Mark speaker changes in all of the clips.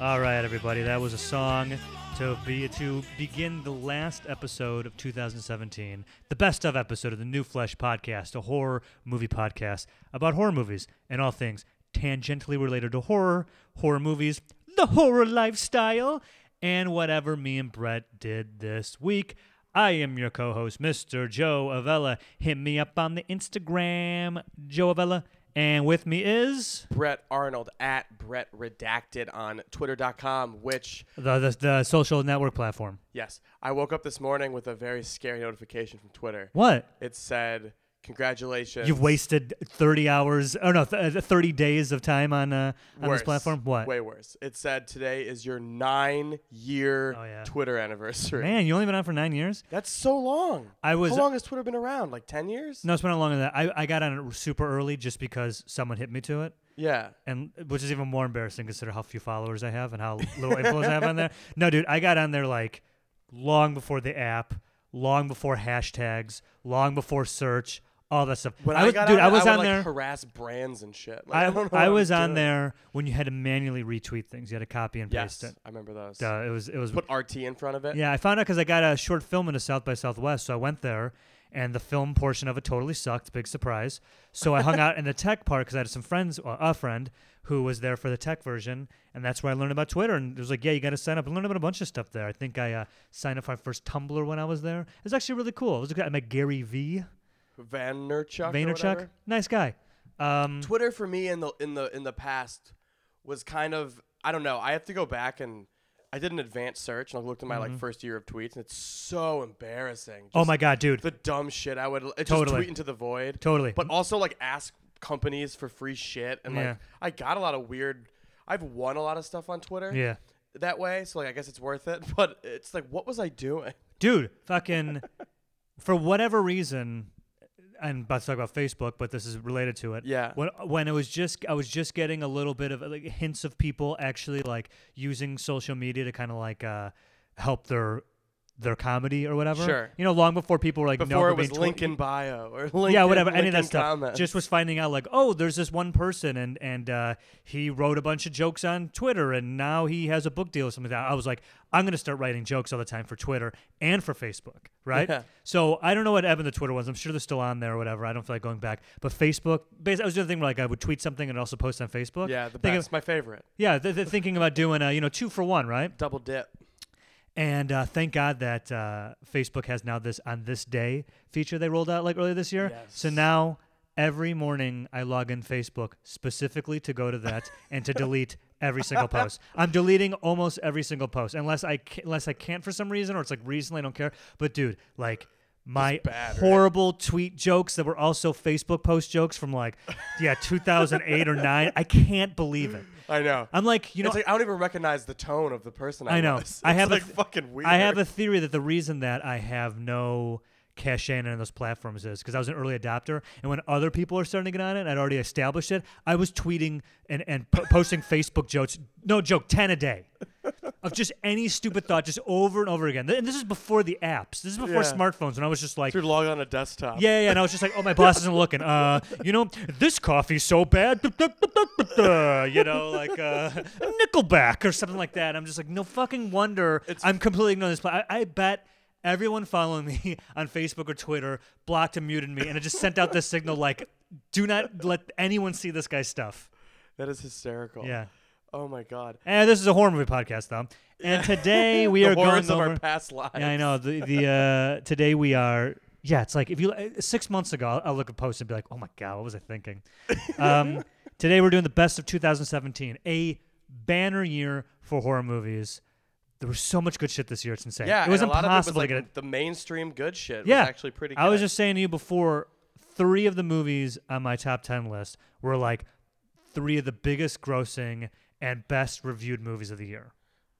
Speaker 1: All right, everybody, that was a song to be to begin the last episode of 2017, the best of episode of the New Flesh podcast, a horror movie podcast about horror movies and all things tangentially related to horror, horror movies, the horror lifestyle, and whatever me and Brett did this week. I am your co-host, Mr. Joe Avella. Hit me up on the Instagram, Joe Avella, and with me is
Speaker 2: Brett Arnold at Brett Redacted on Twitter.com, which,
Speaker 1: the the, the social network platform.
Speaker 2: yes, I woke up this morning with a very scary notification from Twitter.
Speaker 1: What?
Speaker 2: It said, Congratulations.
Speaker 1: You've wasted 30 hours, oh no, th- uh, 30 days of time on uh, on
Speaker 2: Worse.
Speaker 1: this platform. What?
Speaker 2: Way worse. It said, Today is your nine year
Speaker 1: Oh, yeah.
Speaker 2: Twitter anniversary.
Speaker 1: Man, you only been on for nine years?
Speaker 2: That's so long.
Speaker 1: I was- uh,
Speaker 2: How long has Twitter been around? Like 10 years?
Speaker 1: No, it's been longer than that. I, I got on it super early just because someone hit me to it.
Speaker 2: Yeah.
Speaker 1: And which is even more embarrassing, consider how few followers I have and how little influence I have on there. No, dude, I got on there like long before the app, long before hashtags, long before search, all that stuff.
Speaker 2: When I,
Speaker 1: I was,
Speaker 2: got
Speaker 1: dude,
Speaker 2: on, it,
Speaker 1: I was
Speaker 2: would,
Speaker 1: on
Speaker 2: like,
Speaker 1: there.
Speaker 2: harass brands and shit. Like, I,
Speaker 1: I,
Speaker 2: don't know what
Speaker 1: I
Speaker 2: I'm
Speaker 1: was on
Speaker 2: doing.
Speaker 1: there when you had to manually retweet things. You had to copy and
Speaker 2: Yes.
Speaker 1: paste it.
Speaker 2: I remember those.
Speaker 1: Uh, it was it was
Speaker 2: Put RT in front of it.
Speaker 1: Yeah, I found out because I got a short film into South by Southwest, so I went there, and the film portion of it totally sucked. Big surprise. So I hung out in the tech part because I had some friends, uh, a friend who was there for the tech version, and that's where I learned about Twitter. And it was like, yeah, you got to sign up and learn about a bunch of stuff there. I think I uh, signed up for my first Tumblr when I was there. It was actually really cool. It was a guy, I met Gary V.
Speaker 2: Van Nerchuk. or
Speaker 1: Vaynerchuk,
Speaker 2: whatever.
Speaker 1: nice guy. Um,
Speaker 2: Twitter for me in the in the in the past was kind of I don't know. I have to go back and I did an advanced search and I looked at my like first year of tweets and it's so embarrassing.
Speaker 1: Mm-hmm. oh
Speaker 2: Just
Speaker 1: my god, dude,
Speaker 2: the dumb shit I would it's just
Speaker 1: Totally.
Speaker 2: tweet into the void.
Speaker 1: Totally.
Speaker 2: But also like ask companies for free shit and like
Speaker 1: Yeah.
Speaker 2: I got a lot of weird I've won a lot of stuff on Twitter.
Speaker 1: yeah.
Speaker 2: That way, so like I guess it's worth it, but it's like what was I doing?
Speaker 1: dude fucking for whatever reason i'm about to talk about facebook but this is related to it
Speaker 2: Yeah.
Speaker 1: when, when it was just i was just getting a little bit of like hints of people actually like using social media to kind of like uh help their their comedy or whatever
Speaker 2: Sure.
Speaker 1: you know long before people were like no,
Speaker 2: Before
Speaker 1: we're
Speaker 2: it was
Speaker 1: being twi-
Speaker 2: link in bio or LinkedIn,
Speaker 1: yeah, whatever, any of that
Speaker 2: LinkedIn
Speaker 1: stuff.
Speaker 2: comments.
Speaker 1: Just was finding out like, oh, there's this one person, and and uh, he wrote a bunch of jokes on Twitter, and now he has a book deal or something like that. I was like, I'm gonna start writing jokes all the time for Twitter and for Facebook, right?
Speaker 2: Yeah.
Speaker 1: So I don't know what happened to Twitter was. I'm sure they're still on there or whatever. I don't feel like going back. But Facebook, basically, I was doing the thing where like I would tweet something and also post on Facebook.
Speaker 2: yeah, the
Speaker 1: thinking,
Speaker 2: best, my favorite.
Speaker 1: Yeah, th- th- thinking about doing uh, you know two for one, right?
Speaker 2: Double dip.
Speaker 1: And uh, thank God that uh, Facebook has now this on this day feature they rolled out like earlier this year. So
Speaker 2: Yes.
Speaker 1: now every morning I log in Facebook specifically to go to that and to delete every single post. I'm deleting almost every single post unless I ca- unless I can't for some reason or it's like recently I don't care. But dude, like my
Speaker 2: bad, right?
Speaker 1: horrible tweet jokes that were also Facebook post jokes from like yeah 2008 or 9. I can't believe it.
Speaker 2: I know.
Speaker 1: I'm like, you know,
Speaker 2: it's like I don't even recognize the tone of the person. I,
Speaker 1: I know.
Speaker 2: Was.
Speaker 1: I
Speaker 2: It's,
Speaker 1: have a
Speaker 2: like
Speaker 1: th-
Speaker 2: fucking weird.
Speaker 1: I have a theory that the reason that I have no cash in on those platforms is because I was an early adopter, and when other people are starting to get on it, I'd already established it. I was tweeting and and po- posting Facebook jokes, no joke, ten a day, of just any stupid thought, just over and over again. Th- And this is before the apps. This is before
Speaker 2: Yeah.
Speaker 1: smartphones, when I was just like.
Speaker 2: Through log on a desktop.
Speaker 1: Yeah, yeah, and I was just like, oh, my boss isn't looking. Uh, you know, this coffee's so bad. You know, like uh, Nickelback or something like that. I'm just like, no fucking wonder I'm completely ignoring this. Pla- I, I bet everyone following me on Facebook or Twitter blocked and muted me, and it just sent out this signal like, do not let anyone see this guy's stuff.
Speaker 2: That is hysterical.
Speaker 1: Yeah.
Speaker 2: Oh my god.
Speaker 1: And this is a horror movie podcast, though. And today we
Speaker 2: the
Speaker 1: are going
Speaker 2: horrors of
Speaker 1: over.
Speaker 2: our past lives.
Speaker 1: Yeah, I know. The the uh, today we are. Yeah, it's like if you uh, six months ago, I'll, I'll look at posts and be like, "Oh my god, what was I thinking?" Um, today we're doing the best of 2017, a banner year for horror movies. There was so much good shit this year; it's insane.
Speaker 2: Yeah,
Speaker 1: it was
Speaker 2: and a lot of it was
Speaker 1: impossible
Speaker 2: like
Speaker 1: to get it.
Speaker 2: the mainstream good shit.
Speaker 1: Yeah,
Speaker 2: was actually pretty. Good.
Speaker 1: I was just saying to you before, three of the movies on my top ten list were like three of the biggest grossing and best reviewed movies of the year.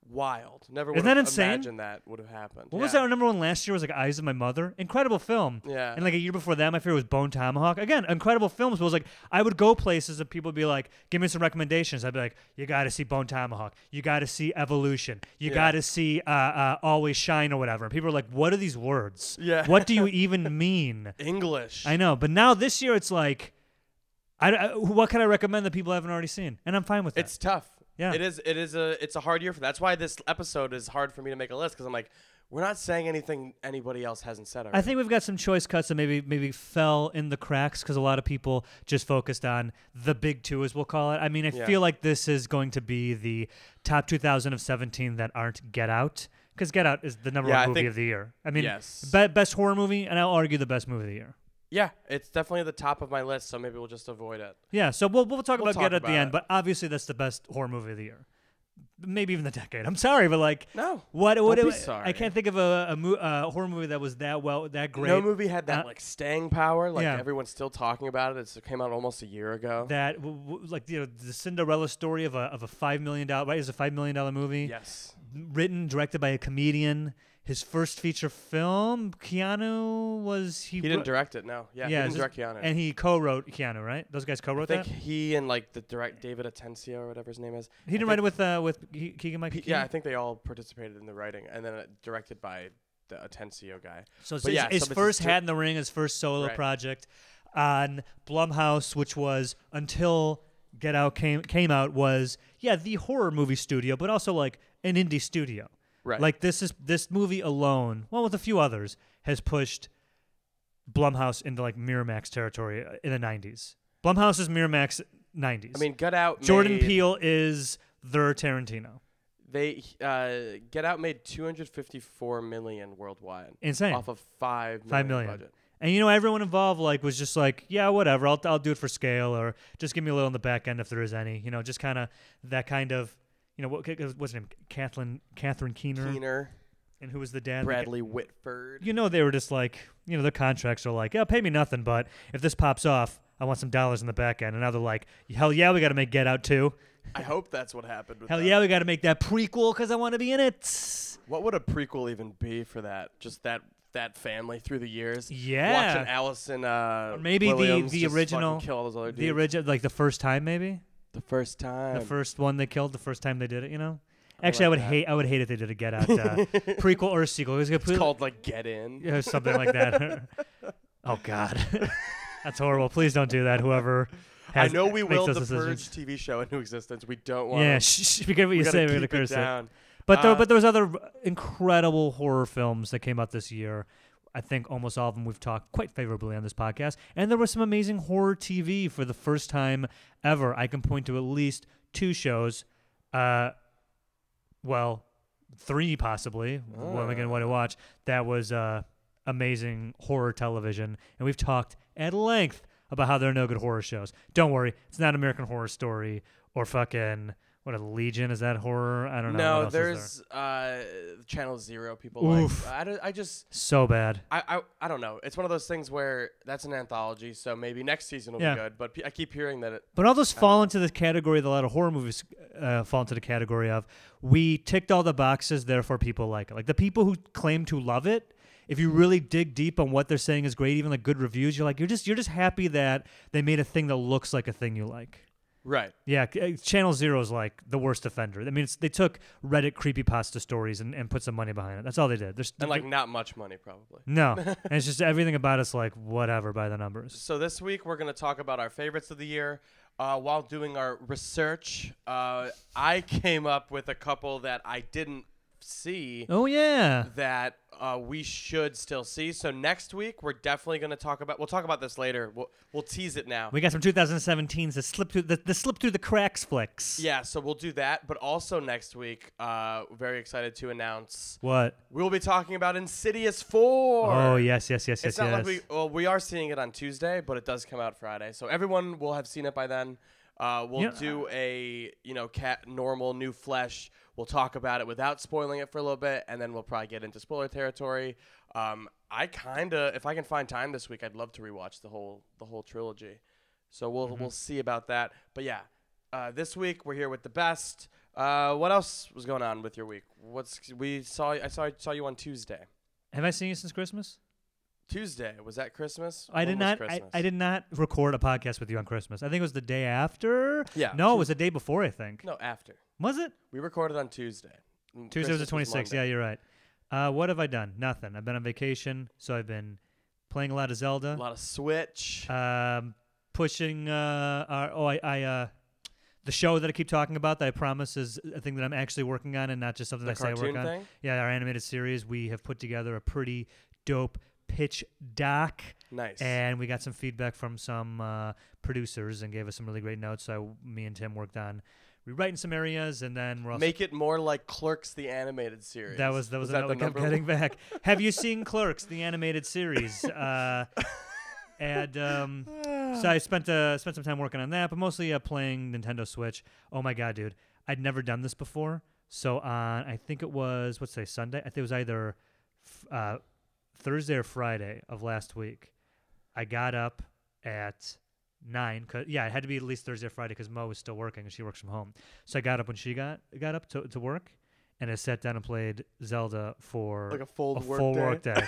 Speaker 2: wild. Never would
Speaker 1: Isn't
Speaker 2: have
Speaker 1: that insane?
Speaker 2: imagined that would have happened.
Speaker 1: What
Speaker 2: yeah.
Speaker 1: was our number one last year? Was like Eyes of My Mother, incredible film.
Speaker 2: Yeah.
Speaker 1: And like a year before that, my favorite was Bone Tomahawk. Again, incredible films. But it was like I would go places and people would be like, "Give me some recommendations." I'd be like, "You got to see Bone Tomahawk. You got to see Evolution. You
Speaker 2: Yeah.
Speaker 1: got to see uh, uh, Always Shine or whatever." And people are like, "What are these words?
Speaker 2: Yeah.
Speaker 1: What do you even mean?"
Speaker 2: English?
Speaker 1: I know. But now this year, it's like, I, I- what can I recommend that people haven't already seen? And I'm fine with that.
Speaker 2: It's tough.
Speaker 1: Yeah.
Speaker 2: It is. It is a. It's a hard year for. That's why this episode is hard for me to make a list because I'm like, we're not saying anything anybody else hasn't said already.
Speaker 1: I think we've got some choice cuts that maybe maybe fell in the cracks because a lot of people just focused on the big two, as we'll call it. I mean, I
Speaker 2: Yeah.
Speaker 1: feel like this is going to be the top 2000 of 17 that aren't Get Out because Get Out is the number
Speaker 2: Yeah, I
Speaker 1: one movie
Speaker 2: think-
Speaker 1: of the year. I mean,
Speaker 2: Yes.
Speaker 1: be- best horror movie, and I'll argue the best movie of the year.
Speaker 2: yeah, it's definitely at the top of my list, so maybe we'll just avoid it.
Speaker 1: Yeah, so we'll we'll talk
Speaker 2: We'll
Speaker 1: about
Speaker 2: talk
Speaker 1: Get Out at the
Speaker 2: about
Speaker 1: end,
Speaker 2: it.
Speaker 1: but obviously that's the best horror movie of the year, maybe even the decade. I'm sorry, but like.
Speaker 2: No.
Speaker 1: What? What?
Speaker 2: Don't be
Speaker 1: it- I
Speaker 2: sorry.
Speaker 1: can't think of a, a mo- uh, horror movie that was that well, that great.
Speaker 2: No movie had that
Speaker 1: Uh,
Speaker 2: like staying power. Like
Speaker 1: yeah.
Speaker 2: everyone's still talking about it. It's, it came out almost a year ago.
Speaker 1: that w- w- like you know the Cinderella story of a of a five million dollar right is a five million dollar movie
Speaker 2: yes.
Speaker 1: written directed by a comedian. His first feature film, Keanu was he,
Speaker 2: He didn't
Speaker 1: wr-
Speaker 2: direct it. No. Yeah.
Speaker 1: yeah,
Speaker 2: he
Speaker 1: this-
Speaker 2: didn't direct Keanu.
Speaker 1: and he co-wrote Keanu right. Those guys
Speaker 2: I
Speaker 1: co-wrote
Speaker 2: think
Speaker 1: that.
Speaker 2: he and like the direct David Atencio or whatever his name is.
Speaker 1: He didn't
Speaker 2: I
Speaker 1: write it with uh, with Keegan Michael.
Speaker 2: P- yeah, I think they all participated in the writing, and then uh, directed by the Atencio guy.
Speaker 1: So it's
Speaker 2: But
Speaker 1: his,
Speaker 2: yeah,
Speaker 1: his
Speaker 2: so it's
Speaker 1: first
Speaker 2: dir-
Speaker 1: hat in the ring, his first solo
Speaker 2: Right.
Speaker 1: project on Blumhouse, which was until Get Out came came out was yeah the horror movie studio, but also like an indie studio.
Speaker 2: Right.
Speaker 1: Like this is this movie alone, well with a few others, has pushed Blumhouse into like Miramax territory uh, in the '90s. Blumhouse is Miramax '90s.
Speaker 2: I mean, Get Out.
Speaker 1: Jordan
Speaker 2: made,
Speaker 1: Peele is their Tarantino.
Speaker 2: They uh, Get Out made 254 million worldwide.
Speaker 1: Insane.
Speaker 2: Off of five million
Speaker 1: Five million.
Speaker 2: budget.
Speaker 1: And you know, everyone involved like was just like, yeah, whatever. I'll I'll do it for scale, or just give me a little in the back end if there is any. You know, just kind of that kind of, you know, what what's her name? Kathleen Catherine Keener,
Speaker 2: Keener,
Speaker 1: and who was the dad? The guy-
Speaker 2: Bradley Whitford.
Speaker 1: You know, they were just like, you know, their contracts are like, yeah, pay me nothing, but if this pops off, I want some dollars in the back end. And now they're like, hell yeah, we got to make Get Out too.
Speaker 2: I hope that's what happened. With
Speaker 1: Hell
Speaker 2: that.
Speaker 1: yeah, we got to make that prequel because I want to be in it.
Speaker 2: What would a prequel even be for that? Just that that family through the years.
Speaker 1: Yeah.
Speaker 2: Watching Allison. Uh,
Speaker 1: Or maybe the-
Speaker 2: Williams
Speaker 1: the
Speaker 2: just fucking
Speaker 1: original-
Speaker 2: Kill all those other
Speaker 1: The
Speaker 2: dudes.
Speaker 1: original, like the first time, maybe.
Speaker 2: The first time.
Speaker 1: the first one they killed, the first time they did it. You know, actually, I
Speaker 2: like
Speaker 1: would
Speaker 2: that.
Speaker 1: hate. I would hate if they did a Get Out uh, prequel or a sequel. It was
Speaker 2: It's
Speaker 1: completely-
Speaker 2: called like Get In.
Speaker 1: yeah, something like that. oh God, that's horrible. Please don't do that. Whoever
Speaker 2: I
Speaker 1: has,
Speaker 2: know we
Speaker 1: makes
Speaker 2: will the
Speaker 1: those decisions.
Speaker 2: Purge TV show into existence. We don't want.
Speaker 1: Yeah,
Speaker 2: to,
Speaker 1: shh, shh, forget what
Speaker 2: we
Speaker 1: you
Speaker 2: gotta
Speaker 1: say. We're gonna
Speaker 2: keep it
Speaker 1: curse it.
Speaker 2: down.
Speaker 1: But there,
Speaker 2: Uh,
Speaker 1: but there was other incredible horror films that came out this year. I think almost all of them we've talked quite favorably on this podcast. And there was some amazing horror TV for the first time ever. I can point to at least two shows. Uh, well, three possibly. One
Speaker 2: Oh.
Speaker 1: again, what I watch. That was uh, amazing horror television, and we've talked at length about how there are no good horror shows. Don't worry, it's not American Horror Story or fucking what a Legion is that horror? I don't know. what
Speaker 2: No,
Speaker 1: else is there?
Speaker 2: there's uh, Channel Zero people.
Speaker 1: Oof.
Speaker 2: Like, I, don't- I just
Speaker 1: so bad.
Speaker 2: I, I I don't know. It's one of those things where that's an anthology, so maybe next season will
Speaker 1: Yeah.
Speaker 2: be good. But pe- I keep hearing that it.
Speaker 1: But all those fall into the category that a lot of horror movies uh, fall into the category of. We ticked all the boxes, therefore people like it. Like the people who claim to love it, if you really dig deep on what they're saying is great, even like good reviews, you're like you're just you're just happy that they made a thing that looks like a thing you like.
Speaker 2: Right.
Speaker 1: Yeah, c- uh, Channel Zero is like the worst offender. I mean, it's, they took Reddit creepypasta stories and, and put some money behind it. That's all they did. There's
Speaker 2: And like not much money probably.
Speaker 1: no, and it's just everything about it's like whatever by the numbers.
Speaker 2: So this week we're gonna talk about our favorites of the year. Uh, while doing our research, uh, I came up with a couple that I didn't see.
Speaker 1: Oh yeah,
Speaker 2: that uh, we should still see. So next week we're definitely going to talk about. We'll talk about this later. We'll we'll tease it now.
Speaker 1: we got some 2017s that slipped through the, the slip through the cracks flicks.
Speaker 2: yeah, so we'll do that. But also next week, uh, very excited to announce
Speaker 1: What?
Speaker 2: we'll be talking about Insidious Four.
Speaker 1: Oh yes, yes, yes, yes,
Speaker 2: It's not
Speaker 1: yes.
Speaker 2: like we well we are seeing it on Tuesday, but it does come out Friday, so everyone will have seen it by then. Uh, we'll
Speaker 1: Yeah.
Speaker 2: do a you know cat normal new flesh. We'll talk about it without spoiling it for a little bit, and then we'll probably get into spoiler territory. Um, I kinda, if I can find time this week, I'd love to rewatch the whole the whole trilogy. So we'll
Speaker 1: Mm-hmm.
Speaker 2: we'll see about that. But yeah, uh, this week we're here with the best. Uh, what else was going on with your week? What's we saw? I saw saw you on Tuesday.
Speaker 1: Have I seen you since Christmas?
Speaker 2: Tuesday was that Christmas?
Speaker 1: I did
Speaker 2: When was
Speaker 1: not. I,
Speaker 2: Christmas?
Speaker 1: I did not record a podcast with you on Christmas. I think it was the day after.
Speaker 2: Yeah.
Speaker 1: No, it was the day before. I think.
Speaker 2: No, after
Speaker 1: Was it?
Speaker 2: we recorded on Tuesday. Mm,
Speaker 1: Tuesday was the
Speaker 2: Christmas
Speaker 1: 26th. Yeah,
Speaker 2: Monday.
Speaker 1: you're right. Uh, what have I done? Nothing. I've been on vacation, so I've been playing a lot of
Speaker 2: A
Speaker 1: Zelda.
Speaker 2: lot of Switch.
Speaker 1: Um, pushing. Uh, our, oh, I, I uh, the show that I keep talking about that I promise is a thing that I'm actually working on and not just something
Speaker 2: The
Speaker 1: I say I work
Speaker 2: cartoon
Speaker 1: on.
Speaker 2: thing?
Speaker 1: Yeah, our animated series. We have put together a pretty dope pitch doc.
Speaker 2: Nice.
Speaker 1: And we got some feedback from some uh, producers and gave us some really great notes. So me and Tim worked on rewriting some areas, and then we're also
Speaker 2: Make it more like Clerks the animated series.
Speaker 1: that was that was, a note
Speaker 2: the
Speaker 1: we kept
Speaker 2: number
Speaker 1: getting back. Have you seen Clerks, the animated series? Uh, and um, so I spent uh, spent some time working on that, but mostly uh, playing Nintendo Switch. Oh my god, dude! I'd never done this before. So on, I think it was what's today Sunday. I think it was either f- uh, Thursday or Friday of last week. I got up at nine. Cause, yeah, it had to be at least Thursday or Friday because Mo was still working and she works from home. So I got up when she got got up to, to work, and I sat down and played Zelda for
Speaker 2: Like a full work
Speaker 1: full
Speaker 2: day.
Speaker 1: work day.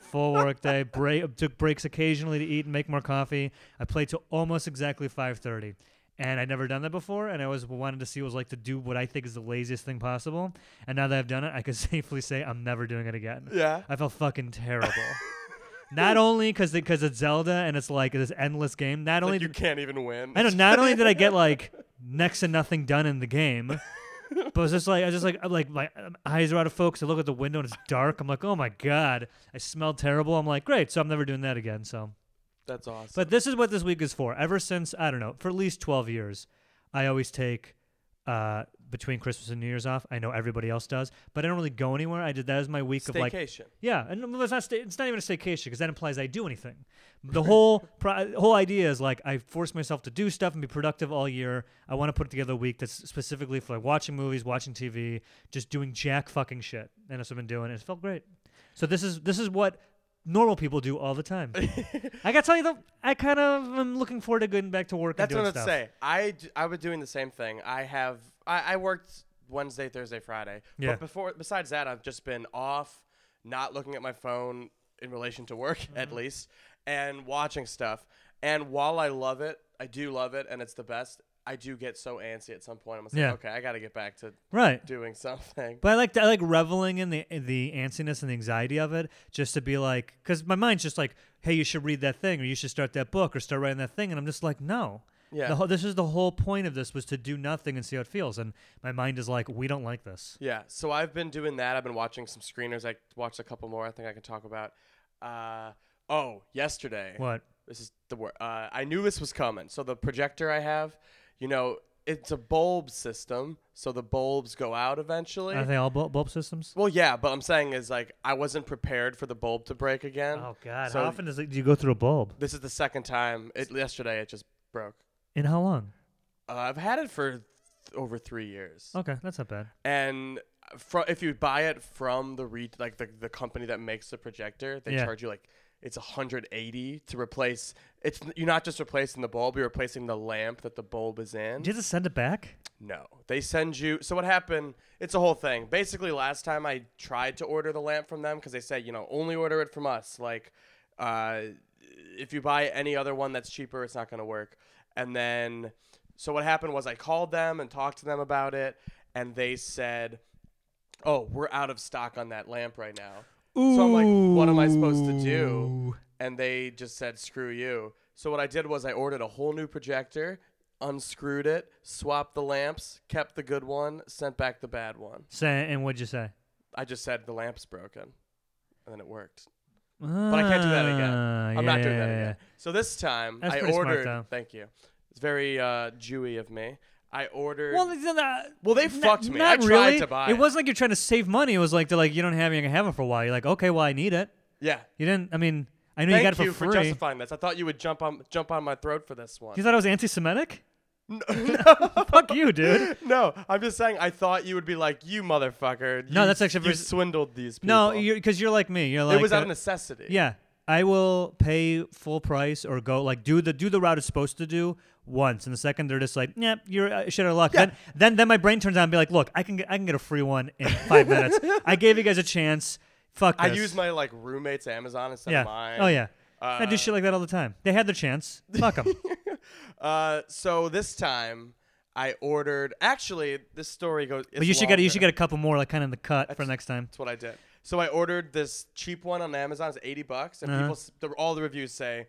Speaker 1: full work day. Break, took breaks occasionally to eat and make more coffee. I played till almost exactly five thirty. And I'd never done that before, and I was wanted to see what it was like to do what I think is the laziest thing possible. And now that I've done it, I can safely say I'm never doing it again.
Speaker 2: Yeah.
Speaker 1: I felt fucking terrible. not only because because it's Zelda and it's like this endless game. Not only
Speaker 2: Like you can't even win.
Speaker 1: I know. Not only did I get like next to nothing done in the game, but it's just like I was just like I'm like my um, eyes are out of focus. I look at the window and it's dark. I'm like, oh my god, I smell terrible. I'm like, great, so I'm never doing that again. So,
Speaker 2: That's awesome.
Speaker 1: but this is what this week is for. Ever since I don't know for at least 12 years, I always take. Uh, between Christmas and New Year's off, I know everybody else does, but I don't really go anywhere. I did that as my week of like
Speaker 2: Staycation.
Speaker 1: yeah, and well, it's not sta- it's not even a staycation because that implies I do anything. The whole pro- whole idea is like I force myself to do stuff and be productive all year. I want to put together a week that's specifically for like watching movies, watching TV, just doing jack fucking shit, and that's what I've been doing. and It's felt great. So this is this is what normal people do all the time. I gotta tell you though, I kind of am looking forward to getting back to work.
Speaker 2: That's
Speaker 1: and
Speaker 2: what
Speaker 1: doing
Speaker 2: I'd
Speaker 1: stuff.
Speaker 2: say. I, d- I was doing the same thing. I have I, I worked Wednesday, Thursday, Friday.
Speaker 1: Yeah.
Speaker 2: But before besides that, I've just been off, not looking at my phone in relation to work at
Speaker 1: Mm-hmm.
Speaker 2: least, and watching stuff. And while I love it, I do love it, and it's the best. I do get so antsy at some point. I'm like,
Speaker 1: Yeah.
Speaker 2: okay, I got to get back to
Speaker 1: Right.
Speaker 2: doing something.
Speaker 1: But I like to, I like reveling in the in the antsiness and the anxiety of it, just to be like, because my mind's just like, hey, you should read that thing, or you should start that book, or start writing that thing, and I'm just like, no.
Speaker 2: Yeah.
Speaker 1: The whole, this is the whole point of this was to do nothing and see how it feels, and my mind is like, we don't like this.
Speaker 2: Yeah, so I've been doing that. I've been watching some screeners. I watched a couple more. I think I can talk about. Uh, oh, yesterday.
Speaker 1: What?
Speaker 2: This is the word. Uh, I knew this was coming. So the projector I have, you know, it's a bulb system, so the bulbs go out eventually.
Speaker 1: Are they all bulb, bulb systems?
Speaker 2: well, yeah, but I'm saying is like I wasn't prepared for the bulb to break again.
Speaker 1: Oh God!
Speaker 2: So
Speaker 1: how often does it, do you go through a bulb?
Speaker 2: This is the second time. It yesterday it just broke.
Speaker 1: In how long?
Speaker 2: Uh, I've had it for th- over three years.
Speaker 1: Okay, that's not bad.
Speaker 2: and fro- if you buy it from the re- like the, the company that makes the projector they
Speaker 1: Yeah.
Speaker 2: charge you like it's 180 to replace it's you're not just replacing the bulb you're replacing the lamp that the bulb is in
Speaker 1: Did you just send it back?
Speaker 2: no they send you so what happened it's a whole thing basically last time i tried to order the lamp from them because they said you know only order it from us like uh, if you buy any other one that's cheaper it's not going to work and then so what happened was i called them and talked to them about it and they said oh, we're out of stock on that lamp right now. So I'm like, what am I supposed to do? And they just said, screw you. So what I did was I ordered a whole new projector, unscrewed it, swapped the lamps, kept the good one, sent back the bad one.
Speaker 1: Say, and what'd you say?
Speaker 2: I just said the lamp's broken. And then it worked.
Speaker 1: Uh,
Speaker 2: But I can't do that again.
Speaker 1: Ah,
Speaker 2: I'm not
Speaker 1: yeah,
Speaker 2: doing that
Speaker 1: yeah,
Speaker 2: again.
Speaker 1: yeah.
Speaker 2: So this time
Speaker 1: That's
Speaker 2: I
Speaker 1: pretty smart,
Speaker 2: ordered
Speaker 1: though.
Speaker 2: thank you. It's very uh Jewy of me. I ordered
Speaker 1: Well, it's not-
Speaker 2: Well, they
Speaker 1: not-
Speaker 2: fucked me. I
Speaker 1: Not
Speaker 2: tried
Speaker 1: really.
Speaker 2: to buy
Speaker 1: it
Speaker 2: it.
Speaker 1: wasn't like you're trying to save money. It was like they're like, you don't have it, you're gonna have it for a while. You're like, okay, well, I need it.
Speaker 2: Yeah.
Speaker 1: You didn't. I mean, I knew you got it
Speaker 2: Thank
Speaker 1: for
Speaker 2: you for,
Speaker 1: free.
Speaker 2: justifying this. I thought you would jump on jump on my throat for this one.
Speaker 1: you thought I was anti-Semitic? No, fuck you, dude.
Speaker 2: No, I'm just saying. I thought you would be like, you motherfucker.
Speaker 1: No,
Speaker 2: you-
Speaker 1: that's actually
Speaker 2: you
Speaker 1: very-
Speaker 2: swindled these
Speaker 1: No,
Speaker 2: people.
Speaker 1: because you're, like me. You're
Speaker 2: it
Speaker 1: like
Speaker 2: was out of
Speaker 1: uh,
Speaker 2: necessity.
Speaker 1: Yeah, I will pay full price or go like do the do the route it's supposed to do once, and the second they're just like, "Yep, you're uh, shit out of luck."
Speaker 2: Yeah.
Speaker 1: Then, then then my brain turns on and be like, "Look, I can get I can get a free one in five minutes. I gave you guys a chance. Fuck
Speaker 2: I
Speaker 1: this."
Speaker 2: use my like roommate's Amazon instead
Speaker 1: yeah.
Speaker 2: of mine.
Speaker 1: Oh yeah. I do
Speaker 2: Uh,
Speaker 1: shit like that all the time. They had their chance. Fuck them.
Speaker 2: Uh, so this time I ordered. Actually, this story goes.
Speaker 1: but you should get you should get a couple more, like kind of in the cut for next time.
Speaker 2: That's what I did. So I ordered this cheap one on Amazon. It's eighty bucks, and
Speaker 1: Uh-huh.
Speaker 2: people s- the, all the reviews say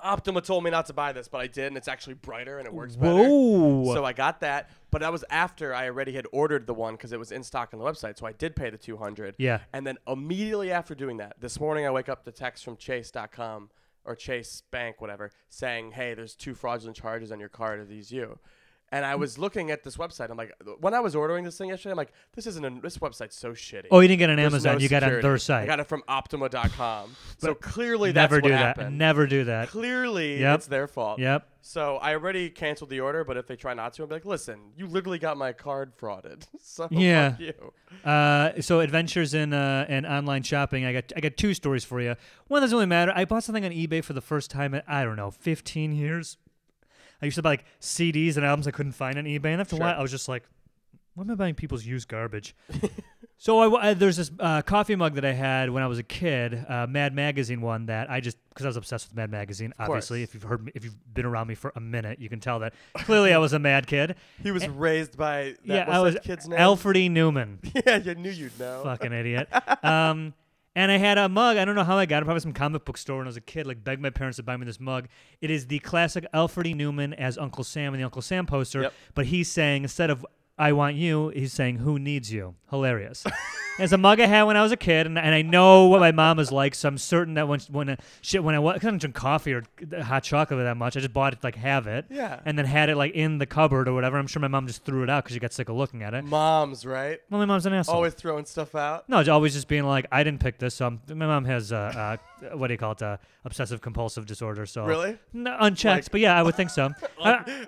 Speaker 2: Optima told me not to buy this, but I did, and it's actually brighter and it works
Speaker 1: Whoa.
Speaker 2: better. So I got that, but that was after I already had ordered the one because it was in stock on the website. So I did pay the two hundred.
Speaker 1: Yeah.
Speaker 2: And then immediately after doing that, this morning I wake up to text from Chase.com or Chase Bank, whatever, saying, "Hey, there's two fraudulent charges on your card. Are these you?" And
Speaker 1: Hmm.
Speaker 2: I was looking at this website. I'm like, when I was ordering this thing yesterday, I'm like, this isn't a, this website's so shitty.
Speaker 1: Oh, you didn't get it on
Speaker 2: There's
Speaker 1: Amazon.
Speaker 2: no
Speaker 1: you got it on
Speaker 2: security.
Speaker 1: their
Speaker 2: I
Speaker 1: site.
Speaker 2: got it from Optima.com. so clearly that's
Speaker 1: Never
Speaker 2: what
Speaker 1: do that.
Speaker 2: happened
Speaker 1: Never do that.
Speaker 2: clearly
Speaker 1: Yep.
Speaker 2: it's their fault.
Speaker 1: Yep.
Speaker 2: So I already canceled the order, but if they try not to, I'm like, listen, you literally got my card frauded. So
Speaker 1: Yeah.
Speaker 2: fuck you.
Speaker 1: Uh, so adventures in uh, in online shopping. I got I got two stories for you. One doesn't really matter. I bought something on eBay for the first time in I don't know 15 years. I used to buy like CDs and albums I couldn't find on eBay, and after
Speaker 2: Sure.
Speaker 1: a while I was just like, "Why am I buying people's used garbage?" so I, I- there's this uh, coffee mug that I had when I was a kid, uh, Mad Magazine one that I just because I was obsessed with Mad Magazine. Obviously,
Speaker 2: course.
Speaker 1: if you've heard me, if you've been around me for a minute, you can tell that clearly I was a mad kid.
Speaker 2: He was raised by that,
Speaker 1: yeah,
Speaker 2: what's
Speaker 1: I was
Speaker 2: that kid's name.
Speaker 1: Alfred E. Newman.
Speaker 2: yeah, you knew you'd know.
Speaker 1: Fucking idiot. Um, and I had a mug. I don't know how I got it. Probably some comic book store when I was a kid. Like begged my parents to buy me this mug. It is the classic Alfred E. Newman as Uncle Sam in the Uncle Sam poster.
Speaker 2: Yep.
Speaker 1: But he's saying instead of "I want you," he's saying "Who needs you?" Hilarious. It's a mug I had when I was a kid, and, and I know what my mom is like, so I'm certain that when when I, shit when I was I don't drink coffee or uh, hot chocolate that much, I just bought it to, like have it,
Speaker 2: Yeah.
Speaker 1: and then had it like in the cupboard or whatever. I'm sure my mom just threw it out because she got sick of looking at it.
Speaker 2: Moms, right?
Speaker 1: Well, my mom's an asshole.
Speaker 2: Always throwing stuff out.
Speaker 1: No, it's always just being like, I didn't pick this. So I'm, my mom has uh, uh, what do you call it? Uh, obsessive compulsive disorder. So
Speaker 2: Really?
Speaker 1: no, unchecked. but yeah, I would think so. Uh, I-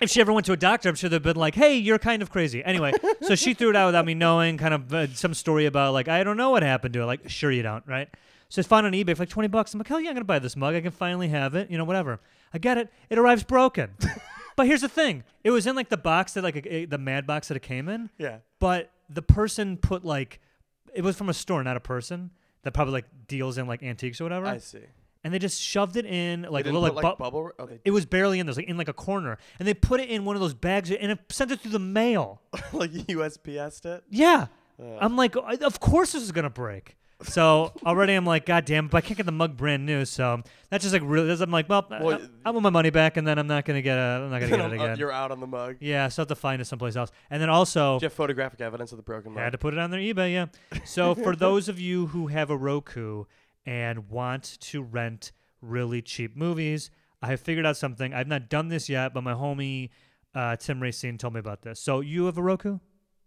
Speaker 1: if she ever went to a doctor, I'm sure they'd been like, "Hey, you're kind of crazy." Anyway, so she threw it out without me knowing. Kind of uh, some story about like, I don't know what happened to it. Like, sure you don't, right? So it's found on eBay for like 20 bucks. I'm like, hell yeah, I'm gonna buy this mug. I can finally have it. You know, whatever. I get it. It arrives broken. but here's the thing: it was in like the box that like a, the mad box that it came in
Speaker 2: Yeah.
Speaker 1: but the person put like it was from a store, not a person that probably like deals in like antiques or whatever,
Speaker 2: I see. They
Speaker 1: and they just shoved it in like a
Speaker 2: didn't
Speaker 1: little like,
Speaker 2: put,
Speaker 1: bu-
Speaker 2: bubble. Oh, they,
Speaker 1: it was barely in there, it was, like in like a corner, and they put it in one of those bags and it sent it through the mail.
Speaker 2: like USPS'd it.
Speaker 1: Yeah, I'm like, "I- of course this is gonna break. So already I'm like, God damn! But I can't get the mug brand new, so that's just like really. that's- I'm like, well, I-
Speaker 2: Well,
Speaker 1: I, I want my money back, and then I'm not gonna get a, I'm not gonna get it
Speaker 2: Uh,
Speaker 1: again.
Speaker 2: You're out on the mug.
Speaker 1: yeah, so I have to find it someplace else. And then also,
Speaker 2: Do you have photographic evidence of the broken mug?
Speaker 1: Had to put it on their eBay, yeah. So for those of you who have a Roku and want to rent really cheap movies, I have figured out something. I've not done this yet, but my homie uh, Tim Racine told me about this. So you have a Roku?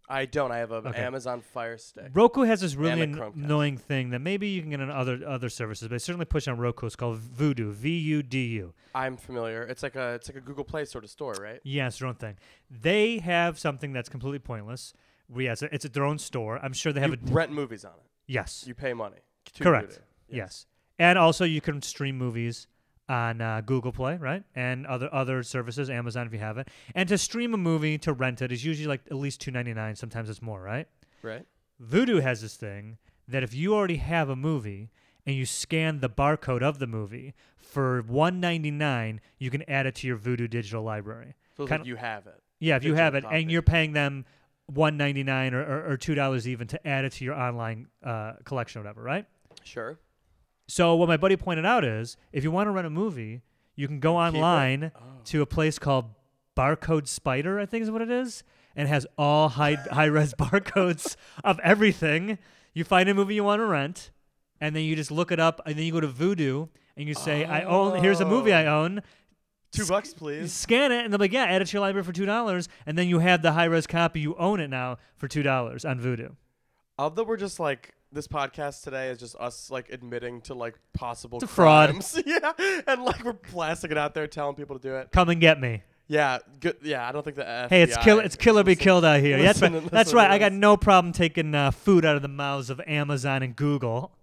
Speaker 2: I don't. I have an Amazon Fire Stick.
Speaker 1: Roku has this really
Speaker 2: And a
Speaker 1: an-
Speaker 2: Chromecast.
Speaker 1: annoying thing that maybe you can get on other other services, but it's certainly push on Roku. It's called Voodoo, V U D U.
Speaker 2: I'm familiar. It's like a it's like a Google Play sort of store, right?
Speaker 1: Yeah, it's their own thing. They have something that's completely pointless. Well, Yeah, it's, a, it's at their own store. I'm sure they have
Speaker 2: You
Speaker 1: a
Speaker 2: rent movies on it.
Speaker 1: yes.
Speaker 2: You pay money. to
Speaker 1: Correct.
Speaker 2: Vudu.
Speaker 1: Yes. And also, you can stream movies on uh, Google Play, right? And other other services, Amazon if you have it. And to stream a movie to rent it is usually like at least two ninety nine. Sometimes it's more, right?
Speaker 2: Right.
Speaker 1: Vudu has this thing that if you already have a movie and you scan the barcode of the movie for one ninety nine, you can add it to your Vudu digital library.
Speaker 2: So it's
Speaker 1: Kind
Speaker 2: like you have it.
Speaker 1: Yeah, if you have it
Speaker 2: digital
Speaker 1: and
Speaker 2: copy.
Speaker 1: you're paying them one ninety nine or, or, or two dollars even to add it to your online uh, collection, or whatever, right?
Speaker 2: Sure.
Speaker 1: So what my buddy pointed out is, if you want to rent a movie, you can go
Speaker 2: it?
Speaker 1: online to a place called Barcode Spider, I think is what it is, and it has all high high res barcodes of everything. You find a movie you want to rent, and then you just look it up, and then you go to Voodoo and you say, "I own here's a movie I own."
Speaker 2: Two bucks,
Speaker 1: You
Speaker 2: please.
Speaker 1: scan it, and they're like, "Yeah, add it to your library for two dollars," and then you have the high res copy. You own it now for two dollars on Voodoo.
Speaker 2: Although we're just like this podcast today is just us like admitting to like possible
Speaker 1: a fraud.
Speaker 2: crimes. yeah, and like we're blasting it out there, telling people to do it.
Speaker 1: Come and get me.
Speaker 2: Yeah, good. Yeah, I don't think the FBI
Speaker 1: Hey, it's kill, it's kill or be
Speaker 2: listen-
Speaker 1: killed out here. that's
Speaker 2: listen
Speaker 1: right.
Speaker 2: to-
Speaker 1: That's
Speaker 2: listen
Speaker 1: right.
Speaker 2: to
Speaker 1: I got
Speaker 2: this.
Speaker 1: no problem taking uh, food out of the mouths of Amazon and Google.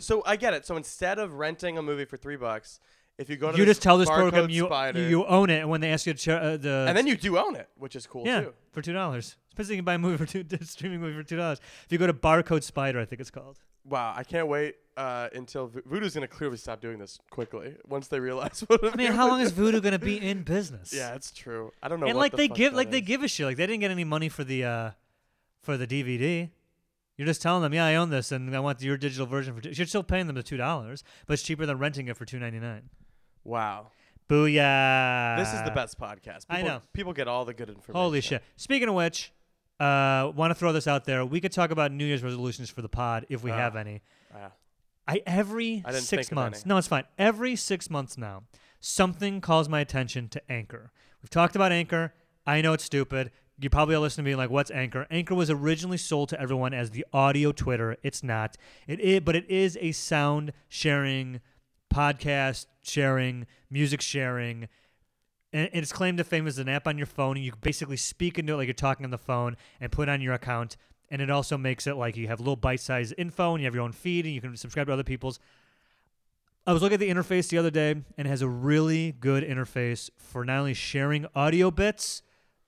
Speaker 2: So I get it. So instead of renting a movie for three bucks, if you go to
Speaker 1: You
Speaker 2: this
Speaker 1: just tell this
Speaker 2: barcode
Speaker 1: program you
Speaker 2: spider,
Speaker 1: you own it, and when they ask you to share, uh, the
Speaker 2: and then you do own it, which is cool
Speaker 1: yeah
Speaker 2: too.
Speaker 1: for two dollars. Especially you can buy a movie for two streaming movie for two dollars. If you go to Barcode Spider, I think it's called.
Speaker 2: Wow, I can't wait uh, until Vo- Voodoo's gonna clearly stop doing this quickly once they realize what.
Speaker 1: I mean, how long is Voodoo gonna be in business?
Speaker 2: Yeah, it's true. I don't know.
Speaker 1: and
Speaker 2: what
Speaker 1: like
Speaker 2: the
Speaker 1: they
Speaker 2: fuck
Speaker 1: give
Speaker 2: that
Speaker 1: like they
Speaker 2: is.
Speaker 1: give a shit. Like they didn't get any money for the uh for the DVD. You're just telling them, yeah, I own this, and I want your digital version for. Two. You're still paying them the two dollars, but it's cheaper than renting it for two ninety nine.
Speaker 2: Wow.
Speaker 1: Booyah!
Speaker 2: This is the best podcast. People,
Speaker 1: Uh, I know.
Speaker 2: People get all the good information.
Speaker 1: Holy shit! Speaking of which, uh, want to throw this out there. We could talk about New Year's resolutions for the pod if we
Speaker 2: Ah.
Speaker 1: have any.
Speaker 2: Ah,
Speaker 1: I every
Speaker 2: I didn't
Speaker 1: six
Speaker 2: think of
Speaker 1: months.
Speaker 2: any.
Speaker 1: No, it's fine. Every six months now, something calls my attention to Anchor. We've talked about Anchor. I know it's stupid. You probably are listening to me like, "What's Anchor?" Anchor was originally sold to everyone as the audio Twitter. It's not. It is, but it is a sound sharing, podcast sharing, music sharing. And and its claim to fame is an app on your phone. And you basically speak into it like you're talking on the phone and put it on your account. And it also makes it like you have little bite sized info and you have your own feed and you can subscribe to other people's. I was looking at the interface the other day and it has a really good interface for not only sharing audio bits,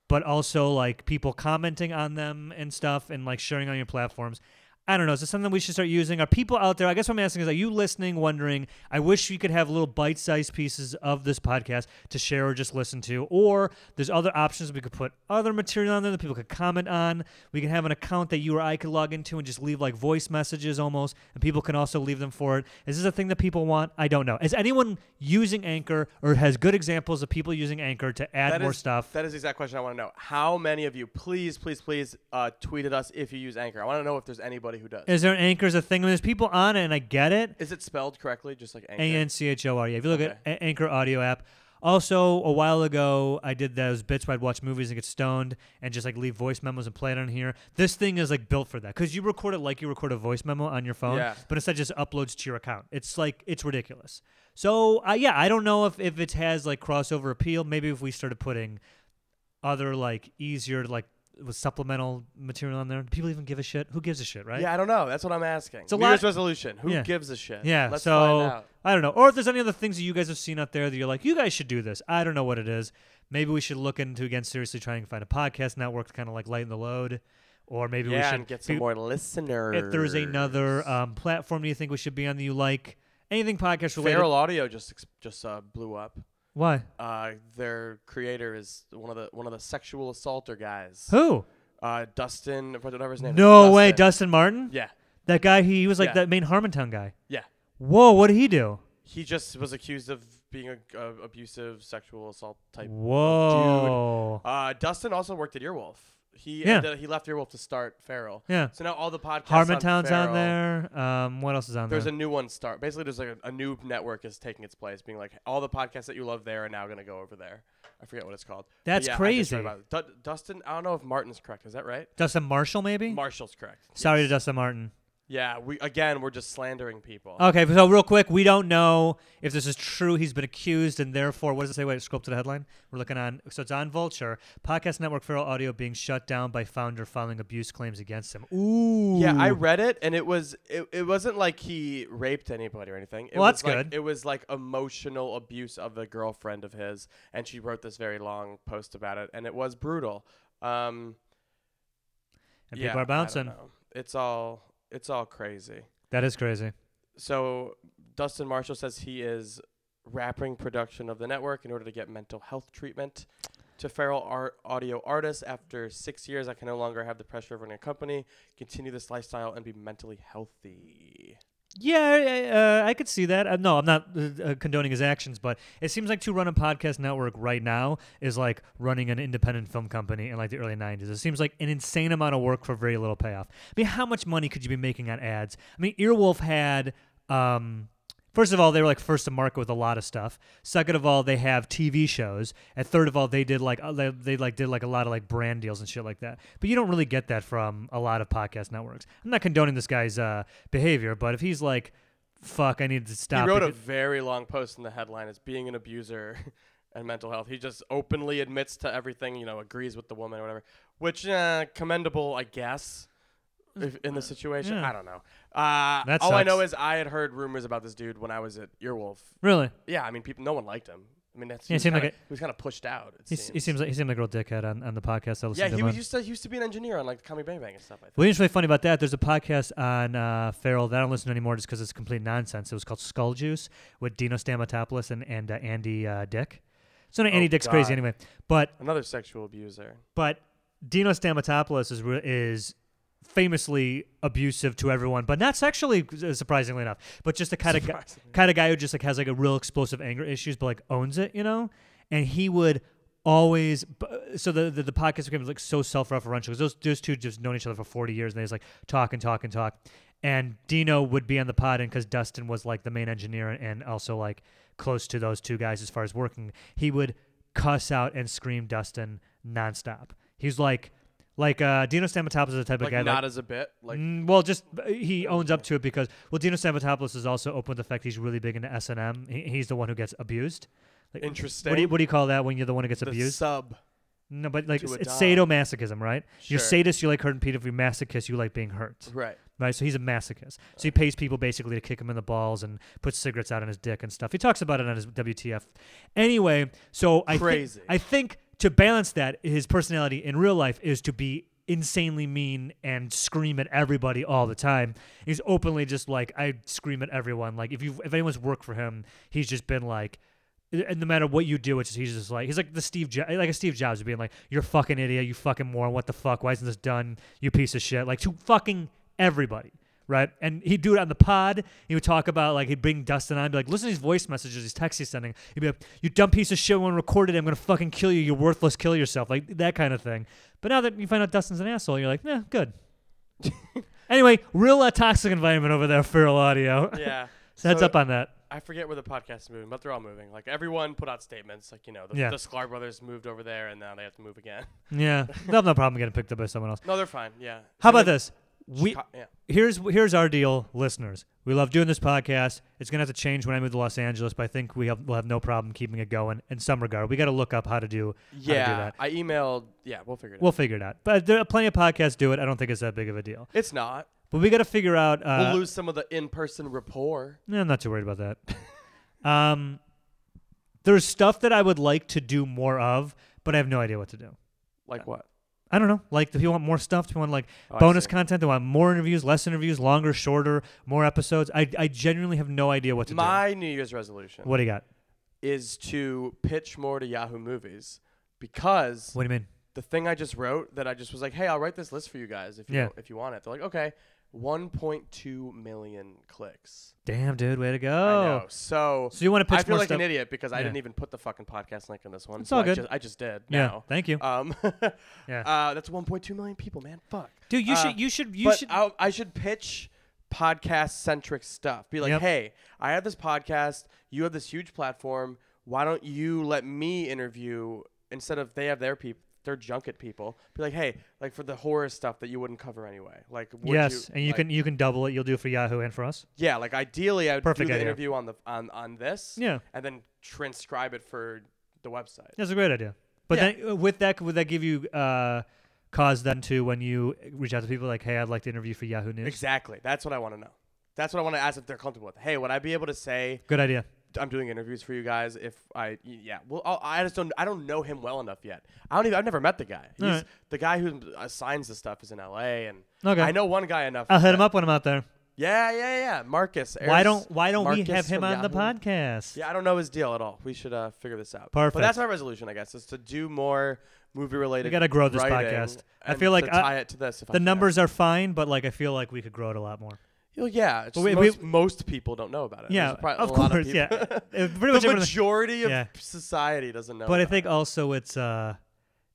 Speaker 1: but also like people commenting on them and stuff and like sharing on your platforms. I don't know. Is this something we should start using? Are people out there? I guess what I'm asking is, are you listening, wondering? I wish you could have little bite sized pieces of this podcast to share or just listen to. Or there's other options. We could put other material on there that people could comment on. We can have an account that you or I could log into and just leave like voice messages almost. And people can also leave them for it. Is this a thing that people want? I don't know. Is anyone using Anchor or has good examples of people using Anchor to add
Speaker 2: that
Speaker 1: more
Speaker 2: is-
Speaker 1: stuff?
Speaker 2: That is the exact question I want to know. How many of you, please, please, please, uh, tweet at us if you use Anchor. I want to know if there's anybody who does.
Speaker 1: Is there an anchor's a thing? I mean, there's people on it, and I get it.
Speaker 2: Is it spelled correctly? Just like Anchor.
Speaker 1: A N C H O R. Yeah, if you look at A- Anchor Audio app. Also, a while ago, I did those bits where I'd watch movies and get stoned and just like leave voice memos and play it on here. This thing is like built for that because you record it like you record a voice memo on your phone,
Speaker 2: Yeah.
Speaker 1: but instead just uploads to your account. It's like it's ridiculous. So uh, yeah, I don't know if if it has like crossover appeal. Maybe if we started putting other like easier like with supplemental material on there, do people even give a shit? Who gives a shit, right?
Speaker 2: Yeah, I don't know. That's what I'm asking.
Speaker 1: a
Speaker 2: New
Speaker 1: lot-
Speaker 2: Year's resolution. Who
Speaker 1: Yeah.
Speaker 2: gives a shit?
Speaker 1: Yeah.
Speaker 2: Let's
Speaker 1: so
Speaker 2: find out.
Speaker 1: I don't know. Or if there's any other things that you guys have seen out there that you're like, you guys should do this. I don't know what it is. Maybe we should look into again seriously trying to find a podcast network to kind of like lighten the load, or maybe we
Speaker 2: Yeah,
Speaker 1: should
Speaker 2: and get some
Speaker 1: be-
Speaker 2: more listeners.
Speaker 1: If there's another um, platform do you think we should be on that you like, anything podcast related.
Speaker 2: Feral Audio just ex- just uh, blew up.
Speaker 1: Why?
Speaker 2: Uh, their creator is one of the one of the sexual assaulter guys.
Speaker 1: Who?
Speaker 2: Uh, Dustin, whatever his name. is,
Speaker 1: No
Speaker 2: Dustin.
Speaker 1: way, Dustin Martin.
Speaker 2: Yeah,
Speaker 1: That guy. He, he was like
Speaker 2: Yeah.
Speaker 1: that main Harmontown guy.
Speaker 2: yeah.
Speaker 1: Whoa, what did he do?
Speaker 2: He just was accused of being a, a abusive sexual assault type.
Speaker 1: Whoa.
Speaker 2: Uh, Dustin also worked at Earwolf. He
Speaker 1: Yeah.
Speaker 2: ended, he left Earwolf to start Feral.
Speaker 1: Yeah.
Speaker 2: So now all the podcasts.
Speaker 1: Harmontown's
Speaker 2: on,
Speaker 1: on,
Speaker 2: Feral-
Speaker 1: there. Um, what else is on
Speaker 2: There's
Speaker 1: there?
Speaker 2: a new one start. Basically, there's like a, a new network is taking its place, being like all the podcasts that you love there are now going to go over there. I forget what it's called. But
Speaker 1: That's
Speaker 2: yeah, I just
Speaker 1: crazy.
Speaker 2: read about it. Du- Dustin, I don't know if Martin's correct. Is that right?
Speaker 1: Dustin Marshall, maybe.
Speaker 2: Marshall's correct.
Speaker 1: Sorry
Speaker 2: Yes.
Speaker 1: to Dustin Martin.
Speaker 2: Yeah, we again we're just slandering people.
Speaker 1: Okay, so real quick, we don't know if this is true. He's been accused, and therefore, what does it say? Wait, scroll up to the headline. We're looking on. So it's on Vulture podcast network Feral Audio being shut down by founder filing abuse claims against him. Ooh,
Speaker 2: Yeah, I read it and it was it, it wasn't like he raped anybody or anything. It
Speaker 1: Well,
Speaker 2: was
Speaker 1: that's
Speaker 2: like,
Speaker 1: good.
Speaker 2: It was like emotional abuse of a girlfriend of his, and she wrote this very long post about it, and it was brutal. Um,
Speaker 1: and
Speaker 2: yeah,
Speaker 1: people
Speaker 2: I
Speaker 1: are
Speaker 2: don't
Speaker 1: bouncing.
Speaker 2: know. It's all it's all crazy.
Speaker 1: That is crazy.
Speaker 2: So Dustin Marshall says he is wrapping production of the network in order to get mental health treatment to feral art audio artists. After six years, I can no longer have the pressure of running a company, continue this lifestyle, and be mentally healthy.
Speaker 1: Yeah, I- uh, I could see that. Uh, no, I'm not uh, uh, condoning his actions, but it seems like to run a podcast network right now is like running an independent film company in like the early 90s. It seems like an insane amount of work for very little payoff. I mean, how much money could you be making on ads? I mean, Earwolf had. Um, First of all, they were like first to market with a lot of stuff. Second of all, they have TV shows, and third of all, they did like uh, they, they like did like a lot of like brand deals and shit like that. But you don't really get that from a lot of podcast networks. I'm not condoning this guy's uh, behavior, but if he's like, "Fuck, I need to stop,"
Speaker 2: he wrote a
Speaker 1: because-
Speaker 2: very long post in the headline as being an abuser and mental health. He just openly admits to everything, you know, agrees with the woman or whatever, which uh, commendable, I guess. If, in the situation,
Speaker 1: Yeah.
Speaker 2: I don't know. Uh,
Speaker 1: That
Speaker 2: all I know
Speaker 1: sucks.
Speaker 2: is I had heard rumors about this dude when I was at Earwolf.
Speaker 1: really,
Speaker 2: Yeah, I mean, people, no one liked him. I mean, that's
Speaker 1: Yeah, it
Speaker 2: he was
Speaker 1: seemed like
Speaker 2: kinda-
Speaker 1: it-
Speaker 2: he was kind of pushed out. It
Speaker 1: he,
Speaker 2: seems.
Speaker 1: s- he seems like he seemed like a real dickhead on, on the podcast. I listened
Speaker 2: yeah,
Speaker 1: to
Speaker 2: he
Speaker 1: him
Speaker 2: was
Speaker 1: on.
Speaker 2: used to he used to be an engineer on like Tommy Bang Bang and stuff. I think.
Speaker 1: Well, you know what's really funny about that? There's a podcast on uh, Feral that I don't listen to anymore just because it's complete nonsense. It was called Skull Juice with Dino Stamatopoulos and, and uh, Andy uh, Dick. So no, Andy Dick's crazy
Speaker 2: Oh, God.
Speaker 1: anyway. But
Speaker 2: Another sexual abuser.
Speaker 1: but Dino Stamatopoulos is re- is famously abusive to everyone, but not sexually, surprisingly enough. But just the kind of guy,
Speaker 2: Surprisingly.
Speaker 1: kind of Mm-hmm. guy who just like has like a real explosive anger issues, but like owns it, you know. And he would always. bu- So the the, the podcast became like so self referential because those those two just known each other for forty years, and they just like talk and talk and talk. And Dino would be on the pod, and because Dustin was like the main engineer and also like close to those two guys as far as working, he would cuss out and scream Dustin nonstop. He's like, like uh, Dino Stamatopoulos is the type of
Speaker 2: Like
Speaker 1: guy that
Speaker 2: not as a bit. Like
Speaker 1: Mm, well, just he owns up to it because well, Dino Stamatopoulos is also open to the fact he's really big into S and M. He, he's the one who gets abused. Like, What do you,
Speaker 2: Interesting.
Speaker 1: what do you call that when you're the one who gets
Speaker 2: the
Speaker 1: abused?
Speaker 2: sub.
Speaker 1: no, but like
Speaker 2: to
Speaker 1: it's,
Speaker 2: a
Speaker 1: it's
Speaker 2: dom.
Speaker 1: sadomasochism, right? You're
Speaker 2: Sure.
Speaker 1: sadist, you like hurting people. If you're masochist, you like being hurt,
Speaker 2: Right.
Speaker 1: right? So he's a masochist. So he pays people basically to kick him in the balls and put cigarettes out on his dick and stuff. He talks about it on his WTF. Anyway, so I thi-
Speaker 2: Crazy.
Speaker 1: I think to balance that, his personality in real life is to be insanely mean and scream at everybody all the time. He's openly just like I scream at everyone. Like if you if anyone's worked for him, he's just been like and no matter what you do, it's just, he's just like he's like the Steve jo- like a Steve Jobs being like, "You're a fucking idiot, you fucking moron, what the fuck? Why isn't this done? You piece of shit!" Like to fucking everybody, right? And he'd do it on the pod. He would talk about like he'd bring Dustin on, and be like, "Listen to these voice messages, these texts he's sending." He'd be like, "You dumb piece of shit, when recorded, it, I'm gonna fucking kill you. You're worthless. Kill yourself." Like that kind of thing. But now that you find out Dustin's an asshole, you're like, "Nah, good." anyway, real uh, toxic environment over there, Feral Audio.
Speaker 2: Yeah.
Speaker 1: so heads
Speaker 2: So-
Speaker 1: up on that.
Speaker 2: I forget where the podcast is moving, but they're all moving. Like everyone put out statements, like you know, the,
Speaker 1: Yeah.
Speaker 2: the Sklar brothers moved over there, and now they have to move again.
Speaker 1: Yeah, they'll have no problem getting picked up by someone else.
Speaker 2: No, they're fine. Yeah.
Speaker 1: How
Speaker 2: And
Speaker 1: about
Speaker 2: then
Speaker 1: this? We
Speaker 2: Chica- yeah.
Speaker 1: here's here's our deal, listeners. We love doing this podcast. It's gonna have to change when I move to Los Angeles, but I think we have, we'll have no problem keeping it going in some regard. We got to look up how to do how to do
Speaker 2: Yeah.
Speaker 1: that.
Speaker 2: I emailed. Yeah, we'll figure it
Speaker 1: We'll figure it out. But there are plenty of podcasts do it. I don't think it's that big of a deal.
Speaker 2: out. It's not.
Speaker 1: But we got to figure out.
Speaker 2: We'll
Speaker 1: Uh,
Speaker 2: lose some of the in-person rapport.
Speaker 1: no, I'm not too worried about that. um, there's stuff that I would like to do more of, but I have no idea what to do.
Speaker 2: Like what?
Speaker 1: I don't know. Like, do you want more stuff? Do you want like
Speaker 2: Oh, I
Speaker 1: bonus
Speaker 2: see.
Speaker 1: content? Do you want more interviews, less interviews, longer, shorter, more episodes? I, I genuinely have no idea what to
Speaker 2: My New Year's resolution
Speaker 1: do. What do you got?
Speaker 2: is to pitch more to Yahoo Movies because
Speaker 1: What do you mean?
Speaker 2: the thing I just wrote that I just was like, "Hey, I'll write this list for you guys if you
Speaker 1: Yeah.
Speaker 2: if you want it." They're like, "Okay." 1.2 million clicks.
Speaker 1: Damn, dude, way to
Speaker 2: I
Speaker 1: go.
Speaker 2: know. So
Speaker 1: Oh. So you want to pitch
Speaker 2: I feel
Speaker 1: more
Speaker 2: like
Speaker 1: stuff?
Speaker 2: an idiot because I
Speaker 1: Yeah.
Speaker 2: didn't even put the fucking podcast link on this one.
Speaker 1: It's
Speaker 2: so
Speaker 1: all
Speaker 2: I
Speaker 1: good.
Speaker 2: just- I just did.
Speaker 1: yeah.
Speaker 2: Now.
Speaker 1: Thank you.
Speaker 2: Um,
Speaker 1: Yeah.
Speaker 2: uh, that's 1.2 million people, man. Fuck.
Speaker 1: dude, you
Speaker 2: uh,
Speaker 1: should you should you
Speaker 2: but
Speaker 1: should
Speaker 2: I'll- I should pitch podcast centric stuff. Be like,
Speaker 1: Yep.
Speaker 2: hey, I have this podcast. You have this huge platform. Why don't you let me interview instead of they have their people, their junket people? Be like, hey, like for the horror stuff that you wouldn't cover anyway. Like, would
Speaker 1: Yes, and you
Speaker 2: like-
Speaker 1: can you can double it. You'll do it for Yahoo and for us.
Speaker 2: yeah, like ideally, I would
Speaker 1: Perfect
Speaker 2: do the
Speaker 1: idea.
Speaker 2: interview on the on on this,
Speaker 1: Yeah.
Speaker 2: and then transcribe it for the website.
Speaker 1: That's a great idea. But
Speaker 2: Yeah.
Speaker 1: then uh, with that would that give you uh cause then to when you reach out to people like, "Hey, I'd like to interview for Yahoo News."
Speaker 2: Exactly. That's what I want to know. That's what I want to ask if they're comfortable with. Hey, would I be able to say
Speaker 1: Good idea.
Speaker 2: I'm doing interviews for you guys? If I, y- yeah, well, I'll, I just don't, I don't know him well enough yet. I don't even, I've never met the guy. He's,
Speaker 1: Alright.
Speaker 2: The guy who assigns the stuff is in L.A. and
Speaker 1: Okay.
Speaker 2: I know one guy enough.
Speaker 1: I'll hit
Speaker 2: that-
Speaker 1: him up when I'm out there.
Speaker 2: Yeah, yeah, yeah. Marcus.
Speaker 1: Why
Speaker 2: Aris-
Speaker 1: don't why don't we
Speaker 2: Marcus
Speaker 1: have him
Speaker 2: from
Speaker 1: on the
Speaker 2: Yahoo.
Speaker 1: podcast?
Speaker 2: Yeah, I don't know his deal at all. We should uh, figure this out.
Speaker 1: Perfect.
Speaker 2: But that's my resolution, I guess, is to do more movie related.
Speaker 1: We gotta grow this
Speaker 2: writing
Speaker 1: podcast. I
Speaker 2: and
Speaker 1: feel like,
Speaker 2: to
Speaker 1: uh,
Speaker 2: tie it to this. If I
Speaker 1: The
Speaker 2: can.
Speaker 1: numbers are fine, but like I feel like we could grow it a lot more.
Speaker 2: Well, yeah, it's just
Speaker 1: we- we-
Speaker 2: most, most people don't know about it.
Speaker 1: Yeah,
Speaker 2: There's probably
Speaker 1: of
Speaker 2: a lot
Speaker 1: course.
Speaker 2: people.
Speaker 1: yeah, It- pretty much
Speaker 2: the
Speaker 1: everything.
Speaker 2: majority of
Speaker 1: Yeah.
Speaker 2: society doesn't know.
Speaker 1: But I
Speaker 2: about
Speaker 1: think
Speaker 2: it.
Speaker 1: also it's uh,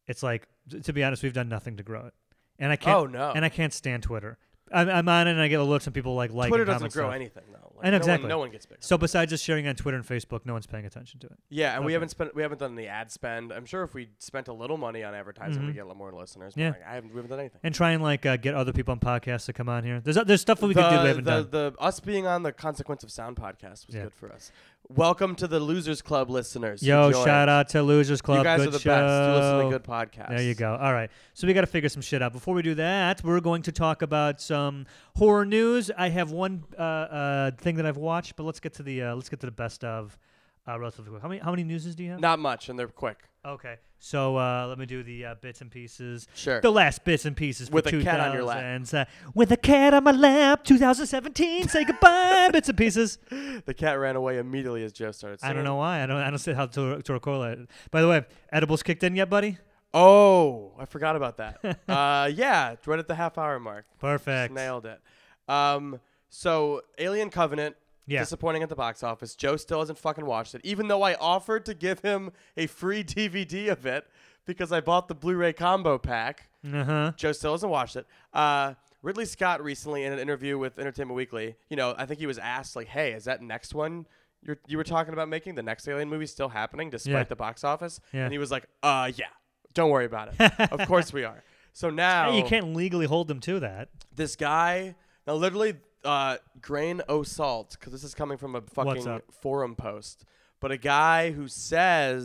Speaker 1: it's like t- to be honest, we've done nothing to grow it, and I can't.
Speaker 2: Oh, no.
Speaker 1: And I can't stand Twitter. I'm, I'm on it, and I get alerts, and people like like.
Speaker 2: Twitter
Speaker 1: and
Speaker 2: doesn't
Speaker 1: comment
Speaker 2: grow
Speaker 1: stuff.
Speaker 2: anything though. Like,
Speaker 1: I know
Speaker 2: no
Speaker 1: exactly.
Speaker 2: One, no one gets big.
Speaker 1: So besides just sharing on Twitter and Facebook, no one's paying attention to it.
Speaker 2: yeah, and
Speaker 1: Okay.
Speaker 2: we haven't spent we haven't done the ad spend. I'm sure if we spent a little money on advertising,
Speaker 1: Mhm.
Speaker 2: we get a lot more listeners. but,
Speaker 1: Yeah.
Speaker 2: like, I haven't we haven't done anything.
Speaker 1: And try and like uh, get other people on podcasts to come on here. There's there's stuff that we
Speaker 2: the,
Speaker 1: could do we haven't
Speaker 2: the,
Speaker 1: done.
Speaker 2: the us being on the consequence of sound podcast was
Speaker 1: Yeah.
Speaker 2: good for us. Welcome to the Losers Club listeners. who
Speaker 1: Yo,
Speaker 2: joined.
Speaker 1: shout out to Losers Club.
Speaker 2: You guys
Speaker 1: good
Speaker 2: are the
Speaker 1: show.
Speaker 2: best. You listen to good podcasts.
Speaker 1: There you go. All right. So we got to figure some shit out. Before we do that, we're going to talk about some horror news. I have one uh, uh, thing that I've watched, but let's get to the uh, let's get to the best of uh, relatively quick. How many how many newses do you have?
Speaker 2: Not much, and they're quick.
Speaker 1: Okay. So uh, let me do the uh, bits and pieces.
Speaker 2: Sure.
Speaker 1: The last bits and pieces for
Speaker 2: With a cat on your lap.
Speaker 1: 2000s, uh, with a cat on my lap, 2017. Say goodbye, bits and pieces.
Speaker 2: The cat ran away immediately as Joe started.
Speaker 1: I don't
Speaker 2: singing.
Speaker 1: know why. I don't. I don't see how to, to correlate. By the way, edibles kicked in yet, buddy?
Speaker 2: Oh, I forgot about that. uh, yeah, right at the half hour mark.
Speaker 1: Perfect.
Speaker 2: Nailed it. Um, so Alien Covenant,
Speaker 1: Yeah.
Speaker 2: disappointing at the box office. Joe still hasn't fucking watched it, even though I offered to give him a free DVD of it because I bought the Blu-ray combo pack.
Speaker 1: Uh huh.
Speaker 2: Joe still hasn't watched it. Uh, Ridley Scott recently in an interview with Entertainment Weekly, you know, I think he was asked like, "Hey, is that next one you're, you were talking about making the next Alien movie still happening despite
Speaker 1: Yeah.
Speaker 2: the box office?"
Speaker 1: Yeah.
Speaker 2: And he was like, "Uh, yeah, don't worry about it. of course we are." So now
Speaker 1: Hey, you can't legally hold them to that.
Speaker 2: this guy now literally uh, grain o salt because this is coming from a fucking
Speaker 1: up?
Speaker 2: forum post but a guy who says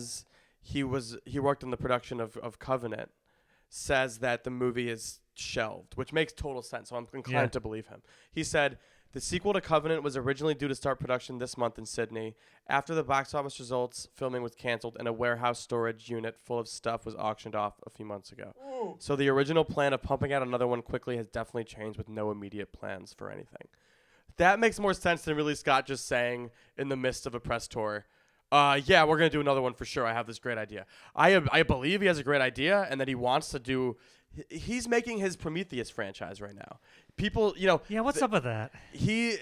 Speaker 2: he was he worked on the production of, of covenant says that the movie is shelved which makes total sense so i'm inclined
Speaker 1: Yeah.
Speaker 2: to believe him he said the sequel to covenant was originally due to start production this month in sydney after the box office results filming was canceled and a warehouse storage unit full of stuff was auctioned off a few months ago so the original plan of pumping out another one quickly has definitely changed with no immediate plans for anything. That makes more sense than really Scott just saying in the midst of a press tour, uh, yeah, we're going to do another one for sure. I have this great idea. I, I believe he has a great idea and that he wants to do. he- He's making his Prometheus franchise right now. People, you know,
Speaker 1: Yeah, what's up with that?
Speaker 2: he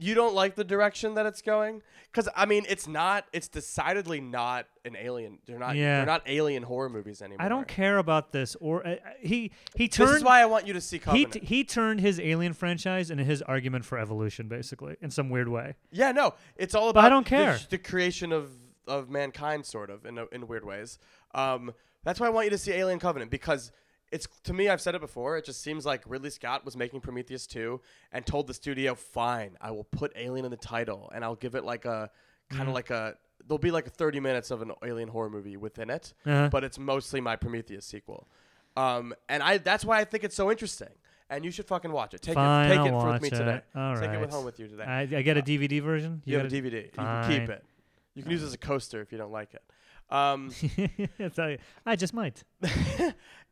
Speaker 2: you don't like the direction that it's going because i mean it's not it's decidedly not an alien they're not
Speaker 1: Yeah.
Speaker 2: they're not alien horror movies anymore
Speaker 1: I don't care about this. Or uh, uh, he he
Speaker 2: this
Speaker 1: turned.
Speaker 2: is why i want you to see
Speaker 1: he,
Speaker 2: Covenant.
Speaker 1: t- he turned his alien franchise into his argument for evolution, basically, in some weird way.
Speaker 2: Yeah, no, it's all about.
Speaker 1: I don't
Speaker 2: the-
Speaker 1: care.
Speaker 2: The, creation of of mankind, sort of, in a, in weird ways. Um, that's why I want you to see Alien Covenant because it's to me. I've said it before. It just seems like Ridley Scott was making Prometheus two and told the studio, "Fine, I will put Alien in the title and I'll give it like a kind of
Speaker 1: Mm.
Speaker 2: like a." There'll be like 30 minutes of an alien horror movie within it,
Speaker 1: Uh-huh.
Speaker 2: but it's mostly my Prometheus sequel, um, and I that's why I think it's so interesting. And you should fucking watch it. Take
Speaker 1: Fine,
Speaker 2: it, take
Speaker 1: I'll
Speaker 2: it
Speaker 1: watch
Speaker 2: with me today.
Speaker 1: it. All
Speaker 2: take it with
Speaker 1: right.
Speaker 2: home with you today. Uh,
Speaker 1: I, I get a DVD version.
Speaker 2: You have a
Speaker 1: get
Speaker 2: DVD. You can keep
Speaker 1: Fine.
Speaker 2: it. You can use it as a coaster if you don't like it. Um,
Speaker 1: It's like, I just might.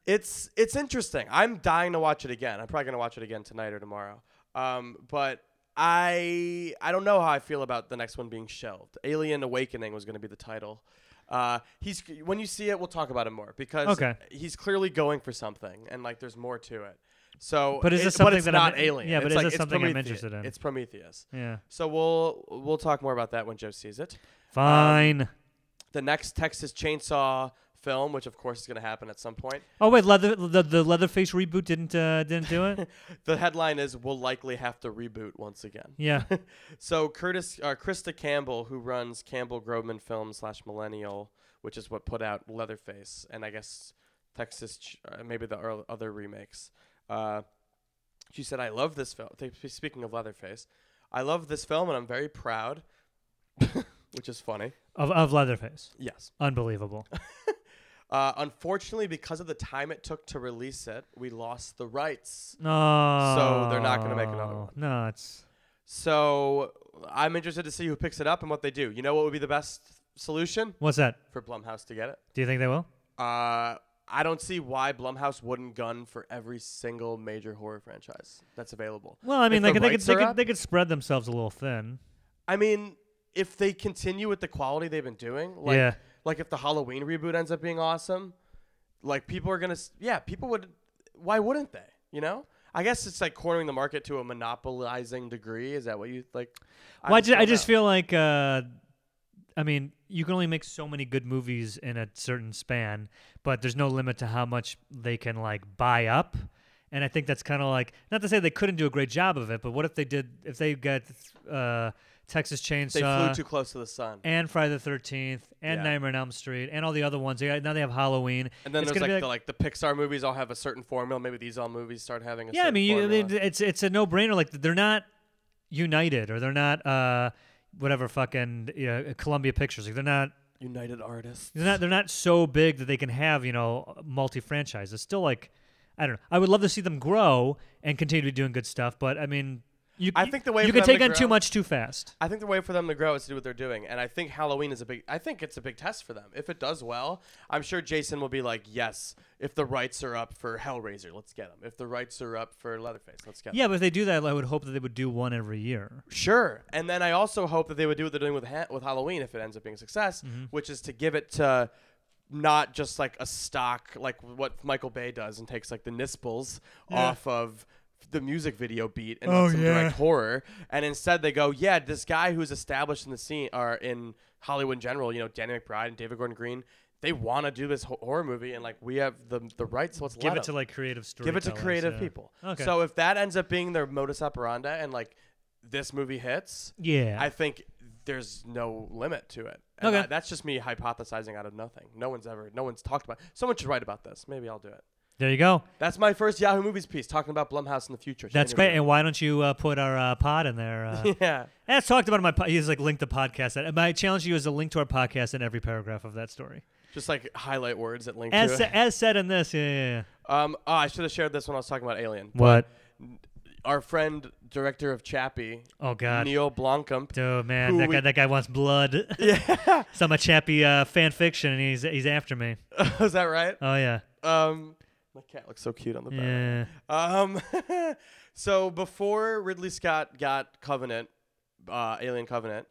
Speaker 2: it's it's interesting. I'm dying to watch it again. I'm probably gonna watch it again tonight or tomorrow. Um, but I I don't know how I feel about the next one being shelved. Alien Awakening was gonna be the title. Uh, he's when you see it, we'll talk about it more because
Speaker 1: Okay.
Speaker 2: he's clearly going for something, and like there's more to it. So,
Speaker 1: But is
Speaker 2: it-
Speaker 1: this something
Speaker 2: it's
Speaker 1: that I'm-
Speaker 2: not Alien?
Speaker 1: yeah, but
Speaker 2: It's
Speaker 1: is
Speaker 2: like,
Speaker 1: this
Speaker 2: it's
Speaker 1: something I'm
Speaker 2: Promethe-
Speaker 1: interested in?
Speaker 2: It's Prometheus.
Speaker 1: Yeah.
Speaker 2: So we'll we'll talk more about that when Joe sees it.
Speaker 1: Fine.
Speaker 2: the next Texas Chainsaw film, which of course is going to happen at some point.
Speaker 1: oh wait, leather the, the Leatherface reboot didn't uh, didn't do it.
Speaker 2: The headline is "We'll likely have to reboot once again."
Speaker 1: yeah.
Speaker 2: So Curtis, uh, Krista Campbell, who runs Campbell Groveman Film slash Millennial, which is what put out Leatherface, and I guess Texas, Ch- uh, maybe the earl- other remakes. Uh, she said, "I love this film." Th- speaking of Leatherface, I love this film, and I'm very proud, which is funny.
Speaker 1: Of of Leatherface.
Speaker 2: Yes.
Speaker 1: Unbelievable.
Speaker 2: Uh, unfortunately, because of the time it took to release it, we lost the rights.
Speaker 1: No.
Speaker 2: they're not gonna make another one.
Speaker 1: No, it's
Speaker 2: So I'm interested to see who picks it up and what they do. You know what would be the best solution
Speaker 1: what's that?
Speaker 2: for Blumhouse to get it?
Speaker 1: Do you think they will?
Speaker 2: Uh, I don't see why Blumhouse wouldn't gun for every single major horror franchise that's available.
Speaker 1: Well, I mean,
Speaker 2: If
Speaker 1: they
Speaker 2: the
Speaker 1: could, they, could,
Speaker 2: rights
Speaker 1: they,
Speaker 2: are
Speaker 1: could,
Speaker 2: up-
Speaker 1: they could spread themselves a little thin.
Speaker 2: I mean, if they continue with the quality they've been doing, like
Speaker 1: Yeah.
Speaker 2: like if the Halloween reboot ends up being awesome, like people are gonna, s- yeah, people would. Why wouldn't they? You know, I guess it's like cornering the market to a monopolizing degree. Is that what you like?
Speaker 1: Well, I
Speaker 2: don't
Speaker 1: just, I just
Speaker 2: know.
Speaker 1: feel like, uh, I mean, you can only make so many good movies in a certain span, but there's no limit to how much they can like buy up. And I think that's kind of like not to say they couldn't do a great job of it, but what if they did? If they got uh, Texas
Speaker 2: they
Speaker 1: Chainsaw
Speaker 2: flew too close to the sun, and,
Speaker 1: and Friday the Thirteenth and
Speaker 2: Yeah.
Speaker 1: Nightmare on Elm Street and all the other ones, they got, now they have Halloween.
Speaker 2: then
Speaker 1: It's
Speaker 2: there's
Speaker 1: gonna
Speaker 2: like,
Speaker 1: be
Speaker 2: the like the Pixar movies all have a certain formula. Maybe these all movies start having a
Speaker 1: yeah, I
Speaker 2: certain
Speaker 1: mean, you, I
Speaker 2: formula.
Speaker 1: mean, it's it's a no brainer. Like they're not united or they're not uh, whatever fucking you know, Columbia Pictures. Like they're not
Speaker 2: United Artists.
Speaker 1: They're not they're not so big that they can have you know multi franchises. It's still like I don't know. I would love to see them grow and continue to be doing good stuff, but I mean, you
Speaker 2: I think the way
Speaker 1: you
Speaker 2: for
Speaker 1: can
Speaker 2: them to
Speaker 1: take on too
Speaker 2: grow-
Speaker 1: much too fast.
Speaker 2: I think the way for them to grow is to do what they're doing, and I think Halloween is a big. I think it's a big test for them. If it does well, I'm sure Jason will be like, "Yes, if the rights are up for Hellraiser, let's get them. If the rights are up for Leatherface, let's get them."
Speaker 1: Yeah, but if they do that, I would hope that they would do one every year.
Speaker 2: Sure, and then
Speaker 1: Mm-hmm.
Speaker 2: I also hope that they would do what they're doing with ha- with Halloween if it ends up being a success, which is to give it to not just like a stock like what Michael Bay does and takes like the nispels off of the music video beat and
Speaker 1: Oh,
Speaker 2: not some
Speaker 1: yeah.
Speaker 2: direct horror and instead they go yeah this guy who's established in the scene or in Hollywood in general you know Danny McBride and David Gordon Green they want to do this ho- horror movie and like we have the the rights so let's
Speaker 1: Give
Speaker 2: let
Speaker 1: it to
Speaker 2: 'em.
Speaker 1: like creative story.
Speaker 2: give it to creative people
Speaker 1: Okay.
Speaker 2: so if that ends up being their modus operandi and like this movie hits
Speaker 1: yeah.
Speaker 2: I think there's no limit to it. And
Speaker 1: Okay.
Speaker 2: I- that's just me hypothesizing out of nothing. No one's ever, no one's talked about. Someone should write about this. Maybe I'll do it.
Speaker 1: there you go.
Speaker 2: That's my first Yahoo Movies piece talking about Blumhouse in the future. Should
Speaker 1: That's great.
Speaker 2: interview
Speaker 1: And why don't you uh, put our uh, pod in there? Uh,
Speaker 2: them. yeah.
Speaker 1: That's talked about in my. Po- he's like linked the podcast. That my challenge to you is a link to our podcast in every paragraph of that story.
Speaker 2: Just like highlight words that link
Speaker 1: As
Speaker 2: to
Speaker 1: sa-
Speaker 2: it.
Speaker 1: as said in this, yeah, yeah, yeah.
Speaker 2: Um, oh, I should have shared this when I was talking about Alien.
Speaker 1: What?
Speaker 2: Our friend, director of Chappie,
Speaker 1: Oh God,
Speaker 2: Neil Blomkamp.
Speaker 1: dude, man,
Speaker 2: who
Speaker 1: that
Speaker 2: we-
Speaker 1: guy, that guy wants blood.
Speaker 2: Yeah.
Speaker 1: Some of Chappie uh, fan fiction, and he's he's after me.
Speaker 2: Is that right?
Speaker 1: Oh yeah,
Speaker 2: Um, my cat looks so cute on the back.
Speaker 1: yeah.
Speaker 2: Um, so before Ridley Scott got Covenant, uh, Alien Covenant,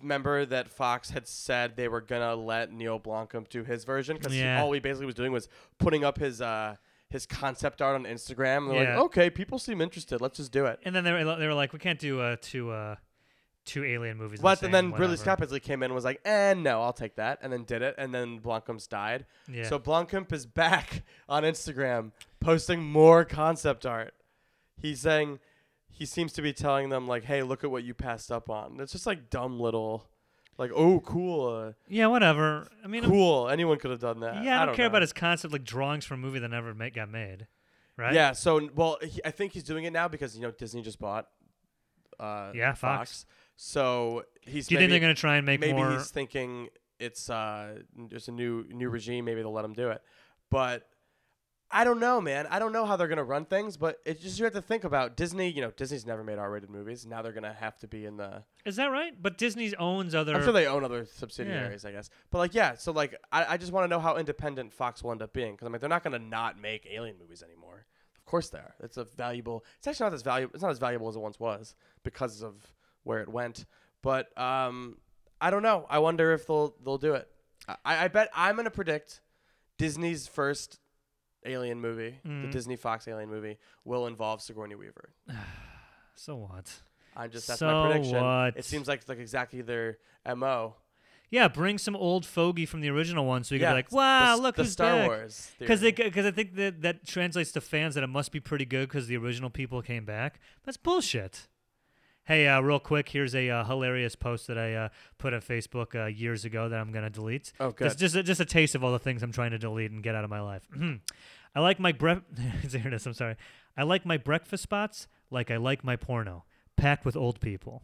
Speaker 2: remember that Fox had said they were gonna let Neil Blomkamp do his version because
Speaker 1: Yeah.
Speaker 2: all he basically was doing was putting up his uh his concept art on Instagram. And they're
Speaker 1: Yeah.
Speaker 2: like, okay, people seem interested, let's just do it.
Speaker 1: And then they were, they were like, we can't do uh, two uh, two alien movies. in the
Speaker 2: But and then
Speaker 1: same-
Speaker 2: Ridley
Speaker 1: whatever.
Speaker 2: Scott basically came in and was like, eh, no, I'll take that, and then did it, and then Blomkamp's died.
Speaker 1: Yeah.
Speaker 2: So Blomkamp is back on Instagram posting more concept art. He's saying he seems to be telling them like, "Hey, look at what you passed up on." It's just like dumb little like, "Oh, cool.
Speaker 1: yeah, whatever. I
Speaker 2: Uh,
Speaker 1: mean, I'm-
Speaker 2: cool. Anyone could have done that."
Speaker 1: yeah, I don't, care
Speaker 2: know.
Speaker 1: about his concept, like drawings from a movie that never ma- got made, right?
Speaker 2: Yeah, so well, he, I think he's doing it now because you know Disney just bought uh
Speaker 1: Yeah, Fox.
Speaker 2: So he's
Speaker 1: Do you think
Speaker 2: maybe,
Speaker 1: they're gonna try and make
Speaker 2: maybe
Speaker 1: more?
Speaker 2: he's thinking it's uh there's a new new regime maybe they'll let him do it but i don't know man i don't know how they're gonna run things but it's just you have to think about disney you know disney's never made r-rated movies now they're gonna have to be in the
Speaker 1: Is that right? But Disney owns other.
Speaker 2: i'm sure they own other subsidiaries i guess but like yeah so like i, I just want to know how independent fox will end up being because i'm like they're not gonna not make alien movies anymore of course they are it's a valuable it's actually not as valuable it's not as valuable as it once was because of where it went but um I don't know. I wonder if they'll they'll do it. I, I bet I'm gonna predict Disney's first Alien movie, the
Speaker 1: Mhm.
Speaker 2: Disney Fox Alien movie, will involve Sigourney Weaver.
Speaker 1: so what?
Speaker 2: I'm just that's
Speaker 1: So
Speaker 2: my prediction.
Speaker 1: what?
Speaker 2: It seems like like exactly their mo.
Speaker 1: Yeah, bring some old fogey from the original one, so you can be like,
Speaker 2: the-
Speaker 1: "Wow,
Speaker 2: the,
Speaker 1: look
Speaker 2: the
Speaker 1: who's
Speaker 2: Star
Speaker 1: back."
Speaker 2: Wars.
Speaker 1: Because
Speaker 2: theory.
Speaker 1: because I think that that translates to fans that it must be pretty good because the original people came back. That's bullshit. Hey, uh, real quick, here's a uh, hilarious post that I uh, put on Facebook uh, years ago that I'm gonna delete.
Speaker 2: Oh,
Speaker 1: Just
Speaker 2: good.
Speaker 1: just a, just a taste of all the things I'm trying to delete and get out of my life. I like my bre- there it is. I'm sorry. I like my breakfast spots like I like my porno, packed with old people.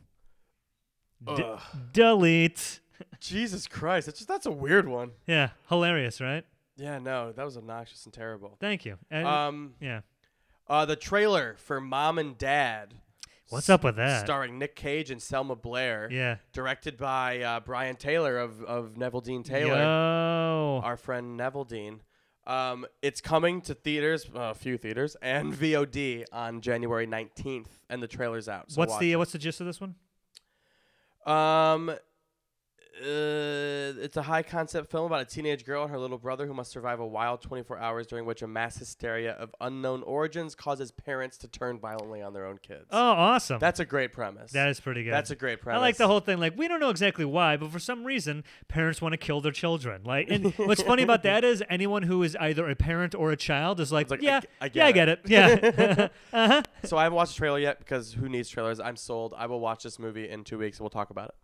Speaker 1: D-
Speaker 2: Ugh.
Speaker 1: delete.
Speaker 2: Jesus Christ, that's just that's a weird one.
Speaker 1: Yeah, hilarious, right?
Speaker 2: Yeah, no, that was obnoxious and terrible.
Speaker 1: Thank you. And-
Speaker 2: Um,
Speaker 1: yeah.
Speaker 2: uh, the trailer for Mom and Dad,
Speaker 1: What's up with that?
Speaker 2: starring Nick Cage and Selma Blair.
Speaker 1: yeah.
Speaker 2: directed by uh, Brian Taylor of, of Neville Dean Taylor,
Speaker 1: Yo.
Speaker 2: our friend Neville Dean. Um, it's coming to theaters, uh, a few theaters, and VOD on January 19th, and the trailer's out. So
Speaker 1: what's
Speaker 2: watch
Speaker 1: the what's the gist of this one?
Speaker 2: it. um? Uh, it's a high concept film about a teenage girl and her little brother who must survive a wild 24 hours during which a mass hysteria of unknown origins causes parents to turn violently on their own kids.
Speaker 1: Oh, awesome.
Speaker 2: That's a great premise.
Speaker 1: that is pretty good.
Speaker 2: That's a great
Speaker 1: I
Speaker 2: premise.
Speaker 1: like the whole thing. Like we don't know exactly why, but for some reason, parents want to kill their children. Like, and what's funny about that is anyone who is either a parent or a child is like,
Speaker 2: It's like, I
Speaker 1: yeah,
Speaker 2: g- I
Speaker 1: yeah, I get
Speaker 2: get
Speaker 1: it. Yeah. uh-huh.
Speaker 2: So I haven't watched the trailer yet because who needs trailers? I'm sold. I will watch this movie in two weeks and we'll talk about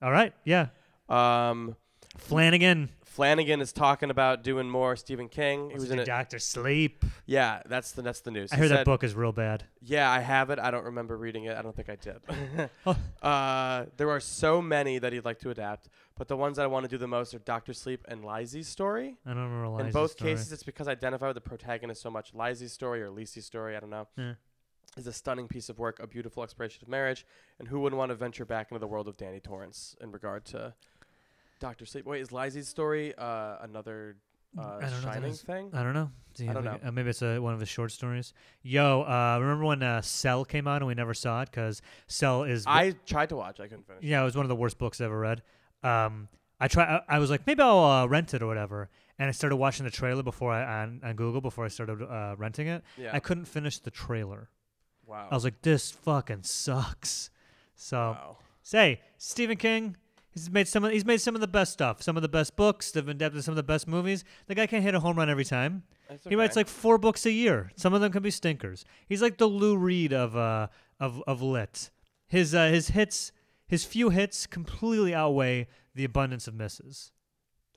Speaker 1: All right. Yeah.
Speaker 2: it. Um,
Speaker 1: Flanagan.
Speaker 2: Flanagan is talking about doing more Stephen King. He was in it.
Speaker 1: Doctor Sleep.
Speaker 2: Yeah, that's the that's the news.
Speaker 1: I
Speaker 2: He
Speaker 1: heard that
Speaker 2: said-
Speaker 1: book is real bad.
Speaker 2: Yeah, I have it. I don't remember reading it. I don't think I did.
Speaker 1: Oh.
Speaker 2: uh, there are so many that he'd like to adapt, but the ones that I want to do the most are Doctor Sleep and Lizzie's story.
Speaker 1: I don't remember.
Speaker 2: in
Speaker 1: Liza's
Speaker 2: both
Speaker 1: story.
Speaker 2: cases, it's because I identify with the protagonist so much. Lizzie's story or Lisi's story, I don't know.
Speaker 1: Yeah.
Speaker 2: is a stunning piece of work, a beautiful exploration of marriage, and who wouldn't want to venture back into the world of Danny Torrance in regard to Doctor Sleep? Wait, is Lizzie's story uh, another uh,
Speaker 1: I don't know if that
Speaker 2: Shining
Speaker 1: is-
Speaker 2: thing?
Speaker 1: I don't know. Do you
Speaker 2: I
Speaker 1: have
Speaker 2: don't
Speaker 1: like a- uh, maybe it's a, one of his short stories. Yo, uh, remember when uh, Cell came out and we never saw it because Cell is.
Speaker 2: I tried to watch, I couldn't finish.
Speaker 1: Yeah, it was one of the worst books I ever read. Um, I try. I, I was like, maybe I'll uh, rent it or whatever. and I started watching the trailer before I on, on Google before I started uh, renting it.
Speaker 2: Yeah.
Speaker 1: I couldn't finish the trailer.
Speaker 2: Wow.
Speaker 1: I was like, this fucking sucks. So
Speaker 2: wow.
Speaker 1: say Stephen King. He's made some. Of, he's made some of the best stuff. Some of the best books. They've adapted some of the best movies. The guy can't hit a home run every time.
Speaker 2: That's
Speaker 1: He writes
Speaker 2: okay.
Speaker 1: like four books a year. Some of them can be stinkers. He's like the Lou Reed of uh of of lit. His uh, his hits, his few hits, completely outweigh the abundance of misses.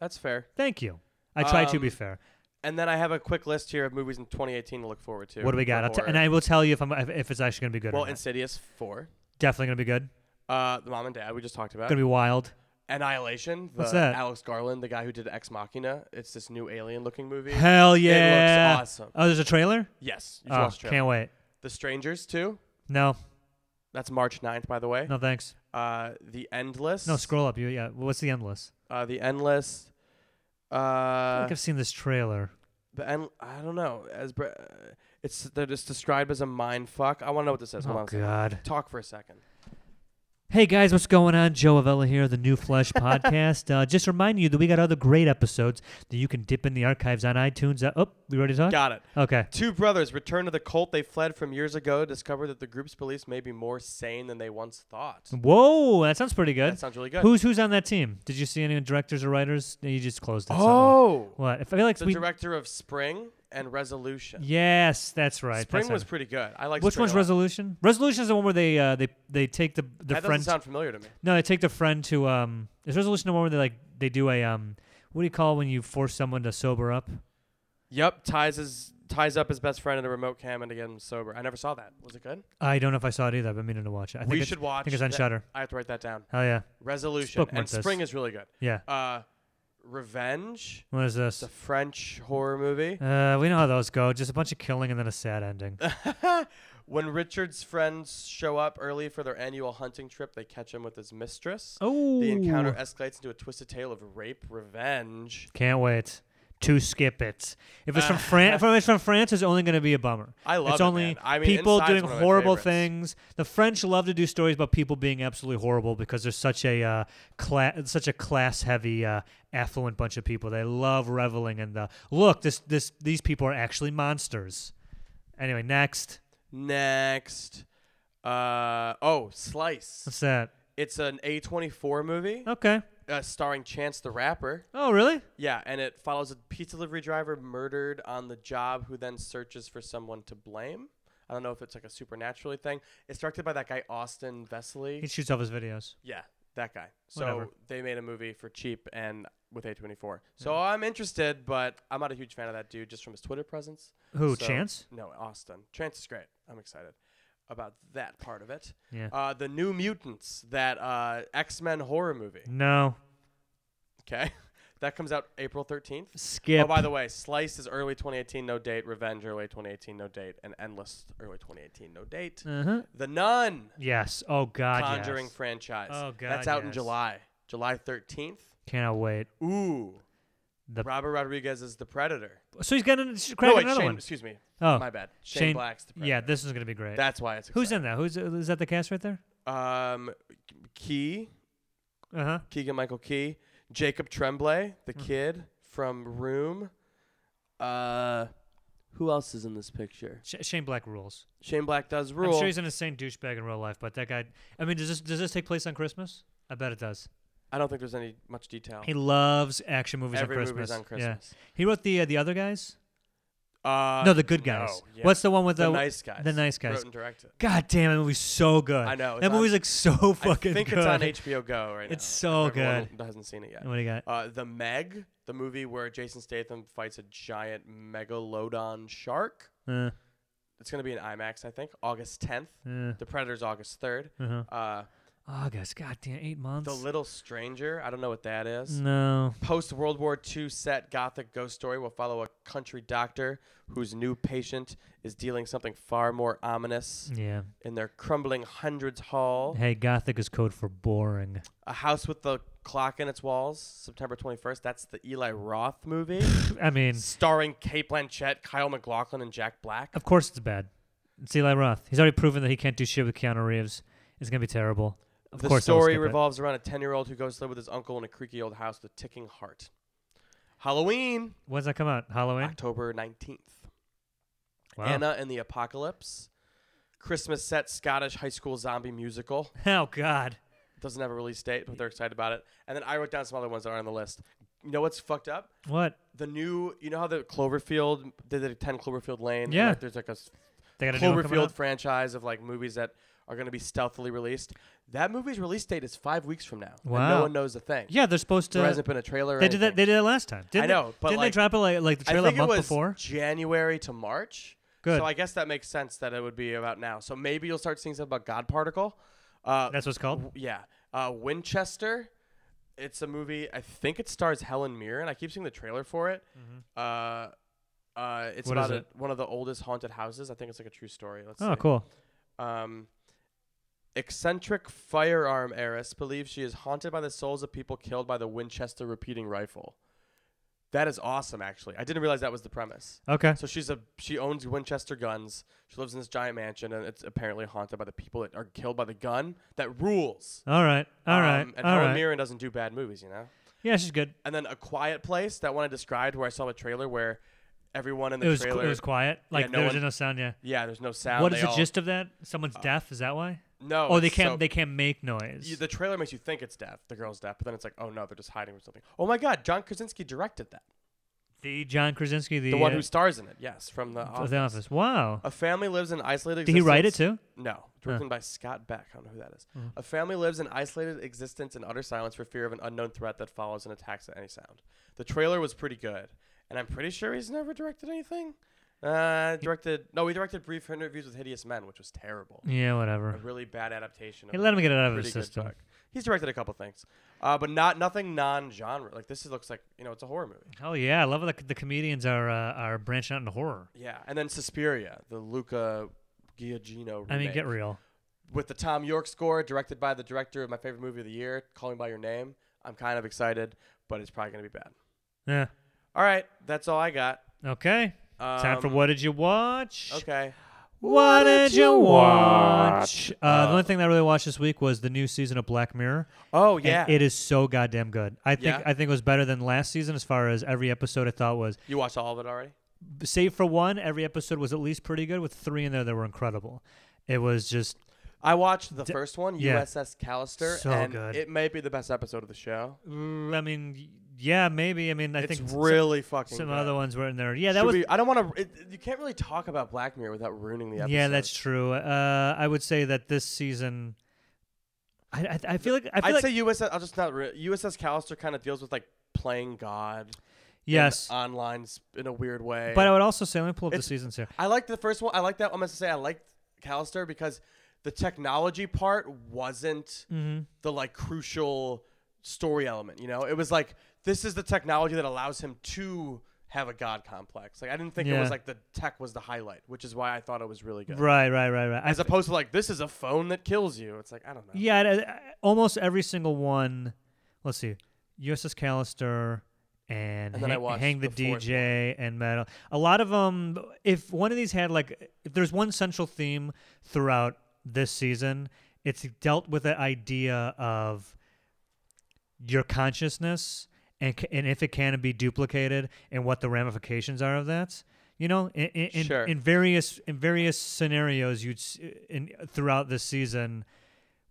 Speaker 2: That's fair.
Speaker 1: Thank you. I try to be
Speaker 2: Um,
Speaker 1: fair.
Speaker 2: And then I have a quick list here of movies in 2018 to look forward to.
Speaker 1: What do we got?
Speaker 2: for
Speaker 1: I'll t-
Speaker 2: horror.
Speaker 1: and I will tell you if I'm if- if it's actually gonna be good.
Speaker 2: well,
Speaker 1: or not.
Speaker 2: Insidious four,
Speaker 1: definitely gonna be good.
Speaker 2: uh, the mom and dad we just talked about,
Speaker 1: Gonna be wild.
Speaker 2: Annihilation. The
Speaker 1: What's that?
Speaker 2: Alex Garland, the guy who did Ex Machina. It's this new alien looking movie.
Speaker 1: Hell yeah!
Speaker 2: awesome.
Speaker 1: Oh, there's a trailer.
Speaker 2: yes, you should
Speaker 1: Oh,
Speaker 2: watch the trailer.
Speaker 1: can't wait.
Speaker 2: The Strangers too.
Speaker 1: No,
Speaker 2: That's March 9th, by the way.
Speaker 1: no thanks.
Speaker 2: Uh, the Endless.
Speaker 1: No, scroll up. You yeah. What's the endless?
Speaker 2: Uh, the Endless.
Speaker 1: I
Speaker 2: Uh,
Speaker 1: think I've seen this trailer.
Speaker 2: the end. I don't know. As bre- it's they're just described as a mind fuck. I want to know what this is. Hold
Speaker 1: Oh
Speaker 2: on. a second.
Speaker 1: God.
Speaker 2: Talk for a second.
Speaker 1: Hey guys, what's going on? Joe Avella here, the New Flesh Podcast. Uh, just reminding you that we got other great episodes that you can dip in the archives on iTunes. Uh, oh, we ready to talk?
Speaker 2: Got it.
Speaker 1: Okay.
Speaker 2: Two brothers return to the cult they fled from years ago, discover that the group's beliefs may be more sane than they once thought.
Speaker 1: Whoa, that sounds pretty good.
Speaker 2: That sounds really good.
Speaker 1: Who's who's on that team? Did you see any directors or writers? No, You just closed it. so-
Speaker 2: oh,
Speaker 1: What? If I feel like
Speaker 2: the
Speaker 1: we.
Speaker 2: director of Spring and Resolution.
Speaker 1: yes, that's right.
Speaker 2: Spring
Speaker 1: that's
Speaker 2: was
Speaker 1: right.
Speaker 2: pretty good. I like
Speaker 1: Which
Speaker 2: Spring
Speaker 1: one's
Speaker 2: a lot.
Speaker 1: resolution? Resolution is the one where they uh, they they take the the
Speaker 2: That
Speaker 1: friend.
Speaker 2: doesn't sound familiar to me.
Speaker 1: no, they take the friend to um. Is resolution the one where they like they do a um? What do you call when you force someone to sober up?
Speaker 2: Yep, ties his ties up his best friend in a remote cam and to get him sober. I never saw that. Was it good?
Speaker 1: I don't know if I saw it either. I've been meaning to watch it. I think
Speaker 2: we
Speaker 1: it's-
Speaker 2: should watch.
Speaker 1: I think it's on
Speaker 2: that-
Speaker 1: Shutter.
Speaker 2: I have to write that down.
Speaker 1: Hell yeah,
Speaker 2: Resolution and
Speaker 1: bookmark this.
Speaker 2: Spring is really good.
Speaker 1: yeah.
Speaker 2: Uh, Revenge.
Speaker 1: What is
Speaker 2: It's
Speaker 1: this?
Speaker 2: a French horror movie.
Speaker 1: Uh, we know how those go. Just a bunch of killing and then a sad ending.
Speaker 2: When Richard's friends show up early for their annual hunting trip, they catch him with his mistress.
Speaker 1: Oh,
Speaker 2: The encounter escalates into a twisted tale of rape, revenge.
Speaker 1: Can't wait to skip it. If it's from France, if it's from France, it's only going to be a bummer.
Speaker 2: I love
Speaker 1: it's
Speaker 2: it,
Speaker 1: only
Speaker 2: man. I mean,
Speaker 1: people
Speaker 2: Inside's
Speaker 1: doing
Speaker 2: one of my
Speaker 1: horrible
Speaker 2: favorites.
Speaker 1: things. The French love to do stories about people being absolutely horrible because they're such a uh, cla- such a class heavy, uh, affluent bunch of people. They love reveling in the look. This this these people are actually monsters. Anyway, next.
Speaker 2: Next. Uh, oh, Slice.
Speaker 1: What's that?
Speaker 2: It's an A24 movie
Speaker 1: Okay.
Speaker 2: uh, starring Chance the Rapper.
Speaker 1: Oh, really?
Speaker 2: Yeah, and it follows a pizza delivery driver murdered on the job who then searches for someone to blame. I don't know if it's like a supernaturally thing. It's directed by that guy, Austin Vesely.
Speaker 1: He shoots off his videos.
Speaker 2: Yeah, that guy. So
Speaker 1: Whatever.
Speaker 2: they made a movie for cheap and with A24. So I'm interested, but I'm not a huge fan of that dude just from his Twitter presence.
Speaker 1: Who?
Speaker 2: So-
Speaker 1: Chance?
Speaker 2: No, Austin. Chance is great. I'm excited about that part of it.
Speaker 1: Yeah.
Speaker 2: Uh, the New Mutants, that uh, X Men horror movie.
Speaker 1: no.
Speaker 2: Okay. that comes out April 13th.
Speaker 1: Skip.
Speaker 2: Oh, by the way, Slice is early 2018, no date. Revenge, early 2018, no date. And Endless, early 2018, no date.
Speaker 1: Uh-huh.
Speaker 2: The Nun,
Speaker 1: Yes. Oh God.
Speaker 2: Conjuring
Speaker 1: Yes.
Speaker 2: franchise.
Speaker 1: Oh,
Speaker 2: That's
Speaker 1: God,
Speaker 2: out in
Speaker 1: yes.
Speaker 2: July, July 13th.
Speaker 1: Cannot wait.
Speaker 2: Ooh.
Speaker 1: The-
Speaker 2: Robert Rodriguez is the Predator.
Speaker 1: So he's got an, he's
Speaker 2: no,
Speaker 1: cracking
Speaker 2: wait,
Speaker 1: another
Speaker 2: Shane,
Speaker 1: one.
Speaker 2: excuse me.
Speaker 1: Oh,
Speaker 2: My bad. Shane,
Speaker 1: Shane-
Speaker 2: Black's the Predator.
Speaker 1: yeah. This is gonna be great.
Speaker 2: That's why it's
Speaker 1: Who's
Speaker 2: exciting.
Speaker 1: in that? Who's is that the cast right there?
Speaker 2: Um, Key,
Speaker 1: Uh huh.
Speaker 2: Keegan Michael Key, Jacob Tremblay, the
Speaker 1: Hmm.
Speaker 2: kid from Room. Uh, who else is in this picture?
Speaker 1: Sh- Shane Black rules.
Speaker 2: Shane Black does rule.
Speaker 1: I'm sure he's an insane douchebag in real life, but that guy. I mean, does this does this take place on Christmas? I bet it does.
Speaker 2: I don't think there's any much detail.
Speaker 1: He loves action movies
Speaker 2: Every
Speaker 1: on
Speaker 2: movie's
Speaker 1: Christmas.
Speaker 2: on Christmas.
Speaker 1: Yeah. He wrote the uh, the other guys.
Speaker 2: Uh,
Speaker 1: no, the good guys.
Speaker 2: no, yeah.
Speaker 1: What's the one with
Speaker 2: the,
Speaker 1: the,
Speaker 2: nice guys?
Speaker 1: the nice guys.
Speaker 2: Wrote and directed.
Speaker 1: God damn, that movie's so good.
Speaker 2: I know, it's
Speaker 1: That
Speaker 2: on-
Speaker 1: movie's like so fucking
Speaker 2: I think
Speaker 1: good.
Speaker 2: it's on HBO Go right now.
Speaker 1: It's so
Speaker 2: if everyone
Speaker 1: good.
Speaker 2: who Hasn't seen it yet.
Speaker 1: What do you got?
Speaker 2: Uh, the Meg, the movie where Jason Statham fights a giant megalodon shark.
Speaker 1: Uh,
Speaker 2: It's gonna be in IMAX, I think, August 10th.
Speaker 1: uh,
Speaker 2: The Predator's August 3rd.
Speaker 1: uh-huh.
Speaker 2: Uh,
Speaker 1: August. God damn, eight months.
Speaker 2: the Little Stranger. I don't know what that
Speaker 1: Mm.
Speaker 2: is.
Speaker 1: no.
Speaker 2: Post World War II set gothic ghost story will follow a country doctor whose new patient is dealing something far more ominous
Speaker 1: Yeah.
Speaker 2: in their crumbling hundreds hall.
Speaker 1: Hey, Gothic is code for boring.
Speaker 2: A house with the clock in its walls. September 21st. That's the Eli Roth movie.
Speaker 1: I mean,
Speaker 2: starring Kate Blanchett, Kyle McLaughlin, and Jack Black.
Speaker 1: of course it's bad. It's Eli Roth. He's already proven that he can't do shit with Keanu Reeves. It's gonna be terrible. Of
Speaker 2: the
Speaker 1: course, I will
Speaker 2: story
Speaker 1: skip it.
Speaker 2: revolves around a 10 year old who goes to live with his uncle in a creaky old house with a ticking heart. Halloween,
Speaker 1: When's that come out? Halloween.
Speaker 2: October 19th.
Speaker 1: Wow.
Speaker 2: Anna and uh, the Apocalypse. Christmas set Scottish high school zombie musical.
Speaker 1: oh God.
Speaker 2: Doesn't have a release date, but they're excited about it. And then I wrote down some other ones that aren't on the list. You know what's fucked up?
Speaker 1: What?
Speaker 2: The new, you know how the Cloverfield, they did a 10 Cloverfield Lane? and,
Speaker 1: Yeah.
Speaker 2: like, there's like a s-
Speaker 1: They got a new one coming
Speaker 2: Cloverfield
Speaker 1: out?
Speaker 2: franchise of like movies that are going to be stealthily released. That movie's release date is five weeks from now. And
Speaker 1: Wow.
Speaker 2: no one knows a thing.
Speaker 1: Yeah, they're supposed
Speaker 2: There
Speaker 1: to.
Speaker 2: hasn't been a trailer. or
Speaker 1: They did that.
Speaker 2: anything.
Speaker 1: They did it last time. Didn't they-
Speaker 2: know, but,
Speaker 1: didn't
Speaker 2: like-
Speaker 1: they drop it like like the
Speaker 2: I
Speaker 1: trailer
Speaker 2: think
Speaker 1: a month
Speaker 2: it was
Speaker 1: before?
Speaker 2: January to March.
Speaker 1: Good.
Speaker 2: So I guess that makes sense that it would be about now. So maybe you'll start seeing something about God Particle. Uh,
Speaker 1: That's what it's called.
Speaker 2: yeah. Uh, Winchester. It's a movie. I think it stars Helen Mirren. I keep seeing the trailer for it. Uh, uh, it's
Speaker 1: Mm-hmm. What is
Speaker 2: about a-
Speaker 1: it?
Speaker 2: one of the oldest haunted houses. I think it's like a true story. Let's
Speaker 1: Oh,
Speaker 2: see.
Speaker 1: cool.
Speaker 2: Um, eccentric firearm heiress believes she is haunted by the souls of people killed by the Winchester repeating rifle. That is awesome, actually. I didn't realize that was the premise.
Speaker 1: Okay.
Speaker 2: So she's a she owns Winchester guns. She lives in this giant mansion, and it's apparently haunted by the people that are killed by the gun that rules.
Speaker 1: All right. All right.
Speaker 2: Um, and
Speaker 1: All
Speaker 2: Helen
Speaker 1: right.
Speaker 2: Mirren doesn't do bad movies, you know.
Speaker 1: Yeah, she's good.
Speaker 2: And then a quiet place that one I described, where I saw a trailer where everyone in the
Speaker 1: It was qu-
Speaker 2: trailer.
Speaker 1: it was quiet. Like
Speaker 2: no
Speaker 1: there was
Speaker 2: one-
Speaker 1: no sound. Yeah.
Speaker 2: yeah, there's no sound.
Speaker 1: what is
Speaker 2: They
Speaker 1: the
Speaker 2: all-
Speaker 1: gist of that? Someone's deaf. Is that why?
Speaker 2: No.
Speaker 1: Oh, they
Speaker 2: it's
Speaker 1: can't.
Speaker 2: so-
Speaker 1: they can't make noise.
Speaker 2: you, the trailer makes you think it's deaf, the girl's deaf, but then it's like, oh no, they're just hiding from something. Oh my god, John Krasinski directed that.
Speaker 1: the John Krasinski, the,
Speaker 2: The one
Speaker 1: uh,
Speaker 2: who stars in it, yes, from the
Speaker 1: of
Speaker 2: office.
Speaker 1: the office. Wow.
Speaker 2: A family lives in isolated
Speaker 1: Did he write it
Speaker 2: existence-
Speaker 1: too? Mm-hmm.
Speaker 2: No. It's written by Scott Beck. I don't know who that is. A family lives in isolated existence in utter silence for fear of an unknown threat that follows and attacks at any sound. The trailer was pretty good, and I'm pretty sure he's never directed anything. Uh, directed no, he directed brief interviews with hideous men, which was terrible.
Speaker 1: Yeah.
Speaker 2: A
Speaker 1: Whatever.
Speaker 2: really bad adaptation. Of
Speaker 1: Hey,
Speaker 2: a
Speaker 1: let him get it out of
Speaker 2: pretty
Speaker 1: his
Speaker 2: good
Speaker 1: system.
Speaker 2: book. He's directed a couple things, uh, but not nothing non-genre. Like this is, looks like you know it's a horror movie.
Speaker 1: Oh yeah, I love that the comedians are uh, are branching out into horror.
Speaker 2: Yeah, and then Suspiria, the Luca Giacchino remake,
Speaker 1: I mean, get real.
Speaker 2: with the Tom York score, directed by the director of my favorite movie of the year, Calling by Your Name. I'm kind of excited, but it's probably gonna be bad.
Speaker 1: Yeah.
Speaker 2: All right, that's all I got.
Speaker 1: Okay.
Speaker 2: Um,
Speaker 1: Time for what did you watch?
Speaker 2: Okay,
Speaker 1: What did you watch? Uh, the only thing that I really watched this week was the new season of Black Mirror.
Speaker 2: Oh,
Speaker 1: and
Speaker 2: yeah.
Speaker 1: it is so goddamn good. I think
Speaker 2: Yeah?
Speaker 1: I think it was better than last season as far as every episode. I thought was
Speaker 2: you watched all of it already.
Speaker 1: save for one, every episode was at least pretty good. With three in there that were incredible. It was just
Speaker 2: I watched the first one,
Speaker 1: yeah.
Speaker 2: USS Callister,
Speaker 1: So
Speaker 2: and
Speaker 1: good.
Speaker 2: it may be the best episode of the show.
Speaker 1: Mm, I mean, yeah, maybe. I mean, I
Speaker 2: it's
Speaker 1: think s-
Speaker 2: really fucking.
Speaker 1: some, some
Speaker 2: good.
Speaker 1: other ones were in there. Yeah, that
Speaker 2: Should
Speaker 1: was.
Speaker 2: we- I don't want to. You can't really talk about Black Mirror without ruining the episode.
Speaker 1: yeah, that's true. Uh, I would say that this season, I I, I feel like I feel
Speaker 2: I'd
Speaker 1: like
Speaker 2: say USS. I'll just not. Re- USS Callister kind of deals with like playing God. and
Speaker 1: yes,
Speaker 2: Online s- in a weird way.
Speaker 1: but I would also say let me pull up the
Speaker 2: It's-
Speaker 1: seasons here.
Speaker 2: I liked the first one. I like that. I'm gonna say I liked Callister because the technology part wasn't
Speaker 1: Mm-hmm.
Speaker 2: the like crucial story element. You know, it was like this is the technology that allows him to have a god complex. Like I didn't think it
Speaker 1: Yeah.
Speaker 2: was like the tech was the highlight, which is why I thought it was really good.
Speaker 1: Right, right, right, right. I
Speaker 2: As opposed to like this is a phone that kills you. It's like I don't know.
Speaker 1: Yeah, it- uh, almost every single one. Let's see, USS Callister and,
Speaker 2: And then I
Speaker 1: Hang,
Speaker 2: watched
Speaker 1: Hang the,
Speaker 2: the fourth
Speaker 1: DJ and Metal. A lot of them. If one of these had like, if there's one central theme throughout this season, it's dealt with the idea of your consciousness and c- and if it can be duplicated and what the ramifications are of that. You know, in in, in-
Speaker 2: Sure.
Speaker 1: in various in various scenarios, you'd s- in throughout this season,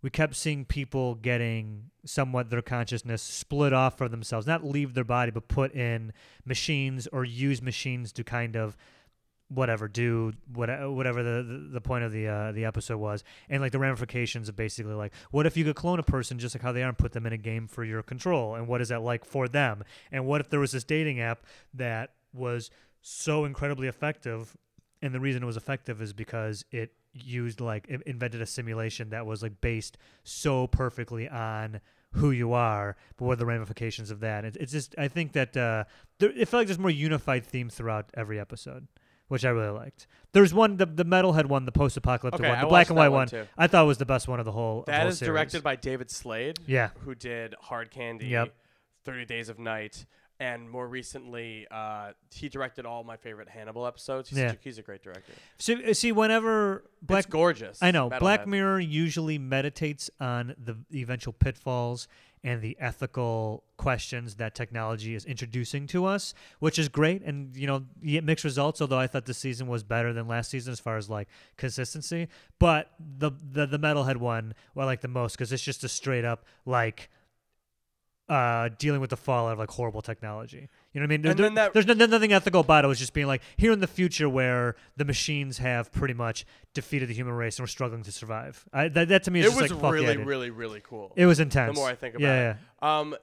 Speaker 1: we kept seeing people getting somewhat their consciousness split off from themselves, not leave their body, but put in machines or use machines to kind of whatever do whatever whatever the, the the point of the uh the episode was and like the ramifications of basically like what if you could clone a person just like how they are and put them in a game for your control and what is that like for them and what if there was this dating app that was so incredibly effective and the reason it was effective is because it used like it invented a simulation that was like based so perfectly on who you are but what are the ramifications of that it, it's just i think that uh there, it felt like there's more unified theme throughout every episode which i really liked there's one the, the metalhead one the post-apocalyptic
Speaker 2: Okay,
Speaker 1: one
Speaker 2: I
Speaker 1: the black
Speaker 2: watched
Speaker 1: and
Speaker 2: that
Speaker 1: white
Speaker 2: one
Speaker 1: one,
Speaker 2: too.
Speaker 1: i thought was the best one of the whole of the
Speaker 2: That
Speaker 1: whole
Speaker 2: is
Speaker 1: series.
Speaker 2: directed by David Slade.
Speaker 1: Yeah.
Speaker 2: Who did Hard Candy.
Speaker 1: Yep.
Speaker 2: 30 Days of Night. and more recently, uh, he directed all my favorite Hannibal episodes. He's,
Speaker 1: Yeah.
Speaker 2: such a, he's a great director.
Speaker 1: So uh, see, whenever Black
Speaker 2: it's gorgeous.
Speaker 1: I know.
Speaker 2: Metalhead.
Speaker 1: Black Mirror usually meditates on the eventual pitfalls and the ethical questions that technology is introducing to us, which is great. And, you know, you get mixed results, although I thought this season was better than last season as far as like consistency. But the the, the Metalhead one well, I like the most because it's just a straight up like uh, dealing with the fallout of like horrible technology. You know what I mean? There-
Speaker 2: And
Speaker 1: there-
Speaker 2: then that-
Speaker 1: there's no, nothing ethical about it. It was just being like, here in the future where the machines have pretty much defeated the human race and we're struggling to survive. I, that, that to me is
Speaker 2: It
Speaker 1: just
Speaker 2: was
Speaker 1: like, fuck yeah,
Speaker 2: really,
Speaker 1: dude.
Speaker 2: really, really cool.
Speaker 1: It was intense.
Speaker 2: the more I think about
Speaker 1: yeah,
Speaker 2: it. Um,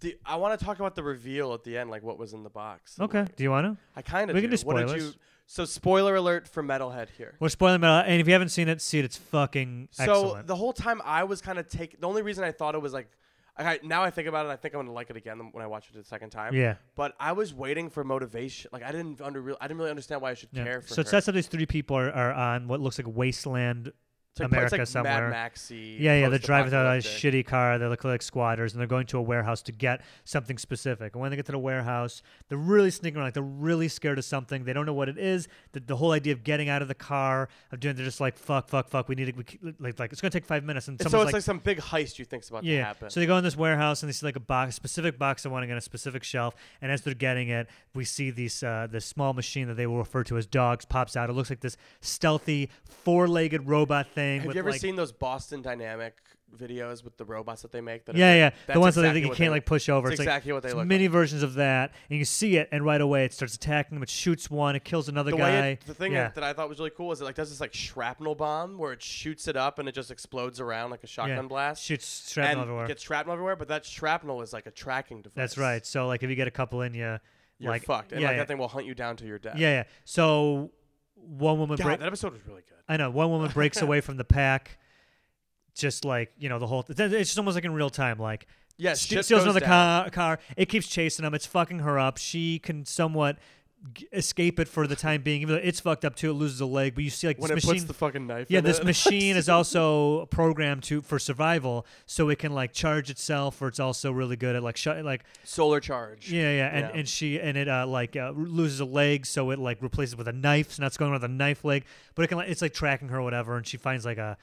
Speaker 2: the, I want to talk about the reveal at the end, like what was in the box.
Speaker 1: yeah. Okay. Do you want to?
Speaker 2: I kind of
Speaker 1: We can do
Speaker 2: What did you?
Speaker 1: spoilers.
Speaker 2: So spoiler alert for Metalhead here.
Speaker 1: We're spoiling metal, and if you haven't seen it, see it. It's fucking
Speaker 2: So
Speaker 1: excellent.
Speaker 2: the whole time I was kind of take. The only reason I thought it was like, I, now I think about it, I think I'm gonna like it again when I watch it the second time.
Speaker 1: Yeah.
Speaker 2: But I was waiting for motivation. Like I didn't under real. I didn't really understand why I should
Speaker 1: yeah.
Speaker 2: care for
Speaker 1: So it
Speaker 2: her.
Speaker 1: sets up these three people are, are on what looks like wasteland
Speaker 2: it's like,
Speaker 1: America
Speaker 2: it's like
Speaker 1: somewhere.
Speaker 2: Mad Maxi.
Speaker 1: Yeah, yeah, they're driving out a
Speaker 2: post-apocalyptic.
Speaker 1: shitty car. They look like squatters, and they're going to a warehouse to get something specific. And when they get to the warehouse, they're really sneaking around, like they're really scared of something. They don't know what it is. The, the whole idea of getting out of the car, of doing, they're just like, fuck, fuck, fuck. We need to, we, c- like, like it's gonna take five minutes. And
Speaker 2: And
Speaker 1: someone's
Speaker 2: so it's
Speaker 1: like,
Speaker 2: like, some big heist you think's about to
Speaker 1: yeah.
Speaker 2: happen.
Speaker 1: So they go in this warehouse and they see like a box, specific box of wanting on a specific shelf. And as they're getting it, we see these uh, this small machine that they will refer to as dogs pops out. It looks like this stealthy four-legged robot thing.
Speaker 2: Have
Speaker 1: with
Speaker 2: you ever
Speaker 1: like,
Speaker 2: seen those Boston Dynamic videos with the robots that they make? That are
Speaker 1: Yeah,
Speaker 2: big?
Speaker 1: yeah, the
Speaker 2: That's
Speaker 1: ones that
Speaker 2: exactly
Speaker 1: you
Speaker 2: what
Speaker 1: can't
Speaker 2: they
Speaker 1: like
Speaker 2: look-
Speaker 1: push over.
Speaker 2: That's
Speaker 1: it's like-
Speaker 2: exactly what they
Speaker 1: it's
Speaker 2: look
Speaker 1: Mini versions of that, and you see it, and right away it starts attacking them. It shoots one, it kills another
Speaker 2: The
Speaker 1: guy.
Speaker 2: way it, the thing
Speaker 1: yeah.
Speaker 2: that, that I thought was really cool is it like does this like shrapnel bomb where it shoots it up and it just explodes around like a
Speaker 1: yeah.
Speaker 2: shotgun blast
Speaker 1: shoots shrapnel
Speaker 2: and
Speaker 1: everywhere.
Speaker 2: gets shrapnel everywhere. But that shrapnel is like a tracking device.
Speaker 1: That's right. So like, if you get a couple in you,
Speaker 2: You're
Speaker 1: like
Speaker 2: fucked, and
Speaker 1: yeah,
Speaker 2: like
Speaker 1: yeah.
Speaker 2: that thing will hunt you down to your death.
Speaker 1: yeah, yeah. So one woman
Speaker 2: God,
Speaker 1: break-
Speaker 2: that episode was really good.
Speaker 1: I know one woman breaks away from the pack, just like you know the whole. Th- it's just almost like in real time, like
Speaker 2: Yeah,
Speaker 1: ste-
Speaker 2: shit
Speaker 1: steals
Speaker 2: goes
Speaker 1: another
Speaker 2: down.
Speaker 1: car, car. It keeps chasing him. It's fucking her up. She can somewhat g- escape it for the time being, even though it's fucked up too. It loses a leg, but you see like
Speaker 2: When it
Speaker 1: this
Speaker 2: puts
Speaker 1: machine.
Speaker 2: the fucking knife.
Speaker 1: yeah,
Speaker 2: in
Speaker 1: this
Speaker 2: it.
Speaker 1: machine is also programmed to for survival, so it can like charge itself, or it's also really good at like shut like
Speaker 2: solar charge.
Speaker 1: yeah, yeah, and,
Speaker 2: Yeah.
Speaker 1: and she and it uh, like uh, r- loses a leg, so it like replaces it with a knife. So now it's going around with a knife leg, but it can like, it's like tracking her or whatever, and she finds like a,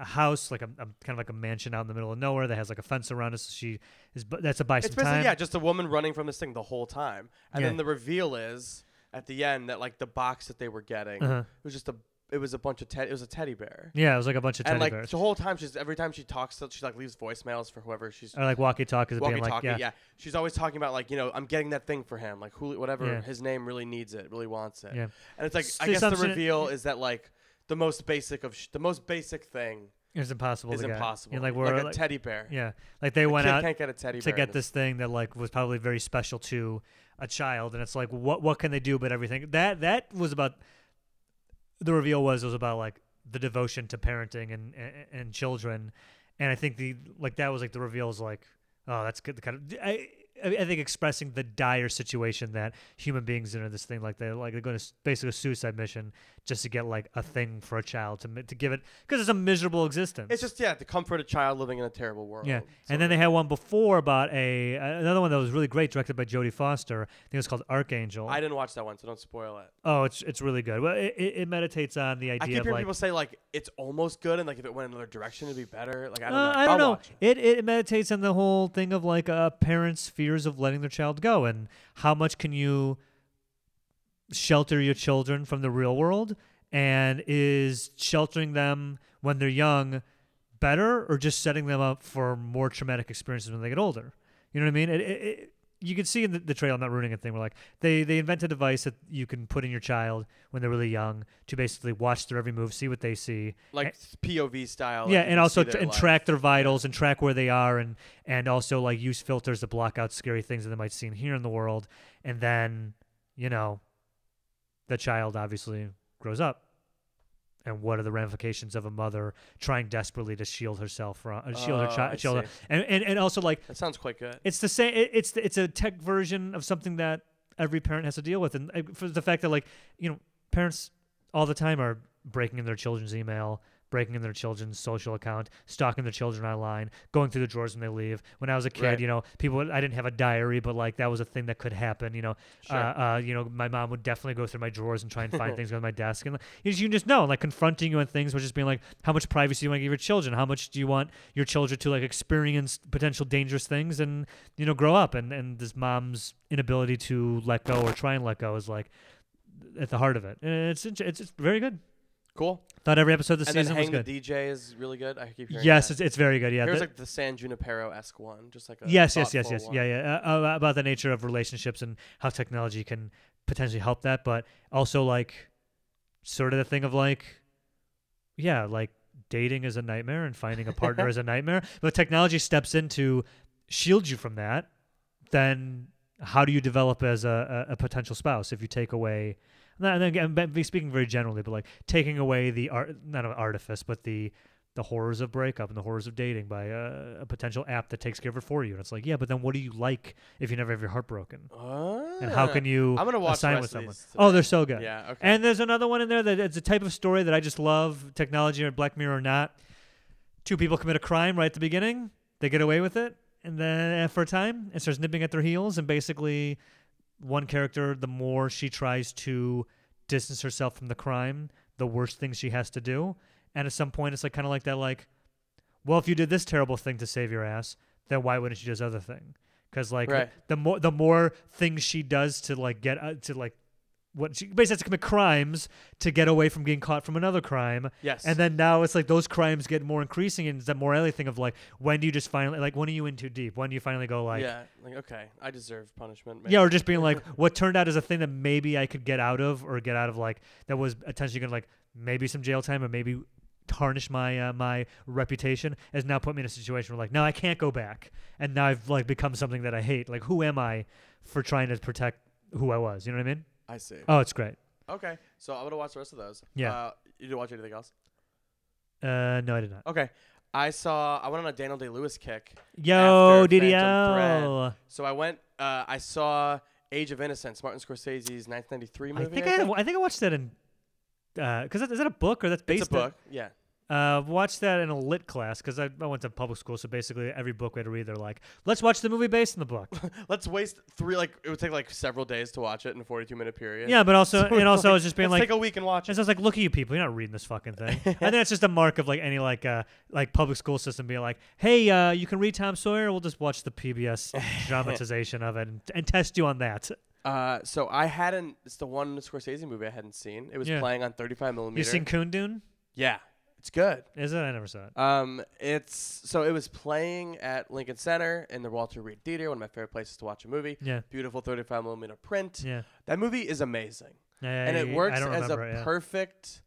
Speaker 1: a house, like a, a kind of like a mansion out in the middle of nowhere that has like a fence around it. So she is bu- that's a buy some
Speaker 2: It's basically
Speaker 1: time.
Speaker 2: yeah, just a woman running from this thing the whole time, and
Speaker 1: Yeah.
Speaker 2: then the reveal is at the end that like the box that they were getting
Speaker 1: Uh-huh.
Speaker 2: it was just a it was a bunch of te- it was a teddy bear,
Speaker 1: Yeah, it was like a bunch of
Speaker 2: and
Speaker 1: teddy
Speaker 2: like
Speaker 1: bears
Speaker 2: the whole time she's every time she talks to- she like leaves voicemails for whoever she's
Speaker 1: or like walkie talkies, Oh, being
Speaker 2: walking
Speaker 1: like
Speaker 2: talking.
Speaker 1: yeah,
Speaker 2: yeah. she's always talking about like you know I'm getting that thing for him like who whatever
Speaker 1: Yeah.
Speaker 2: his name really needs it really wants it,
Speaker 1: Yeah.
Speaker 2: and it's like
Speaker 1: It's
Speaker 2: I
Speaker 1: the
Speaker 2: guess the
Speaker 1: assumption-
Speaker 2: reveal is that like the most basic of sh- the most basic thing
Speaker 1: it's impossible.
Speaker 2: is
Speaker 1: to get.
Speaker 2: impossible
Speaker 1: And like we're
Speaker 2: a teddy bear.
Speaker 1: yeah, like they
Speaker 2: A
Speaker 1: went
Speaker 2: kid
Speaker 1: out
Speaker 2: can't get a teddy
Speaker 1: to
Speaker 2: bear in
Speaker 1: get this thing that like was probably very special to a child and it's like what what can they do but everything that that was about the reveal was it was about like the devotion to parenting and and, and children and i think the like that was like the reveal is like oh that's good the kind of i I I think expressing the dire situation that human beings are in this thing, like they're like they're going to basically a suicide mission just to get like a thing for a child to mi- to give it because it's a miserable existence.
Speaker 2: It's just yeah, to comfort a child living in a terrible world.
Speaker 1: Yeah,
Speaker 2: Oh, So
Speaker 1: and then they had one before about a another one that was really great, directed by Jodie Foster. I think it was called Archangel.
Speaker 2: I didn't watch that one, so don't spoil it.
Speaker 1: oh, it's it's really good. Well, it, it, it meditates on the
Speaker 2: I
Speaker 1: idea
Speaker 2: keep
Speaker 1: of
Speaker 2: hearing
Speaker 1: like.
Speaker 2: people say like it's almost good, and like if it went another direction, it'd be better. Like I
Speaker 1: uh,
Speaker 2: don't know.
Speaker 1: I don't
Speaker 2: I'll
Speaker 1: know.
Speaker 2: watch it.
Speaker 1: It it meditates on the whole thing of like uh, parents' fears of letting their child go, and how much can you shelter your children from the real world, and is sheltering them when they're young better, or just setting them up for more traumatic experiences when they get older? You know what I mean? It, it, it, you can see in the, the trail. I'm not ruining anything. We're like they they invent a device that you can put in your child when they're really young to basically watch their every move, see what they see,
Speaker 2: Like POV style. like,
Speaker 1: yeah,
Speaker 2: you
Speaker 1: and
Speaker 2: can
Speaker 1: also
Speaker 2: see
Speaker 1: tr-
Speaker 2: their
Speaker 1: and
Speaker 2: life.
Speaker 1: track their vitals and track where they are, and and also like use filters to block out scary things that they might see in here in the world, and then you know, the child obviously grows up, and what are the ramifications of a mother trying desperately to shield herself from uh, shield her
Speaker 2: Oh, I
Speaker 1: child, shield her,
Speaker 2: see.
Speaker 1: and, and and also like
Speaker 2: That sounds quite good.
Speaker 1: it's the same. It, it's the, it's a tech version of something that every parent has to deal with, and uh, for the fact that like you know parents all the time are breaking in their children's email, breaking in their children's social account, stalking their children online, going through the drawers when they leave. When I was a kid,
Speaker 2: Right.
Speaker 1: you know, people I didn't have a diary, but like that was a thing that could happen. You know,
Speaker 2: Sure.
Speaker 1: uh, uh, you know, my mom would definitely go through my drawers and try and find things on my desk, and like, you, just, you just know, like confronting you on things, which is being like, how much privacy do you want to give your children? How much do you want your children to like experience potential dangerous things and you know grow up? And and this mom's inability to let go or try and let go is like at the heart of it, and it's it's, it's very good.
Speaker 2: Cool.
Speaker 1: Thought every episode this
Speaker 2: and
Speaker 1: season
Speaker 2: then
Speaker 1: was
Speaker 2: Hang
Speaker 1: good.
Speaker 2: the DJ is really good. I keep hearing
Speaker 1: Yes,
Speaker 2: that.
Speaker 1: it's, it's very good. Yeah.
Speaker 2: Here's
Speaker 1: the-
Speaker 2: like the San Junipero esque one, just like a
Speaker 1: yes, yes, yes,
Speaker 2: thoughtful
Speaker 1: yes.
Speaker 2: one.
Speaker 1: Yeah, yeah. Uh, uh, about the nature of relationships and how technology can potentially help that, but also like sort of the thing of like, yeah, like dating is a nightmare and finding a partner is a nightmare. But technology steps in to shield you from that. Then how do you develop as a, a, a potential spouse if you take away? And then again, but be speaking very generally, but like taking away the art, not an artifice, but the the horrors of breakup and the horrors of dating by uh, a, a potential app that takes care of it for you. And it's like, yeah, but then what do you like if you never have your heart broken? And how
Speaker 2: Ah.
Speaker 1: can you
Speaker 2: I'm gonna watch the
Speaker 1: assign
Speaker 2: rest
Speaker 1: with
Speaker 2: of
Speaker 1: someone?
Speaker 2: these
Speaker 1: Oh,
Speaker 2: today.
Speaker 1: they're so good.
Speaker 2: Yeah. Okay.
Speaker 1: And there's another one in there that it's a type of story that I just love, technology or Black Mirror or not. Two people commit a crime right at the beginning, they get away with it, and then uh, for a time, it starts nipping at their heels, and basically, one character, the more she tries to distance herself from the crime, the worse things she has to do. And at some point, it's like kind of like that, like, well, if you did this terrible thing to save your ass, then why wouldn't you do this other thing? Because like
Speaker 2: Right.
Speaker 1: the more the more things she does to like get uh, to like what she basically has to commit crimes to get away from getting caught from another crime.
Speaker 2: yes.
Speaker 1: And then now it's like those crimes get more increasing, and it's that morality thing of like, when do you just finally like when are you in too deep? When do you finally go like,
Speaker 2: yeah. Like okay, I deserve punishment.
Speaker 1: yeah, or just being like, what turned out as a thing that maybe I could get out of, or get out of like that was potentially gonna like maybe some jail time, or maybe tarnish my uh, my reputation, has now put me in a situation where like, no, I can't go back, and now I've like become something that I hate. Like, who am I for trying to protect who I was? You know what I mean?
Speaker 2: I see.
Speaker 1: Oh, it's great.
Speaker 2: Okay, so I'm gonna watch the rest of those.
Speaker 1: Yeah.
Speaker 2: Uh, you didn't watch anything else?
Speaker 1: Uh, no, I did not.
Speaker 2: Okay. I saw. I went on a Daniel Day Lewis kick.
Speaker 1: Yo,
Speaker 2: After Phantom
Speaker 1: DDL.
Speaker 2: So I went. Uh, I saw Age of Innocence, Martin Scorsese's 1993
Speaker 1: I
Speaker 2: movie.
Speaker 1: think I, had, I think I watched that in. Because is that a book or that's based?
Speaker 2: it's a book. yeah.
Speaker 1: Uh, watched that in a lit class because I, I went to public school, so basically every book we had to read, they're like, "Let's watch the movie based on the book."
Speaker 2: Let's waste three. Like it would take like several days to watch it in a 42 minute period.
Speaker 1: yeah, but also
Speaker 2: So
Speaker 1: and
Speaker 2: it's
Speaker 1: also I
Speaker 2: like,
Speaker 1: was just being
Speaker 2: Let's
Speaker 1: like,
Speaker 2: take a week and watch
Speaker 1: and
Speaker 2: it.
Speaker 1: so I was like, "Look at you people, you're not reading this fucking thing." I think that's just a mark of like any like uh like public school system being like, "Hey, uh, you can read Tom Sawyer. We'll just watch the PBS dramatization of it and, and test you on that."
Speaker 2: Uh, so I hadn't. It's the one Scorsese movie I hadn't seen. It was
Speaker 1: Yeah.
Speaker 2: playing on 35 millimeter.
Speaker 1: You seen Kundun?
Speaker 2: Yeah, it's good.
Speaker 1: Is it? I never saw it.
Speaker 2: Um, it's so it was playing at Lincoln Center in the Walter Reed Theater, one of my favorite places to watch a movie.
Speaker 1: Yeah,
Speaker 2: Beautiful 35 millimeter print.
Speaker 1: yeah,
Speaker 2: That movie is amazing,
Speaker 1: I,
Speaker 2: and
Speaker 1: I
Speaker 2: it works
Speaker 1: don't
Speaker 2: as a
Speaker 1: remember it, yeah.
Speaker 2: perfect.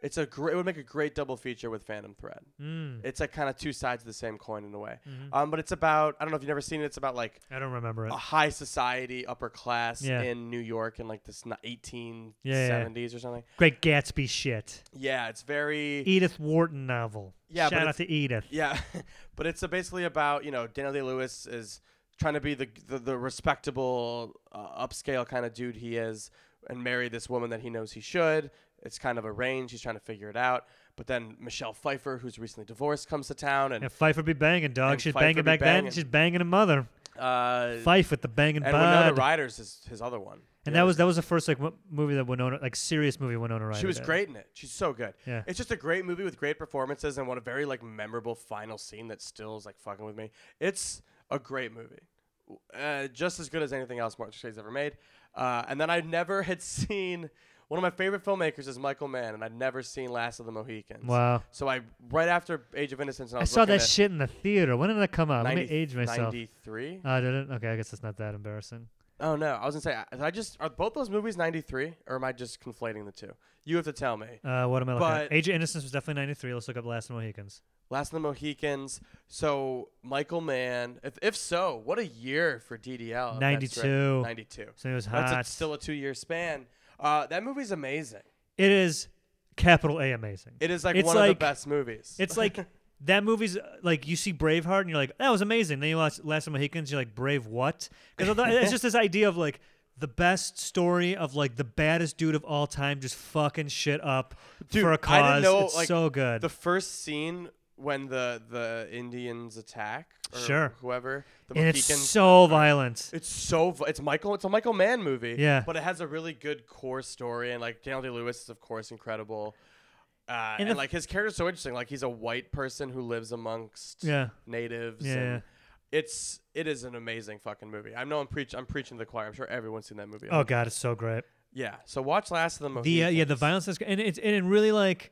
Speaker 2: It's a great. It would make a great double feature with Phantom Thread.
Speaker 1: Mm,
Speaker 2: It's like kind of two sides of the same coin in a way.
Speaker 1: mhm.
Speaker 2: Um, but it's about I don't know if you've never seen it. It's about like
Speaker 1: I don't remember it.
Speaker 2: a high society upper class
Speaker 1: Yeah.
Speaker 2: in New York in like this 1870s
Speaker 1: Yeah, yeah,
Speaker 2: or something.
Speaker 1: Great Gatsby shit.
Speaker 2: Yeah, it's very
Speaker 1: Edith Wharton novel.
Speaker 2: Yeah, but
Speaker 1: shout out
Speaker 2: it's-
Speaker 1: to Edith.
Speaker 2: yeah, but it's uh, basically about you know Daniel Day Lewis is trying to be the the, the respectable uh, upscale kind of dude he is and marry this woman that he knows he should. It's kind of arranged. He's trying to figure it out. But then Michelle Pfeiffer, who's recently divorced, comes to town and
Speaker 1: And Pfeiffer be banging, dog.
Speaker 2: And
Speaker 1: She's
Speaker 2: Pfeiffer
Speaker 1: banging
Speaker 2: be
Speaker 1: back
Speaker 2: banging.
Speaker 1: then. She's banging a mother.
Speaker 2: uh,
Speaker 1: Fife with the banging
Speaker 2: and Winona
Speaker 1: bud.
Speaker 2: Ryder's his, his other one.
Speaker 1: and that
Speaker 2: Yeah.
Speaker 1: was that was the first like w- movie that Winona like serious movie Winona Ryder.
Speaker 2: She was
Speaker 1: did.
Speaker 2: great in it. She's so good.
Speaker 1: Yeah.
Speaker 2: It's just a great movie with great performances and one a very like memorable final scene that still is like fucking with me. It's a great movie, uh, just as good as anything else Martin Scorsese's ever made. Uh, and then I never had seen one of my favorite filmmakers is Michael Mann, and I'd never seen Last of the Mohicans.
Speaker 1: Wow.
Speaker 2: So I right after Age of Innocence, and I,
Speaker 1: I
Speaker 2: was
Speaker 1: saw
Speaker 2: looking
Speaker 1: that
Speaker 2: at
Speaker 1: shit in the theater. When did that come out?
Speaker 2: 90
Speaker 1: Let me age myself.
Speaker 2: 93.
Speaker 1: Oh, did it? Okay, I guess that's not that embarrassing.
Speaker 2: Oh no, I was gonna say I- I just are both those movies 93, or am I just conflating the two? You have to tell me.
Speaker 1: Uh, what am I looking
Speaker 2: But-
Speaker 1: at? Age of Innocence was definitely ninety three. Let's look up Last of the Mohicans.
Speaker 2: Last of the Mohicans. So Michael Mann. If, if so, what a year for DDL. if that's right.
Speaker 1: 92.
Speaker 2: 92.
Speaker 1: So it was hot.
Speaker 2: That's a, still a two-year span. Uh, that movie's amazing.
Speaker 1: it is capital A amazing.
Speaker 2: It is like
Speaker 1: It's
Speaker 2: one of
Speaker 1: like-
Speaker 2: the best movies.
Speaker 1: It's like that movie's uh, like you see Braveheart and you're like, that was amazing. Then you watch Last of the Mohicans, you're like, Brave what? Because it's just this idea of like the best story of like the baddest dude of all time just fucking shit up
Speaker 2: Dude,
Speaker 1: for a
Speaker 2: I
Speaker 1: cause.
Speaker 2: didn't know,
Speaker 1: it's
Speaker 2: like,
Speaker 1: so good.
Speaker 2: The first scene when the the Indians attack, or
Speaker 1: Sure.
Speaker 2: whoever, the
Speaker 1: and it's
Speaker 2: Mohicans-
Speaker 1: so violent.
Speaker 2: It's so vi- it's Michael. It's a Michael Mann movie.
Speaker 1: Yeah.
Speaker 2: but it has a really good core story, and like Daniel Day Lewis is of course incredible. Uh,
Speaker 1: And
Speaker 2: and
Speaker 1: the-
Speaker 2: like his character's so interesting. Like he's a white person who lives amongst
Speaker 1: Yeah.
Speaker 2: natives.
Speaker 1: Yeah,
Speaker 2: and it's it is an amazing fucking movie. I know I'm preach I'm preaching to the choir. I'm sure everyone's seen that movie.
Speaker 1: Oh god, it's so great.
Speaker 2: yeah. So watch Last of the Mohicans.
Speaker 1: The uh, yeah, the violence is, and it's and it really like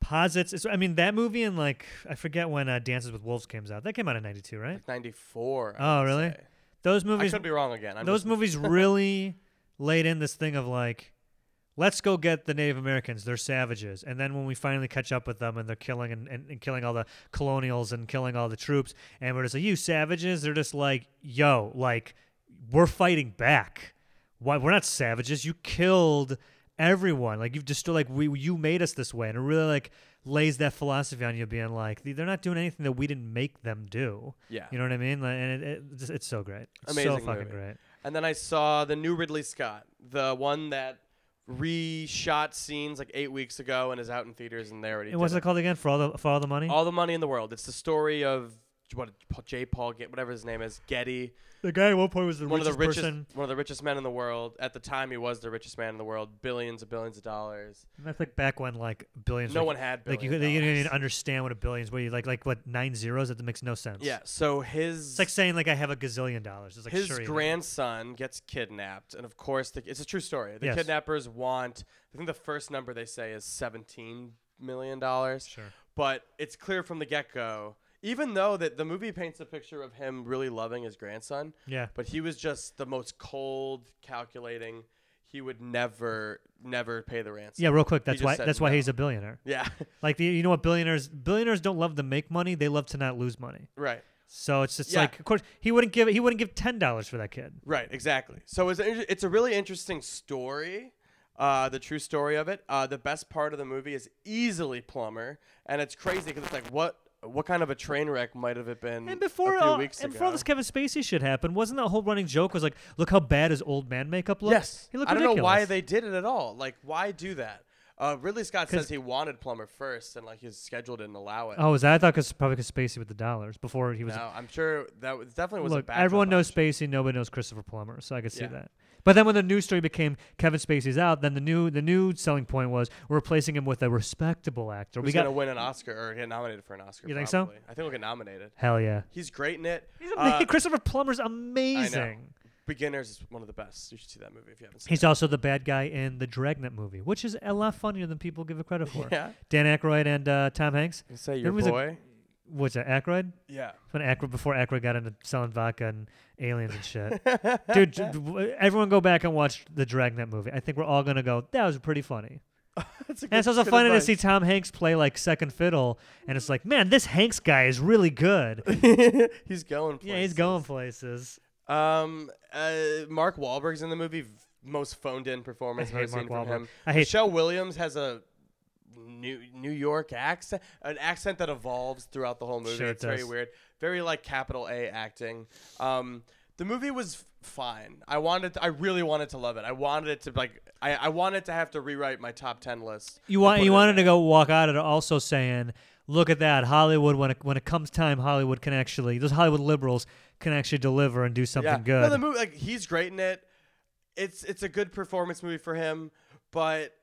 Speaker 1: posits. It's, I mean that movie and like I forget when uh, Dances with Wolves came out. That came out in '92, right?
Speaker 2: ninety four.
Speaker 1: Oh, really?
Speaker 2: Say.
Speaker 1: Those
Speaker 2: I
Speaker 1: movies,
Speaker 2: could be wrong again. I'm
Speaker 1: those
Speaker 2: just-
Speaker 1: movies really laid in this thing of like, let's go get the Native Americans. They're savages, and then when we finally catch up with them and they're killing and, and, and killing all the colonials and killing all the troops, and we're just like, you savages. They're just like, yo, like we're fighting back. Why we're not savages? You killed everyone. Like you've destroyed. Like we, you made us this way, and it really like lays that philosophy on you, being like, they're not doing anything that we didn't make them do.
Speaker 2: Yeah.
Speaker 1: You know what I mean? Like, and it, it, it's- it's so great. It's so
Speaker 2: Amazing
Speaker 1: fucking
Speaker 2: movie.
Speaker 1: great.
Speaker 2: And then I saw the new Ridley Scott, the one that reshot scenes like eight weeks ago and is out in theaters, and they already.
Speaker 1: And what's
Speaker 2: did
Speaker 1: it called again? For all the for all the money?
Speaker 2: All the money in the world. It's the story of what J. Paul Get whatever his name is Getty,
Speaker 1: the guy at one point was the
Speaker 2: one of
Speaker 1: richest
Speaker 2: the richest,
Speaker 1: person.
Speaker 2: one of the richest men in the world. At the time, he was the richest man in the world, billions and billions of dollars.
Speaker 1: And that's like back when like billions.
Speaker 2: No
Speaker 1: like,
Speaker 2: one had
Speaker 1: like you,
Speaker 2: billion
Speaker 1: could- you didn't
Speaker 2: dollars.
Speaker 1: even understand what a billion is. What you like like what nine zeros? That makes no sense.
Speaker 2: Yeah. So his
Speaker 1: It's like saying like I have a gazillion dollars. It's like
Speaker 2: his
Speaker 1: sure you do.
Speaker 2: grandson gets kidnapped, and of course, the, it's a true story. The
Speaker 1: Yes.
Speaker 2: kidnappers want, I think the first number they say is seventeen million dollars.
Speaker 1: Sure.
Speaker 2: But it's clear from the get go, even though that the movie paints a picture of him really loving his grandson,
Speaker 1: Yeah.
Speaker 2: but he was just the most cold, calculating. He would never, never pay the ransom.
Speaker 1: Yeah. Real quick. That's
Speaker 2: just
Speaker 1: why
Speaker 2: said
Speaker 1: that's why
Speaker 2: no.
Speaker 1: he's a billionaire.
Speaker 2: Yeah.
Speaker 1: Like the, you know what billionaires billionaires don't love to make money. They love to not lose money.
Speaker 2: right.
Speaker 1: So it's just
Speaker 2: Yeah.
Speaker 1: like of course he wouldn't give he wouldn't give ten dollars for that kid.
Speaker 2: Right, exactly. So it's a, it's a really interesting story, uh, the true story of it. Uh, the best part of the movie is easily Plumber, and it's crazy because it's like what what kind of a train wreck might have it been
Speaker 1: And before
Speaker 2: a few
Speaker 1: all,
Speaker 2: weeks
Speaker 1: and
Speaker 2: ago?
Speaker 1: before all this Kevin Spacey shit happened, wasn't that whole running joke was like, look how bad his old man makeup looks?
Speaker 2: yes,
Speaker 1: he looked
Speaker 2: I don't
Speaker 1: ridiculous.
Speaker 2: know why they did it at all. Like, why do that? Uh, Ridley Scott
Speaker 1: 'Cause-
Speaker 2: says he wanted Plumber first, and like his schedule didn't allow it.
Speaker 1: Oh, is that? I thought 'cause- probably because Spacey with the dollars before he was.
Speaker 2: no, I'm sure that was, definitely was a
Speaker 1: look,
Speaker 2: bad.
Speaker 1: everyone knows Spacey, nobody knows Christopher Plummer, so I could see
Speaker 2: Yeah.
Speaker 1: that. But then when the news story became Kevin Spacey's out, then the new the new selling point was we're replacing him with a respectable actor.
Speaker 2: Who's
Speaker 1: we
Speaker 2: gonna
Speaker 1: got
Speaker 2: win an Oscar or get nominated for an Oscar?
Speaker 1: You think so?
Speaker 2: probably. I think we'll get nominated.
Speaker 1: hell yeah.
Speaker 2: He's great in it.
Speaker 1: He's
Speaker 2: Uh,
Speaker 1: amazing. Christopher Plummer's amazing.
Speaker 2: Beginners is one of the best. You should see that movie if you haven't seen
Speaker 1: He's
Speaker 2: it.
Speaker 1: also the bad guy in the Dragnet movie, which is a lot funnier than people give it credit for.
Speaker 2: Yeah.
Speaker 1: Dan Aykroyd and uh, Tom Hanks.
Speaker 2: You say
Speaker 1: There
Speaker 2: your
Speaker 1: was a-
Speaker 2: boy.
Speaker 1: What's that, Aykroyd?
Speaker 2: yeah.
Speaker 1: when Aykroyd, before Aykroyd got into selling vodka and aliens and shit. Dude, j- w- everyone go back and watch the Dragnet movie. I think we're all going to go, that was pretty funny.
Speaker 2: That's a
Speaker 1: And it's also funny to see Tom Hanks play like second fiddle. And it's like, man, this Hanks guy is really good.
Speaker 2: see. he's going.
Speaker 1: Yeah, he's
Speaker 2: places.
Speaker 1: going places.
Speaker 2: Um, uh, Mark Wahlberg's in the movie. v- Most phoned-in performance
Speaker 1: I
Speaker 2: I've ever
Speaker 1: hate Mark
Speaker 2: seen from
Speaker 1: Wahlberg.
Speaker 2: him.
Speaker 1: I hate-
Speaker 2: Michelle Williams has a New New York accent, an accent that evolves throughout the whole movie.
Speaker 1: Sure it
Speaker 2: it's very
Speaker 1: does.
Speaker 2: weird, very like capital A acting. Um, the movie was f- fine. I wanted, I really wanted to love it. I wanted it to like, I, I wanted to have to rewrite my top ten list.
Speaker 1: You
Speaker 2: and
Speaker 1: want
Speaker 2: put it
Speaker 1: you
Speaker 2: in
Speaker 1: wanted
Speaker 2: there.
Speaker 1: to go walk out of it also saying, look at that Hollywood. When it, when it comes time, Hollywood can actually those Hollywood liberals can actually deliver and do something good.
Speaker 2: No, the movie, like he's great in it. It's it's a good performance movie for him, but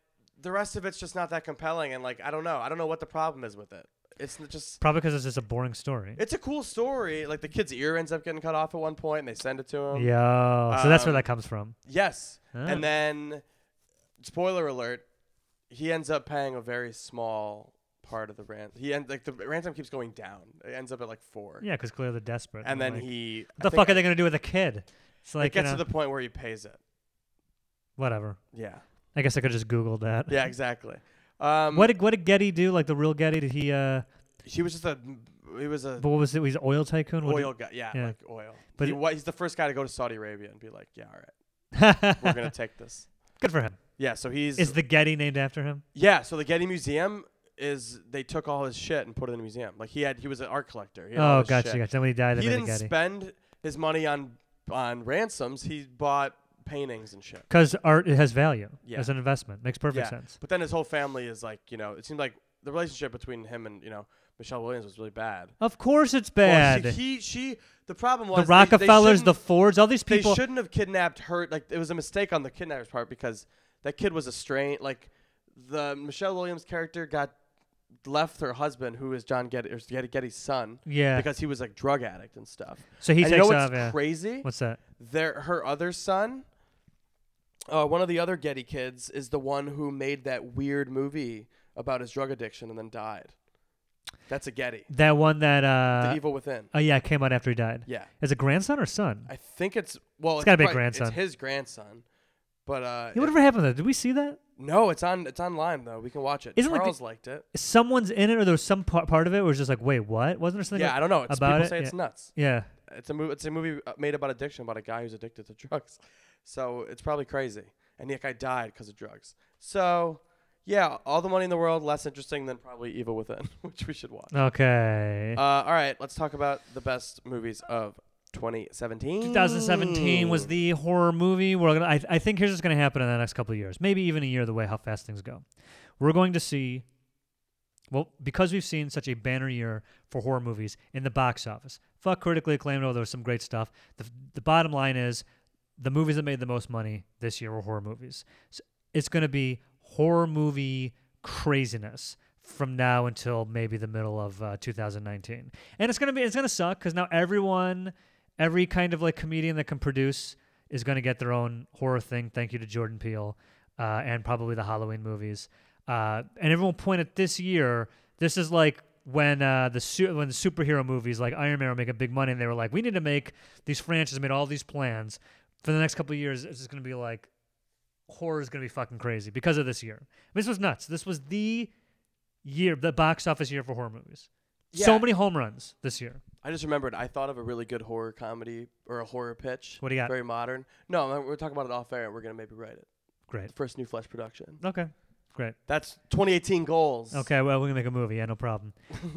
Speaker 2: the rest of it's just not that compelling. And like I don't know, I don't know what the problem is with it. It's n- just
Speaker 1: Probably because it's just a boring story.
Speaker 2: it's a cool story. Like the kid's ear ends up getting cut off at one point, and they send it to him.
Speaker 1: Yeah, so that's where
Speaker 2: Um,
Speaker 1: that comes from.
Speaker 2: Yes,
Speaker 1: Ah.
Speaker 2: and then spoiler alert, he ends up paying a very small part of the ransom. He ends like the ransom keeps going down. It ends up at like four.
Speaker 1: Yeah, because clearly they're desperate.
Speaker 2: And
Speaker 1: They're
Speaker 2: then
Speaker 1: like,
Speaker 2: he
Speaker 1: What the fuck are they gonna do with a kid? It's
Speaker 2: It
Speaker 1: like you
Speaker 2: gets
Speaker 1: know,
Speaker 2: to the point where he pays it.
Speaker 1: whatever.
Speaker 2: Yeah.
Speaker 1: I guess I could just Google that.
Speaker 2: Yeah. Exactly. Um,
Speaker 1: What did what did Getty do? Like the real Getty? Did he? uh
Speaker 2: He was just a. He was a
Speaker 1: But what was it? He's an oil tycoon. What did-
Speaker 2: oil guy. Yeah,
Speaker 1: yeah.
Speaker 2: like oil.
Speaker 1: But
Speaker 2: But he,
Speaker 1: it-
Speaker 2: wa- he's the first guy to go to Saudi Arabia and be like, yeah, all right, we're gonna take this.
Speaker 1: Good for him.
Speaker 2: Yeah. So he's.
Speaker 1: Is the Getty named after him?
Speaker 2: yeah. So the Getty Museum is they took all his shit and put it in a museum. Like he had, he was an art collector. He had all
Speaker 1: Oh,
Speaker 2: this
Speaker 1: gotcha,
Speaker 2: shit.
Speaker 1: gotcha. Then when he died, they
Speaker 2: He
Speaker 1: made a
Speaker 2: didn't
Speaker 1: Getty.
Speaker 2: spend his money on on ransoms. He bought paintings and shit.
Speaker 1: because art it has value
Speaker 2: Yeah.
Speaker 1: as an investment. Makes perfect
Speaker 2: yeah.
Speaker 1: sense.
Speaker 2: But then his whole family is like, you know, it seemed like the relationship between him and you know Michelle Williams was really bad.
Speaker 1: Of course, it's
Speaker 2: Well,
Speaker 1: bad.
Speaker 2: she- he, she, the problem was
Speaker 1: the
Speaker 2: they- they
Speaker 1: Rockefellers, the
Speaker 2: shouldn't-
Speaker 1: Fords, all these
Speaker 2: they
Speaker 1: people.
Speaker 2: shouldn't have kidnapped her. Like it was a mistake on the kidnapper's part because that kid was a strain. Like the Michelle Williams character got left her husband, who is John Getty, or Getty Getty's son,
Speaker 1: yeah.
Speaker 2: because he was like drug addict and stuff.
Speaker 1: so he
Speaker 2: and
Speaker 1: takes
Speaker 2: you know what's
Speaker 1: off. Yeah.
Speaker 2: crazy?
Speaker 1: What's that?
Speaker 2: Their her other son, uh, one of the other Getty kids, is the one who made that weird movie about his drug addiction and then died. That's a Getty.
Speaker 1: That one that
Speaker 2: The
Speaker 1: uh
Speaker 2: Evil Within.
Speaker 1: oh yeah came out after he died.
Speaker 2: Yeah.
Speaker 1: As a grandson or son?
Speaker 2: I think it's well.
Speaker 1: It's gotta be a
Speaker 2: probably-
Speaker 1: grandson.
Speaker 2: It's his grandson, but uh,
Speaker 1: Yeah, whatever happened to that? Did we see that?
Speaker 2: it- no, it's on. It's online though. We can watch it.
Speaker 1: Isn't, like, the-
Speaker 2: Charles liked it.
Speaker 1: Someone's in it, or there was some part, part of it where it was just like, wait, what? Wasn't there something?
Speaker 2: Yeah, I don't know. It's,
Speaker 1: about
Speaker 2: people
Speaker 1: it?
Speaker 2: say it's
Speaker 1: Yeah.
Speaker 2: nuts.
Speaker 1: yeah.
Speaker 2: It's a movie. It's a movie uh, made about addiction, about a guy who's addicted to drugs. So it's probably crazy. And the guy died because of drugs. So yeah, all the money in the world, less interesting than probably Evil Within, which we should watch.
Speaker 1: Okay.
Speaker 2: Uh, all right, let's talk about the best movies of 2017.
Speaker 1: 2017 was the horror movie. We're gonna. I, I think here's what's gonna happen in the next couple of years, maybe even a year. The way how fast things go, we're going to see. Well, because we've seen such a banner year for horror movies in the box office, fuck critically acclaimed. Oh, there was some great stuff. The the bottom line is, the movies that made the most money this year were horror movies. So it's gonna be horror movie craziness from now until maybe the middle of uh, 2019, and it's gonna be it's gonna suck because now everyone every kind of like comedian that can produce is going to get their own horror thing. Thank you to Jordan Peele uh, and probably the Halloween movies. Uh, and everyone will point at this year. This is like when uh, the su- when the superhero movies like Iron Man were making big money, and they were like, "We need to make these franchises." Made all these plans for the next couple of years. It's just going to be like horror is going to be fucking crazy because of this year. This was nuts. This was the year, the box office year for horror movies. So
Speaker 2: Yeah.
Speaker 1: many home runs this year.
Speaker 2: I just remembered. I thought of a really good horror comedy or a horror pitch.
Speaker 1: What do you got?
Speaker 2: Very modern. No, no, we're talking about it off air. We're gonna maybe write it.
Speaker 1: Great.
Speaker 2: First new flesh production.
Speaker 1: Okay. Great.
Speaker 2: That's 2018 goals.
Speaker 1: Okay, well, we're gonna make a movie. Yeah, no problem.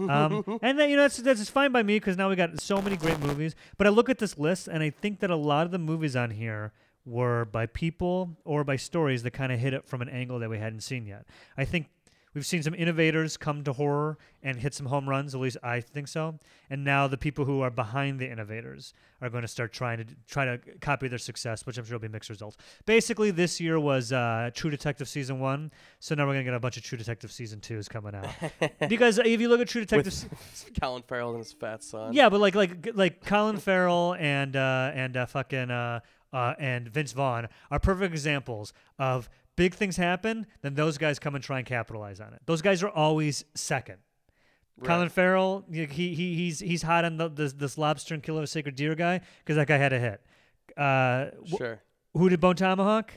Speaker 1: Um, and then, you know that's that's just fine by me because now we got so many great movies. But I look at this list and I think that a lot of the movies on here were by people or by stories that kind of hit it from an angle that we hadn't seen yet. I think we've seen some innovators come to horror and hit some home runs. At least I think so. And now the people who are behind the innovators are going to start trying to try to copy their success, which I'm sure will be mixed results. Basically, this year was uh, True Detective season one, so now we're gonna get a bunch of True Detective season twos coming out. because if you look at True Detective,
Speaker 2: With Colin Farrell and his fat son.
Speaker 1: yeah, but like like like Colin Farrell and uh, and uh, fucking uh, uh, and Vince Vaughn are perfect examples of big things happen, then those guys come and try and capitalize on it. Those guys are always second.
Speaker 2: Right.
Speaker 1: Colin Farrell, y- he, he he's he's hot on the, this this lobster and killer of a sacred deer guy because that guy had a hit. Uh, wh-
Speaker 2: Sure.
Speaker 1: who did Bone Tomahawk?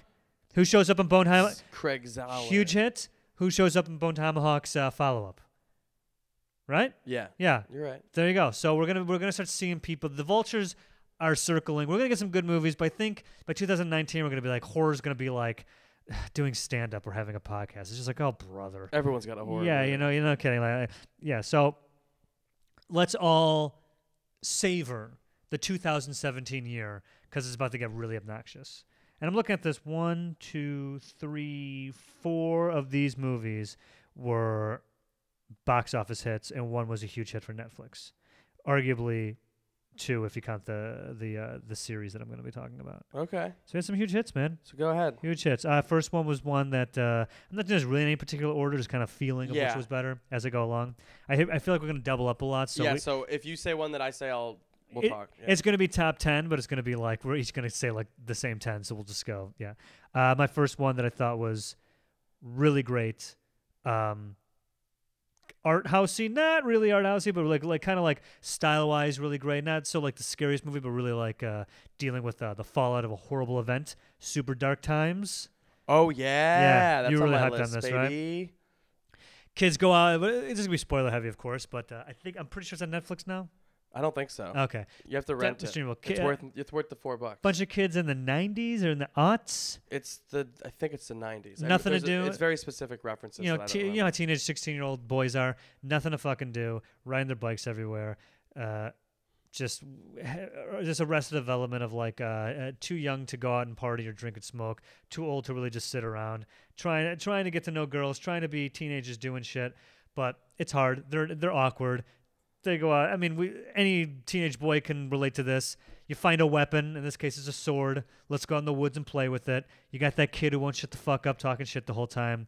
Speaker 1: Who shows up in Bone Tomahawk?
Speaker 2: S- Craig Zoller.
Speaker 1: Huge hit. Who shows up in Bone Tomahawk's uh, follow up? Right?
Speaker 2: Yeah.
Speaker 1: Yeah.
Speaker 2: You're right.
Speaker 1: There you go. So we're gonna we're gonna start seeing people. The vultures are circling. We're gonna get some good movies, but I think by 2019 we're gonna be like horror's gonna be like doing stand up or having a podcast. It's just like oh brother.
Speaker 2: Everyone's got a horror.
Speaker 1: yeah,
Speaker 2: movie.
Speaker 1: you know, you're not kidding. Like, I- yeah. So let's all savor the 2017 year because it's about to get really obnoxious. And I'm looking at this one, two, three, four of these movies were box office hits, and one was a huge hit for Netflix. Arguably, two if you count the the uh, the series that I'm going to be talking about.
Speaker 2: Okay.
Speaker 1: So we had some huge hits, man.
Speaker 2: So go ahead.
Speaker 1: Huge hits. Uh, first one was one that uh, I'm not doing this really in any particular order, just kind of feeling of
Speaker 2: Yeah.
Speaker 1: which was better as I go along. I hit- I feel like we're gonna double up a lot, so
Speaker 2: yeah.
Speaker 1: we-
Speaker 2: so if you say one that I say, I'll we'll
Speaker 1: it-
Speaker 2: talk. Yeah.
Speaker 1: it's gonna be top ten, but it's gonna be like we're each gonna say like the same ten, so we'll just go. Yeah, uh, my first one that I thought was really great, um, art housey, not really art housey, but like like kind of like style wise, really great. Not so like the scariest movie, but really like uh, dealing with uh, the fallout of a horrible event, super dark times.
Speaker 2: Oh yeah.
Speaker 1: Yeah,
Speaker 2: That's
Speaker 1: you
Speaker 2: on
Speaker 1: really
Speaker 2: my
Speaker 1: hyped on
Speaker 2: list,
Speaker 1: this, right?
Speaker 2: baby.
Speaker 1: kids go out. but It's gonna be spoiler heavy, of course, but uh, I think I'm pretty sure it's on Netflix now.
Speaker 2: I don't think so.
Speaker 1: Okay,
Speaker 2: you have to rent it.
Speaker 1: streamable. Ki-
Speaker 2: It's worth it's worth the four bucks.
Speaker 1: bunch of kids in the '90s or in the aughts.
Speaker 2: It's the I think it's the nineties.
Speaker 1: Nothing to do-
Speaker 2: it's very specific references.
Speaker 1: You know,
Speaker 2: that I don't
Speaker 1: te- you
Speaker 2: remember.
Speaker 1: know how teenage 16 year old boys are. Nothing to fucking do. Riding their bikes everywhere. Uh, just uh, just arrested development of like uh, uh, too young to go out and party or drink and smoke, too old to really just sit around, trying trying to get to know girls, trying to be teenagers doing shit, but it's hard. They're they're awkward. They go out. I mean, we any teenage boy can relate to this. You find a weapon. In this case, it's a sword. Let's go out in the woods and play with it. You got that kid who won't shut the fuck up, talking shit the whole time.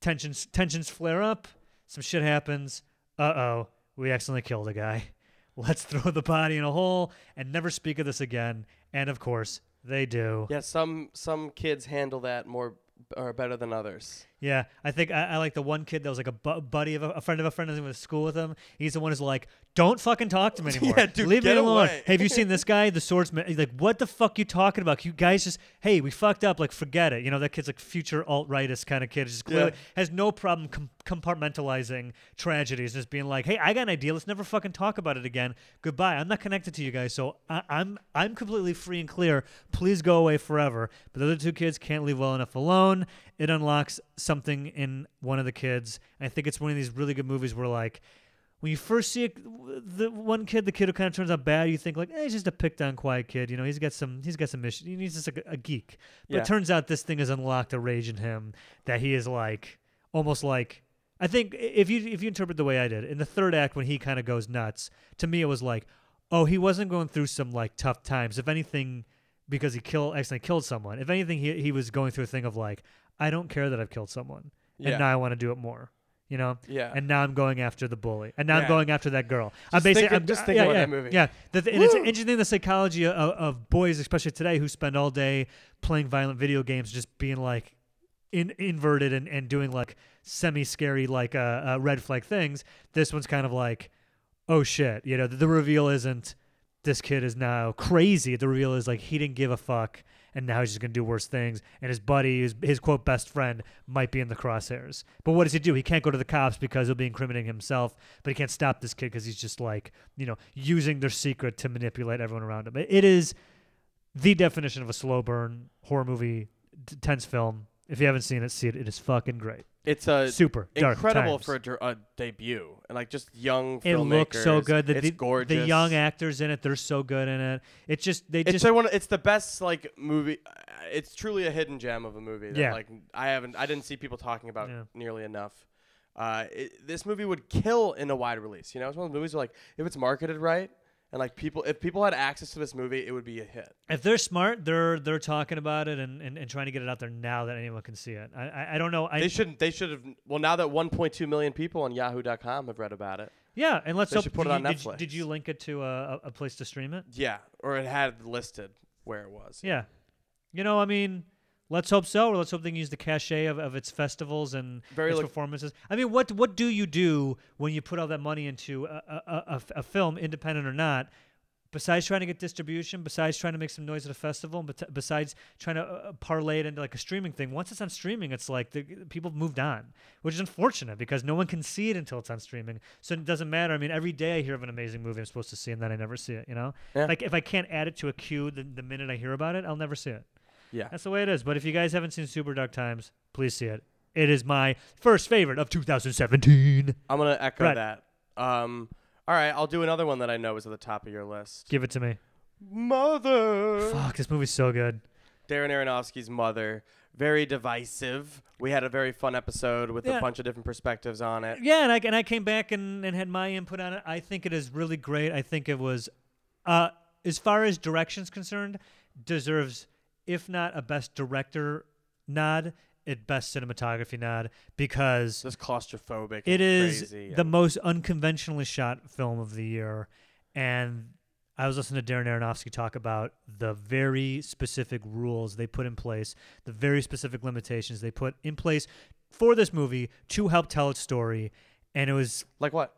Speaker 1: Tensions tensions flare up. Some shit happens. Uh oh, we accidentally killed a guy let's throw the body in a hole and never speak of this again. And of course, they do.
Speaker 2: Yeah, some some kids handle that more or better than others.
Speaker 1: Yeah, I think I, I like the one kid that was like a bu- buddy of a, a friend of a friend that was in school with him. He's the one who's like, "Don't fucking talk to me anymore.
Speaker 2: Yeah, dude,
Speaker 1: Leave
Speaker 2: get
Speaker 1: me alone."
Speaker 2: away.
Speaker 1: Hey, have you seen this guy, the swordsman? He's like, "What the fuck you talking about? You guys just, hey, we fucked up. Like, forget it." You know, that kid's like future alt rightist kind of kid. Just clearly
Speaker 2: Yeah.
Speaker 1: has no problem com- compartmentalizing tragedies, just being like, "Hey, I got an idea. Let's never fucking talk about it again. Goodbye. I'm not connected to you guys, so I- I'm I'm completely free and clear. Please go away forever." But the other two kids can't leave well enough alone. It unlocks something in one of the kids. I think it's one of these really good movies where like when you first see a, the one kid, the kid who kind of turns out bad, you think like, eh, he's just a picked on, quiet kid. You know, he's got some, he's got some issues. He's just a, a geek. But
Speaker 2: Yeah.
Speaker 1: it turns out this thing has unlocked a rage in him that he is like, almost like, I think i- if you if you interpret the way I did in the third act when he kind of goes nuts, to me it was like, oh, he wasn't going through some like tough times. If anything, because he killed accidentally killed someone. If anything, he he was going through a thing of like, I don't care that I've killed someone,
Speaker 2: Yeah.
Speaker 1: and now I want to do it more. You know,
Speaker 2: Yeah.
Speaker 1: and now I'm going after the bully, and now
Speaker 2: Yeah.
Speaker 1: I'm going after that girl. I'm
Speaker 2: Just
Speaker 1: basically
Speaker 2: thinking-
Speaker 1: I'm
Speaker 2: just
Speaker 1: uh,
Speaker 2: thinking
Speaker 1: yeah,
Speaker 2: about
Speaker 1: yeah,
Speaker 2: that movie.
Speaker 1: Yeah, The th- and it's
Speaker 2: Woo!
Speaker 1: interesting the psychology of, of boys, especially today, who spend all day playing violent video games, just being like in, inverted and, and doing like semi scary like uh, uh, red flag things. This one's kind of like, oh shit, you know, the, the reveal isn't this kid is now crazy. The reveal is like he didn't give a fuck. And now he's just gonna do worse things. And his buddy, his, his quote best friend, might be in the crosshairs. But what does he do? He can't go to the cops because he'll be incriminating himself. But he can't stop this kid because he's just like you know using their secret to manipulate everyone around him. It- it is the definition of a slow burn horror movie, t- tense film. If you haven't seen it, see it. It is fucking great.
Speaker 2: It's a
Speaker 1: Super dark
Speaker 2: incredible
Speaker 1: times.
Speaker 2: for a, dr- a debut and like just young
Speaker 1: It looks so
Speaker 2: filmmakers.
Speaker 1: good. The,
Speaker 2: it's
Speaker 1: the,
Speaker 2: gorgeous.
Speaker 1: The young actors in it, they're so good in it. It's just they
Speaker 2: It's
Speaker 1: just
Speaker 2: the one. It's the best like movie. uh, It's truly a hidden gem of a movie. That,
Speaker 1: Yeah.
Speaker 2: Like I haven't. I didn't see people talking about
Speaker 1: Yeah.
Speaker 2: nearly enough. Uh, it, this movie would kill in a wide release. You know, it's one of the movies where like if it's marketed right and like people if people had access to this movie, it would be a hit.
Speaker 1: if they're smart, they're they're talking about it and, and, and trying to get it out there now that anyone can see it. I I, I don't know. I
Speaker 2: they shouldn't. They should have. Well, now that 1.2 million people on Yahoo.com have read about it.
Speaker 1: yeah, and let's
Speaker 2: they
Speaker 1: hope
Speaker 2: should put
Speaker 1: did
Speaker 2: it on
Speaker 1: you- did you-
Speaker 2: Netflix.
Speaker 1: Did you link it to a, a- a place to stream it?
Speaker 2: Yeah, or it had listed where it was.
Speaker 1: Yeah, you know, I mean, let's hope so, or let's hope they can use the cachet of, of its festivals and
Speaker 2: Very
Speaker 1: its
Speaker 2: look-
Speaker 1: performances. I mean, what what do you do when you put all that money into a, a, a- a f- a film, independent or not? Besides trying to get distribution, besides trying to make some noise at a festival, and bet- besides trying to uh, parlay it into like a streaming thing, once it's on streaming, it's like the, people have moved on, which is unfortunate because no one can see it until it's on streaming. So it doesn't matter. I mean, every day I hear of an amazing movie I'm supposed to see, and then I never see it. You know,
Speaker 2: Yeah.
Speaker 1: like if I can't add it to a queue the, the minute I hear about it, I'll never see it.
Speaker 2: Yeah.
Speaker 1: That's the way it is. But if you guys haven't seen Super Dark Times, please see it. It is my first favorite of 2017.
Speaker 2: I'm gonna echo
Speaker 1: Right.
Speaker 2: that. Um, all right, I'll do another one that I know is at the top of your list.
Speaker 1: Give it to me.
Speaker 2: Mother.
Speaker 1: Fuck, this movie's so good.
Speaker 2: Darren Aronofsky's mother. Very divisive. We had a very fun episode with a
Speaker 1: Yeah.
Speaker 2: bunch of different perspectives on it.
Speaker 1: Yeah, and I, and I came back and, and had my input on it. I think it is really great. I think it was, uh, as far as direction's concerned, deserves, if not a best director nod, it best cinematography nod because
Speaker 2: It's just claustrophobic.
Speaker 1: It
Speaker 2: and
Speaker 1: is
Speaker 2: crazy
Speaker 1: the
Speaker 2: and-
Speaker 1: most unconventionally shot film of the year, and I was listening to Darren Aronofsky talk about the very specific rules they put in place, the very specific limitations they put in place for this movie to help tell its story, and it was
Speaker 2: like what?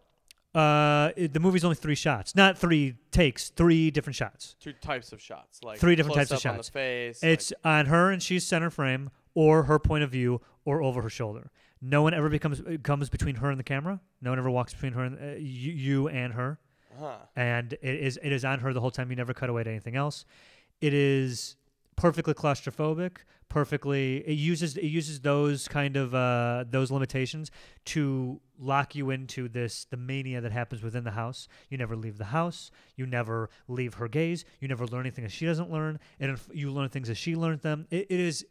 Speaker 1: uh, it- the movie's only three shots, not three takes, three different shots.
Speaker 2: Two types of shots. Like
Speaker 1: Three different types of
Speaker 2: close-up on
Speaker 1: shots.
Speaker 2: the face. like-
Speaker 1: It's on her and she's center frame, or her point of view, or over her shoulder. No one ever becomes uh, comes between her and the camera. No one ever walks between her and uh, you, you and her.
Speaker 2: huh.
Speaker 1: and it is it is on her the whole time. You never cut away to anything else. It is perfectly claustrophobic, perfectly. It uses it uses those kind of uh, those limitations to lock you into this the mania that happens within the house. You never leave the house. You never leave her gaze. You never learn anything that she doesn't learn, and if you learn things as she learned them. It, it is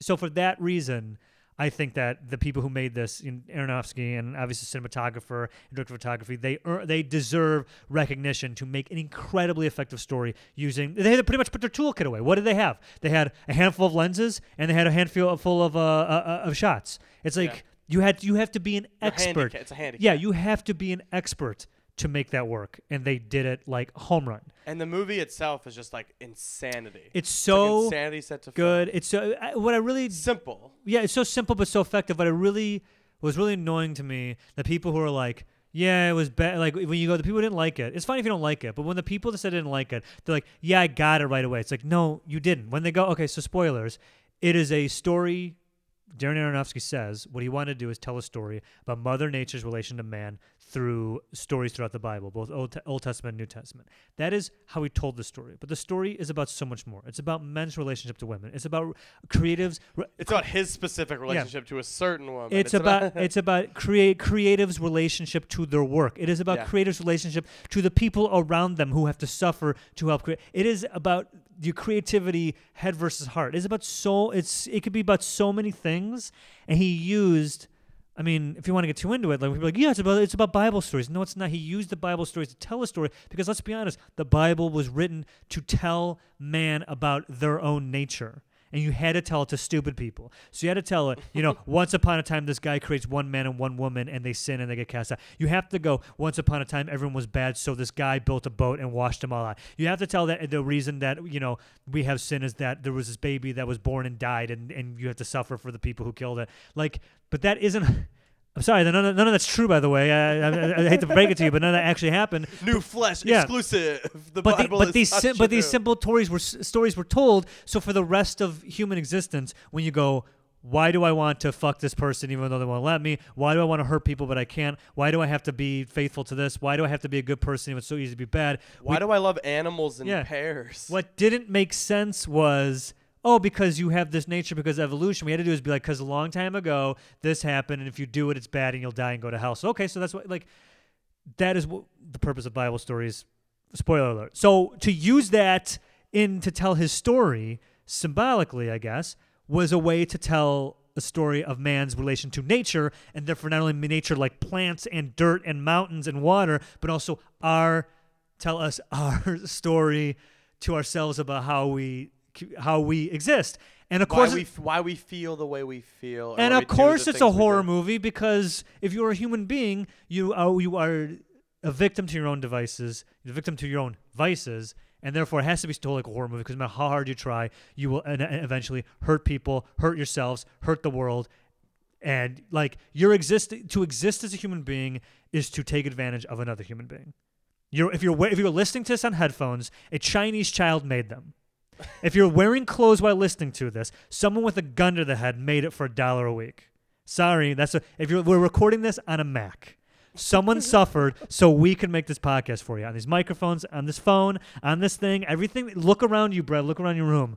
Speaker 1: so for that reason. I think that the people who made this, you know, Aronofsky and obviously cinematographer and director of photography, they earn, they deserve recognition to make an incredibly effective story using. They had to pretty much put their toolkit away. What did they have? They had a handful of lenses and they had a handful full of uh, uh, uh, of shots. It's like
Speaker 2: Yeah.
Speaker 1: you had you have to be an
Speaker 2: You're
Speaker 1: expert.
Speaker 2: handicap- it's a handicap.
Speaker 1: Yeah, you have to be an expert to make that work, and they did it like home run.
Speaker 2: And the movie itself is just like insanity.
Speaker 1: It's
Speaker 2: like
Speaker 1: so
Speaker 2: insanity set to film.
Speaker 1: good. It's so I, what I really
Speaker 2: Simple.
Speaker 1: yeah, it's so simple but so effective. But it really was really annoying to me the people who are like, yeah, it was bad. Like when you go, the people who didn't like it. It's fine if you don't like it, but when the people that said they didn't like it, they're like, yeah, I got it right away. It's like, no, you didn't. When they go, okay, so spoilers. It is a story. Darren Aronofsky says what he wanted to do is tell a story about Mother Nature's relation to man through stories throughout the Bible, both Old, Old Testament and New Testament. That is how he told the story. But the story is about so much more. It's about men's relationship to women. It's about creatives.
Speaker 2: It's about his specific relationship to a certain woman.
Speaker 1: It's, about, it's about create creatives' relationship to their work. It is about
Speaker 2: Yeah.
Speaker 1: creatives' relationship to the people around them who have to suffer to help create. It is about your creativity, head versus heart. It's about so it's it could be about so many things, and he used. I mean, if you want to get too into it, like people are like, yeah, it's about it's about Bible stories. No, it's not. He used the Bible stories to tell a story because let's be honest, the Bible was written to tell man about their own nature and you had to tell it to stupid people. So you had to tell it, you know, once upon a time this guy creates one man and one woman and they sin and they get cast out. You have to go, once upon a time everyone was bad, so this guy built a boat and washed them all out. You have to tell that the reason that, you know, we have sin is that there was this baby that was born and died and, and you have to suffer for the people who killed it. Like, but that isn't. I'm sorry, none of, none of that's true, by the way. I, I, I hate to break it to you, but none of that actually happened
Speaker 2: new flesh
Speaker 1: Yeah.
Speaker 2: exclusive. The
Speaker 1: but, the-
Speaker 2: Bible
Speaker 1: but
Speaker 2: is
Speaker 1: these
Speaker 2: not
Speaker 1: sim- but these
Speaker 2: true.
Speaker 1: simple stories were s- stories were told. So for the rest of human existence, when you go, why do I want to fuck this person even though they won't let me? Why do I want to hurt people but I can't? Why do I have to be faithful to this? Why do I have to be a good person even it's so easy to be bad?
Speaker 2: Why do I love animals in
Speaker 1: Yeah.
Speaker 2: pairs?
Speaker 1: What didn't make sense was, oh, because you have this nature because of evolution. We had to do is be like, because a long time ago this happened, and if you do it, it's bad, and you'll die and go to hell. So okay, so that's what like that is what the purpose of Bible stories. Spoiler alert. So to use that in to tell his story symbolically, I guess, was a way to tell a story of man's relation to nature, and therefore not only nature like plants and dirt and mountains and water, but also our tell us our story to ourselves about how we how we exist. And of
Speaker 2: Why
Speaker 1: course,
Speaker 2: we f- why we feel the way we feel?
Speaker 1: and
Speaker 2: why
Speaker 1: of
Speaker 2: we do
Speaker 1: course
Speaker 2: the
Speaker 1: it's a
Speaker 2: things we
Speaker 1: horror
Speaker 2: do.
Speaker 1: movie because if you're a human being you are you are a victim to your own devices you're a victim to your own vices and therefore it has to be told like a horror movie because no matter how hard you try you will en- en- eventually hurt people hurt yourselves hurt the world and like your exist to exist as a human being is to take advantage of another human being you're, if you're we- if you're listening to this on headphones, a Chinese child made them. If you're wearing clothes while listening to this, someone with a gun to the head made it for a dollar a week. Sorry, that's a, if you're we're recording this on a Mac. Someone suffered so we can make this podcast for you on these microphones, on this phone, on this thing, everything. Look around you, Brad. Look around your room.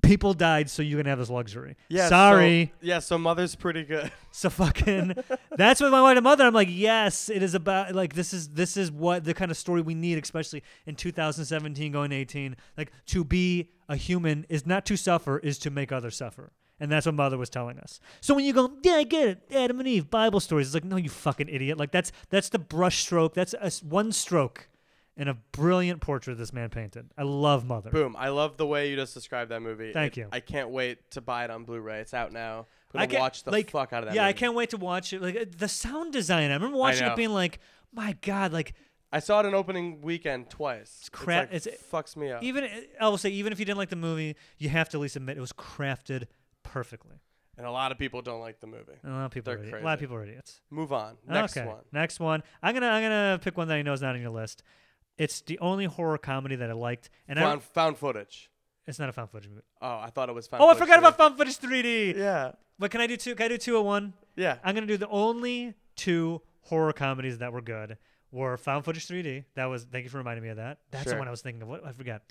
Speaker 1: People died so you can have this luxury.
Speaker 2: Yeah.
Speaker 1: Sorry.
Speaker 2: So, yeah. So mother's pretty good.
Speaker 1: So fucking that's what my wife and mother. I'm like, yes, it is about like this is this is what the kind of story we need, especially in 2017 going to 18. Like to be a human is not to suffer, is to make others suffer. And that's what mother was telling us. So when you go, yeah, I get it, Adam and Eve, Bible stories. It's like, no, you fucking idiot. Like that's that's the brush stroke. That's a, s- one stroke in a brilliant portrait this man painted. I love mother.
Speaker 2: Boom. I love the way you just described that movie.
Speaker 1: Thank
Speaker 2: It-
Speaker 1: you.
Speaker 2: I can't wait to buy it on Blu-ray. It's out now. I'm
Speaker 1: I
Speaker 2: gonna
Speaker 1: can't-
Speaker 2: watch the
Speaker 1: like,
Speaker 2: fuck out of that.
Speaker 1: Yeah, I
Speaker 2: movie.
Speaker 1: can't wait to watch it. Like uh, the sound design. I remember watching
Speaker 2: know.
Speaker 1: it, being like, my god, like.
Speaker 2: I saw it on opening weekend twice. It's
Speaker 1: crap-
Speaker 2: It's like,
Speaker 1: it's-
Speaker 2: fucks me up.
Speaker 1: even I will say, even if you didn't like the movie, you have to at least admit it was crafted perfectly.
Speaker 2: and a lot of people don't like the movie.
Speaker 1: And a lot of people,
Speaker 2: They're
Speaker 1: are, idi- a lot of
Speaker 2: crazy.
Speaker 1: people are idiots.
Speaker 2: Move on. Next
Speaker 1: Oh. okay,
Speaker 2: one.
Speaker 1: next one. I'm gonna, I'm gonna pick one that I know is not on your list. It's the only horror comedy that I liked, and I,
Speaker 2: Found, found footage.
Speaker 1: it's not a found footage movie.
Speaker 2: Oh, I thought it was found.
Speaker 1: Oh, I
Speaker 2: footage
Speaker 1: forgot
Speaker 2: too.
Speaker 1: about found footage 3D.
Speaker 2: Yeah.
Speaker 1: But can I do two? Can I do two at one?
Speaker 2: Yeah.
Speaker 1: I'm gonna do the only two horror comedies that were good were Found Footage 3D. That was thank you for reminding me of that. That's
Speaker 2: Sure.
Speaker 1: the one I was thinking of. What I forgot.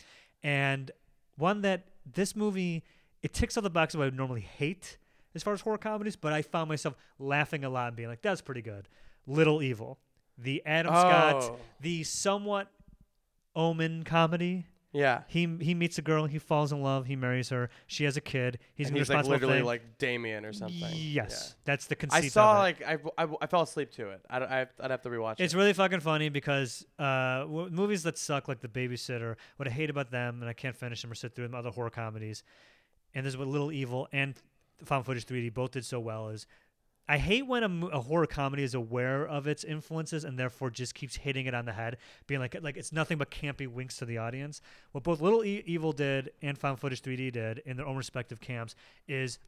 Speaker 1: And one that this movie it ticks all the boxes I would normally hate as far as horror comedies, but I found myself laughing a lot and being like, "That's pretty good." Little Evil, the Adam Scott,
Speaker 2: Oh.
Speaker 1: the somewhat Omen comedy.
Speaker 2: Yeah.
Speaker 1: He he meets a girl, he falls in love, he marries her, she has a kid. He's
Speaker 2: And
Speaker 1: an
Speaker 2: he's like
Speaker 1: irresponsible
Speaker 2: literally
Speaker 1: thing.
Speaker 2: like Damien or something.
Speaker 1: Yes, that's the
Speaker 2: Yeah.
Speaker 1: conceit.
Speaker 2: I saw
Speaker 1: of it.
Speaker 2: like I, I, I fell asleep to it. I, don't- I I'd have to rewatch
Speaker 1: It's
Speaker 2: it.
Speaker 1: really fucking funny because uh, w- movies that suck, like The Babysitter, what I hate about them, and I can't finish them or sit through them, other horror comedies, and this is what Little Evil and Found Footage 3D both did so well is I hate when a, mo- a horror comedy is aware of its influences and therefore just keeps hitting it on the head, being like like it's nothing but campy winks to the audience. What both Little e- Evil did and Found Footage 3D did in their own respective camps is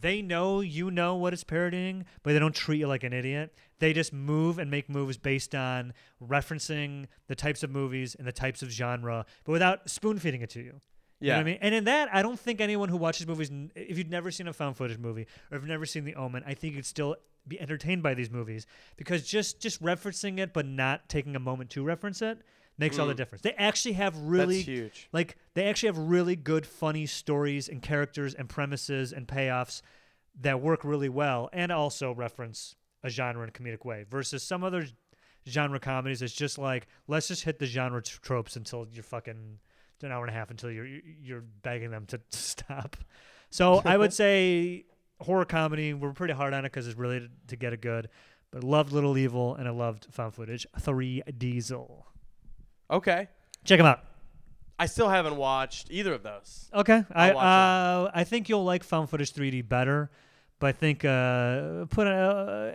Speaker 1: they know you know what it's parodying, but they don't treat you like an idiot. They just move and make moves based on referencing the types of movies and the types of genre, but without spoon feeding it to you. You know
Speaker 2: Yeah.
Speaker 1: what I mean? And in that, I don't think anyone who watches movies, n- if you've never seen a found footage movie or if you've never seen The Omen, I think you'd still be entertained by these movies because just just referencing it but not taking a moment to reference it makes all the difference. They actually have really
Speaker 2: That's huge.
Speaker 1: like they actually have really good, funny stories and characters and premises and payoffs that work really well and also reference a genre in a comedic way versus some other genre comedies. It's just like let's just hit the genre t- tropes until you're fucking an hour and a half until you're you're- you're begging them to stop. So I would say horror comedy. We're pretty hard on it because it's really to get it good. But loved Little Evil and I loved Found Footage. Three Diesel.
Speaker 2: Okay.
Speaker 1: Check them out.
Speaker 2: I still haven't watched either of those.
Speaker 1: Okay, I
Speaker 2: I'll watch
Speaker 1: uh, I think you'll like found footage 3D better, but I think uh, put a,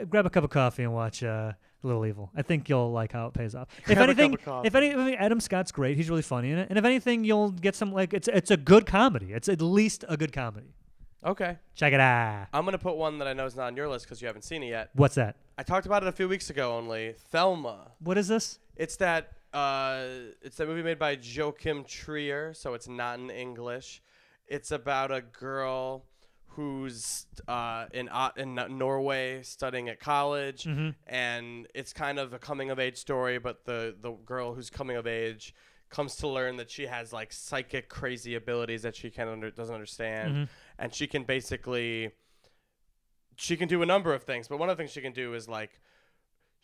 Speaker 1: uh, grab a cup of coffee and watch uh, Little Evil. I think you'll like how it pays off. If
Speaker 2: Grab a cup
Speaker 1: anything,
Speaker 2: of coffee.
Speaker 1: if any, I mean, Adam Scott's great. He's really funny in it. And if anything, you'll get some like it's it's a good comedy. It's at least a good comedy.
Speaker 2: Okay.
Speaker 1: Check it out.
Speaker 2: I'm gonna put one that I know is not on your list because you haven't seen it yet.
Speaker 1: What's that?
Speaker 2: I talked about it a few weeks ago only. Thelma.
Speaker 1: What is this?
Speaker 2: It's that uh, it's that movie made by Joachim Trier, so it's not in English. It's about a girl who's uh, in uh, in Norway studying at college, and it's kind of a coming of age story. But the the girl who's coming of age comes to learn that she has like psychic crazy abilities that she can under- doesn't understand, and she can basically she can do a number of things, but one of the things she can do is like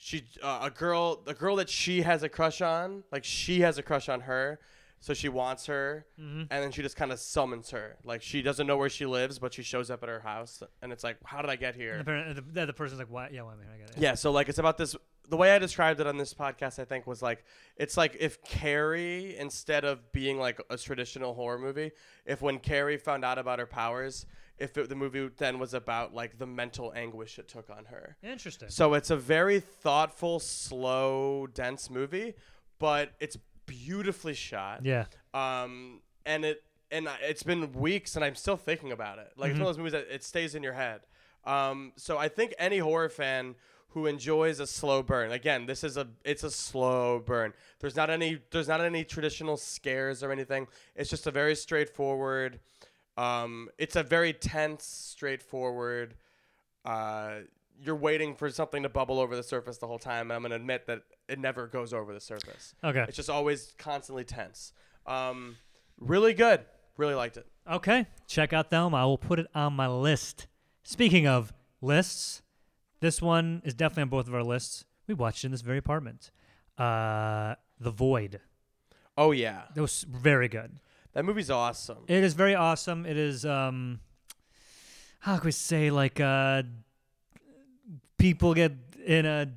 Speaker 2: she uh, a girl a girl that she has a crush on, like she has a crush on her, so she wants her, and then she just kind of summons her. Like she doesn't know where she lives, but she shows up at her house, and it's like, how did I get here?
Speaker 1: Apparently, the, the person's like, why? Yeah, why am I here? I got it.
Speaker 2: Yeah, so like it's about this. The way I described it on this podcast, I think, was like it's like if Carrie, instead of being like a traditional horror movie, if when Carrie found out about her powers, if it, the movie then was about like the mental anguish it took on her.
Speaker 1: Interesting.
Speaker 2: So it's a very thoughtful, slow, dense movie, but it's beautifully shot.
Speaker 1: yeah.
Speaker 2: Um, and it and I- it's been weeks, and I'm still thinking about it. Like it's one of those movies that it stays in your head. Um, so I think any horror fan who enjoys a slow burn, again, this is a it's a slow burn. There's not any there's not any traditional scares or anything. It's just a very straightforward. Um, it's a very tense, straightforward. Uh, you're waiting for something to bubble over the surface the whole time, and I'm gonna admit that it never goes over the surface.
Speaker 1: Okay.
Speaker 2: It's just always constantly tense. Um, really good. Really liked it.
Speaker 1: Okay, check out Thelma. I will put it on my list. Speaking of lists, this one is definitely on both of our lists. We watched it in this very apartment. Uh, the Void.
Speaker 2: Oh yeah,
Speaker 1: That was very good.
Speaker 2: that movie's awesome.
Speaker 1: It is very awesome. It is um, how can we say like uh, people get in a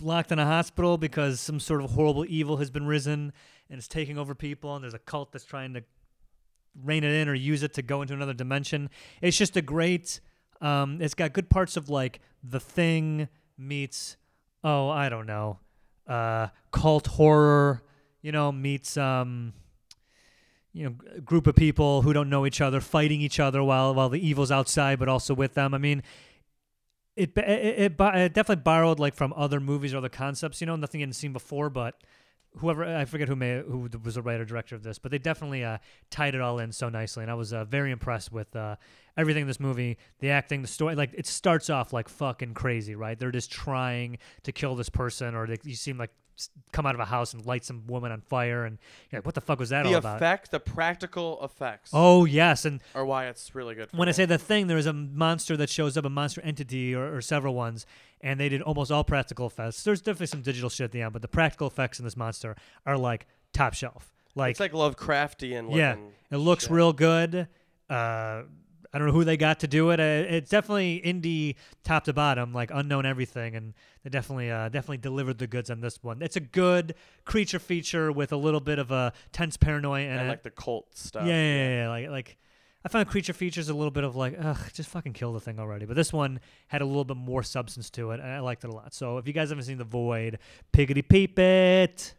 Speaker 1: locked in a hospital because some sort of horrible evil has been risen and it's taking over people, and there's a cult that's trying to rein it in or use it to go into another dimension. It's just a great. Um, it's got good parts of like the thing meets oh I don't know uh, cult horror you know meets um, you know g- group of people who don't know each other fighting each other while while the evil's outside but also with them. I mean. It, ba- it, it, bo- it definitely borrowed like from other movies or other concepts, you know, nothing you hadn't seen before, but whoever I forget who may who was the writer director of this, but they definitely uh, tied it all in so nicely, and I was uh, very impressed with uh, everything in this movie, the acting, the story. Like it starts off like fucking crazy, right? They're just trying to kill this person, or they, you seem like s- come out of a house and light some woman on fire, and you're like, what the fuck was that
Speaker 2: The
Speaker 1: all
Speaker 2: effect,
Speaker 1: about?
Speaker 2: the practical effects,
Speaker 1: Oh yes, and
Speaker 2: are why it's really good. For
Speaker 1: when I
Speaker 2: me.
Speaker 1: say the thing, there is a monster that shows up, a monster entity or, or several ones, and they did almost all practical effects. There's definitely some digital shit at the end, but the practical effects in this monster are like top shelf. Like,
Speaker 2: it's like Lovecraftian.
Speaker 1: yeah,
Speaker 2: looking
Speaker 1: it looks
Speaker 2: shit.
Speaker 1: real good. Uh, I don't know who they got to do it. Uh, It's definitely indie, top to bottom, like unknown everything, and they definitely uh, definitely delivered the goods on this one. It's a good creature feature with a little bit of a tense paranoia in
Speaker 2: and
Speaker 1: it.
Speaker 2: like the cult stuff.
Speaker 1: Yeah, yeah, yeah, yeah. Like, like I found creature features a little bit of like, ugh, just fucking kill the thing already. But this one had a little bit more substance to it, and I liked it a lot. So if you guys haven't seen The Void, piggity peep it.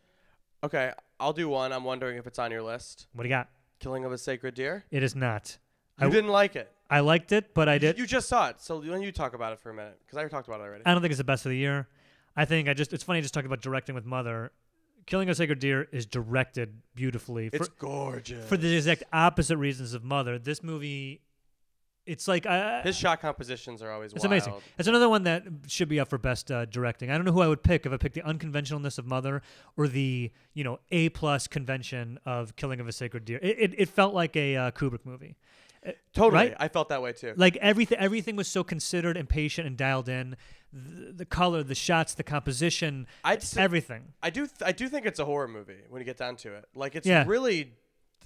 Speaker 2: Okay, I'll do one. I'm wondering if it's on your list.
Speaker 1: What do you got?
Speaker 2: Killing of a Sacred Deer.
Speaker 1: It is not.
Speaker 2: You
Speaker 1: I-
Speaker 2: didn't like it.
Speaker 1: I liked it, but I did.
Speaker 2: You just saw it, so why don't you talk about it for a minute? Because I already talked about it already.
Speaker 1: I don't think it's the best of the year. I think I just. It's funny just talking about directing with Mother. Killing a Sacred Deer is directed beautifully. For,
Speaker 2: it's gorgeous.
Speaker 1: for the exact opposite reasons of Mother, this movie, it's like I,
Speaker 2: His shot compositions are always
Speaker 1: It's
Speaker 2: wild.
Speaker 1: amazing. It's another one that should be up for best uh, directing. I don't know who I would pick if I picked the unconventionalness of Mother or the you know A plus convention of Killing of a Sacred Deer. It it, it felt like a uh, Kubrick movie.
Speaker 2: Totally.
Speaker 1: right?
Speaker 2: I felt that way too.
Speaker 1: Like everything everything was so considered and patient and dialed in. The, the color, the shots, the composition,
Speaker 2: I'd say,
Speaker 1: everything.
Speaker 2: I do th- I do think it's a horror movie when you get down to it. Like it's
Speaker 1: Yeah.
Speaker 2: really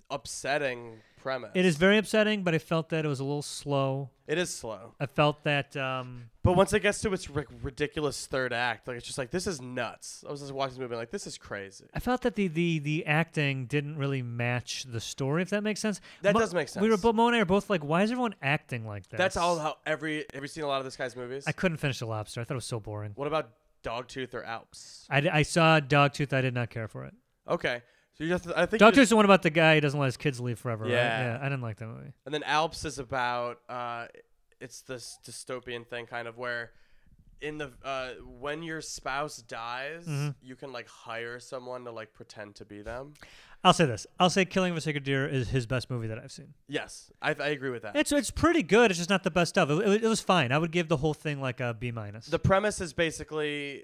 Speaker 2: upsetting premise.
Speaker 1: It is very upsetting, but I felt that it was a little slow.
Speaker 2: It is slow.
Speaker 1: I felt that um,
Speaker 2: But once it gets to its ri- ridiculous third act, like it's just like this is nuts. I was just watching this movie like this is crazy.
Speaker 1: I felt that the, the the acting didn't really match the story, if that makes sense.
Speaker 2: That does make
Speaker 1: We were
Speaker 2: sense.
Speaker 1: both, Mo and I are both like, why is everyone acting like that?
Speaker 2: That's all how every have you seen a lot of this guy's movies?
Speaker 1: I couldn't finish the lobster. I thought it was so boring.
Speaker 2: what about Dogtooth or Alps?
Speaker 1: I, d- I saw Dogtooth. I did not care for it.
Speaker 2: Okay. So you just I think you just-
Speaker 1: Dogtooth's the one about the guy who doesn't let his kids leave forever.
Speaker 2: Yeah.
Speaker 1: Right? Yeah. I didn't like that movie.
Speaker 2: And then Alps is about uh, it's this dystopian thing kind of where in the uh, when your spouse dies,
Speaker 1: Mm-hmm.
Speaker 2: you can like hire someone to like pretend to be them.
Speaker 1: I'll say this. I'll say Killing of a Sacred Deer is his best movie that I've seen.
Speaker 2: Yes, I, I agree with that.
Speaker 1: It's it's pretty good. It's just not the best of. It, it, it was fine. I would give the whole thing like a B minus.
Speaker 2: the premise is basically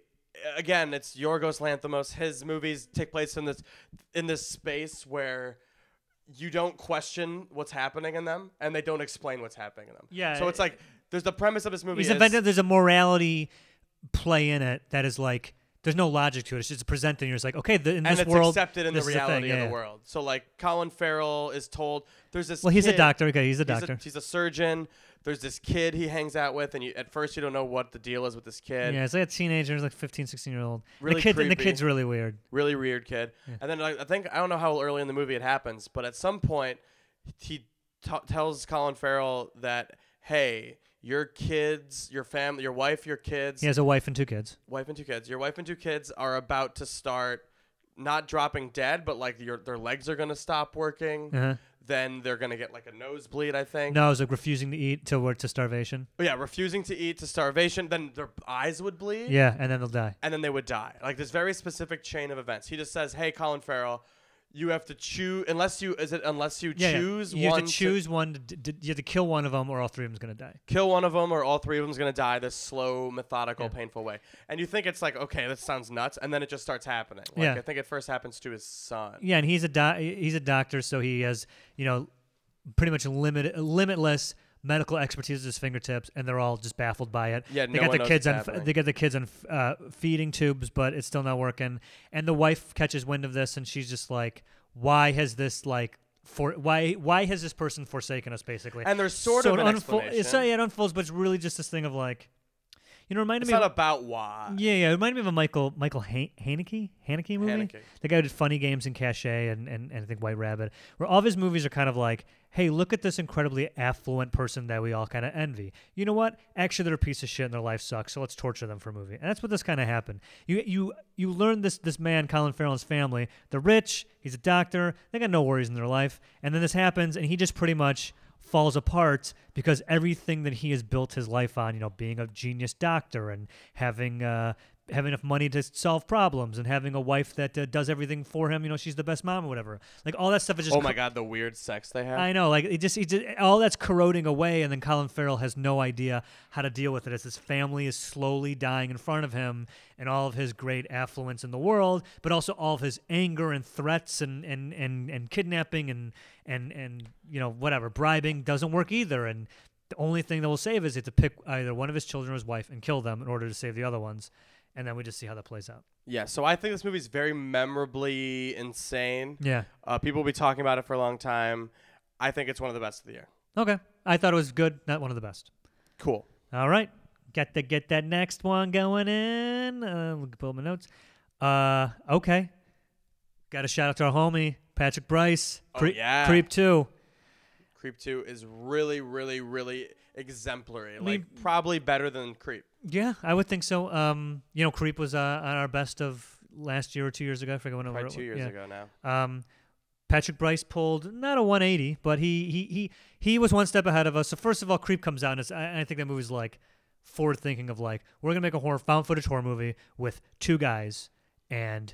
Speaker 2: again, it's Yorgos Lanthimos. His movies take place in this in this space where you don't question what's happening in them, and they don't explain what's happening in them.
Speaker 1: Yeah,
Speaker 2: So it's like there's the premise of his movie.
Speaker 1: He's
Speaker 2: is,
Speaker 1: invented. There's a morality play in it that is like there's no logic to it. It's just presented. And you're just like, okay, the, in
Speaker 2: and
Speaker 1: this
Speaker 2: it's
Speaker 1: world,
Speaker 2: accepted in the
Speaker 1: this is
Speaker 2: reality
Speaker 1: thing.
Speaker 2: of
Speaker 1: Yeah,
Speaker 2: the
Speaker 1: yeah.
Speaker 2: world. So like Colin Farrell is told there's this.
Speaker 1: Well, he's a
Speaker 2: kid-
Speaker 1: doctor. Okay, he's a
Speaker 2: He's
Speaker 1: doctor.
Speaker 2: a, he's a surgeon. There's this kid he hangs out with, and you, at first you don't know what the deal is with this kid.
Speaker 1: yeah, it's like a teenager, it's like 15, 16 year old. And
Speaker 2: Really
Speaker 1: the kid, and the
Speaker 2: creepy.
Speaker 1: kid's really weird.
Speaker 2: Really weird kid. And then like, I think I don't know how early in the movie it happens, but at some point he t- tells Colin Farrell that hey, your kids, your family, your wife, your kids,
Speaker 1: He has a wife and two kids.
Speaker 2: wife and two kids. Your wife and two kids are about to start not dropping dead, but like your their legs are gonna stop working.
Speaker 1: Uh-huh.
Speaker 2: Then they're gonna get like a nosebleed, I think.
Speaker 1: No, I was like refusing to eat till we're to starvation.
Speaker 2: But yeah, refusing to eat to starvation. Then their eyes would bleed,
Speaker 1: Yeah, and then they'll die.
Speaker 2: and then they would die. Like this very specific chain of events. He just says, "Hey, Colin Farrell, you have to choose. Unless you is it unless you
Speaker 1: Yeah, yeah.
Speaker 2: choose
Speaker 1: You
Speaker 2: one,
Speaker 1: have to choose one. To, d- d- you have to kill one of them, or all three of them's gonna die.
Speaker 2: kill one of them, or all three of them's gonna die this slow, methodical, painful way." And you think it's like, okay, that sounds nuts, and then it just starts happening. Like,
Speaker 1: Yeah.
Speaker 2: I think it first happens to his son.
Speaker 1: Yeah, and he's a doc he's a doctor, so he has you know pretty much limit limitless medical expertise at his fingertips, and they're all just baffled by it.
Speaker 2: Yeah,
Speaker 1: they
Speaker 2: no
Speaker 1: got
Speaker 2: one
Speaker 1: the
Speaker 2: knows
Speaker 1: kids
Speaker 2: what's
Speaker 1: on f-
Speaker 2: happening.
Speaker 1: they got the kids on f- uh, feeding tubes, but it's still not working. And the wife catches wind of this, and she's just like, "Why has this like?" For why why has this person forsaken us basically?
Speaker 2: And there's sort
Speaker 1: So
Speaker 2: of
Speaker 1: it
Speaker 2: an
Speaker 1: unfo- It's,
Speaker 2: explanation.
Speaker 1: yeah, it unfolds, but it's really just this thing of like, you know, reminded
Speaker 2: It's
Speaker 1: me.
Speaker 2: not
Speaker 1: of-
Speaker 2: about why.
Speaker 1: yeah, yeah, it reminded me of a Michael Michael Han- Haneke Haneke movie.
Speaker 2: Haneke.
Speaker 1: The guy who did Funny Games and Cachet and, and and I think White Rabbit, where all of his movies are kind of like, hey, look at this incredibly affluent person that we all kind of envy. You know what? Actually, they're a piece of shit and their life sucks, so let's torture them for a movie. And that's what this kind of happened. You you you learn this this man Colin Farrell's family. They're rich. He's a doctor. They got no worries in their life. And then this happens, and he just pretty much falls apart because everything that he has built his life on, you know, being a genius doctor and having uh, have enough money to solve problems and having a wife that uh, does everything for him. You know, she's the best mom or whatever. Like all that stuff is just.
Speaker 2: Oh my
Speaker 1: cor-
Speaker 2: god, the weird sex they have.
Speaker 1: I know, like it just, it just all that's corroding away, and then Colin Farrell has no idea how to deal with it as his family is slowly dying in front of him, and all of his great affluence in the world, but also all of his anger and threats and and and, and kidnapping and and and you know whatever bribing doesn't work either, and the only thing that will save is he has to pick either one of his children or his wife and kill them in order to save the other ones, and then we just see how that plays out.
Speaker 2: yeah, so I think this movie is very memorably insane.
Speaker 1: Yeah.
Speaker 2: Uh, people will be talking about it for a long time. I think it's one of the best of the year.
Speaker 1: Okay. I thought it was good, not one of the best.
Speaker 2: Cool.
Speaker 1: All right, got to get that next one going in. Uh, let me pull up my notes. Uh, okay, got a shout out to our homie Patrick Bryce.
Speaker 2: Oh, yeah.
Speaker 1: Creep two.
Speaker 2: Creep 2 is really, really, really exemplary.
Speaker 1: mean-
Speaker 2: like, probably better than Creep.
Speaker 1: Yeah, I would think so. Um, you know, Creep was uh, on our best of last year or two years ago. I forget when
Speaker 2: Probably
Speaker 1: it
Speaker 2: two years
Speaker 1: yeah.
Speaker 2: ago now.
Speaker 1: Um, Patrick Bryce pulled not a 180, but he he he he was one step ahead of us. So first of all, Creep comes out, and it's, I, I think that movie's like forward thinking of like we're gonna make a horror found footage horror movie with two guys and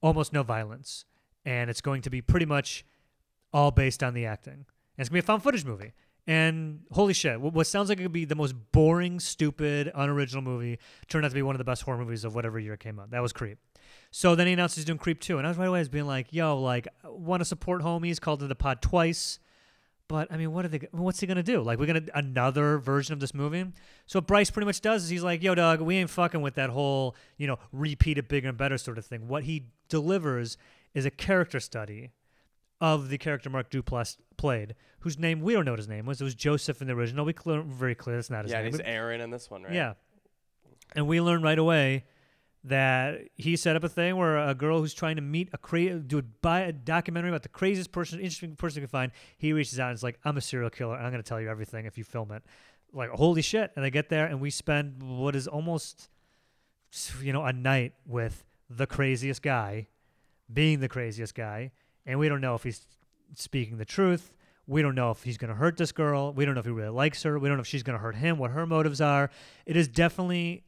Speaker 1: almost no violence, and it's going to be pretty much all based on the acting. And it's gonna be a found footage movie. And holy shit, what, what sounds like it could be the most boring, stupid, unoriginal movie turned out to be one of the best horror movies of whatever year it came out. That was Creep. So then he announced he's doing Creep 2. And I was right away, I was being like, yo, like, want to support homies, called to the pod twice. But I mean, what are they? What's he gonna do? Like, we're gonna another version of this movie. So what Bryce pretty much does is he's like, "Yo, Doug, we ain't fucking with that whole you know repeat it bigger and better sort of thing." What he delivers is a character study of the character Mark Duplass played, whose name we don't know what his name was. It was Joseph in the original. We clear, very clear that's not his
Speaker 2: Yeah, and
Speaker 1: name.
Speaker 2: he's
Speaker 1: We-
Speaker 2: Aaron in this one, right?
Speaker 1: yeah. And we learn right away that he set up a thing where a girl who's trying to meet a cra- do a, buy a documentary about the craziest person, interesting person you can find. He reaches out and is like, "I'm a serial killer. and I'm going to tell you everything if you film it." Like, holy shit! And they get there, and we spend what is almost, you know, a night with the craziest guy, being the craziest guy, and we don't know if he's speaking the truth. We don't know if he's going to hurt this girl. We don't know if he really likes her. We don't know if she's going to hurt him, what her motives are. It is definitely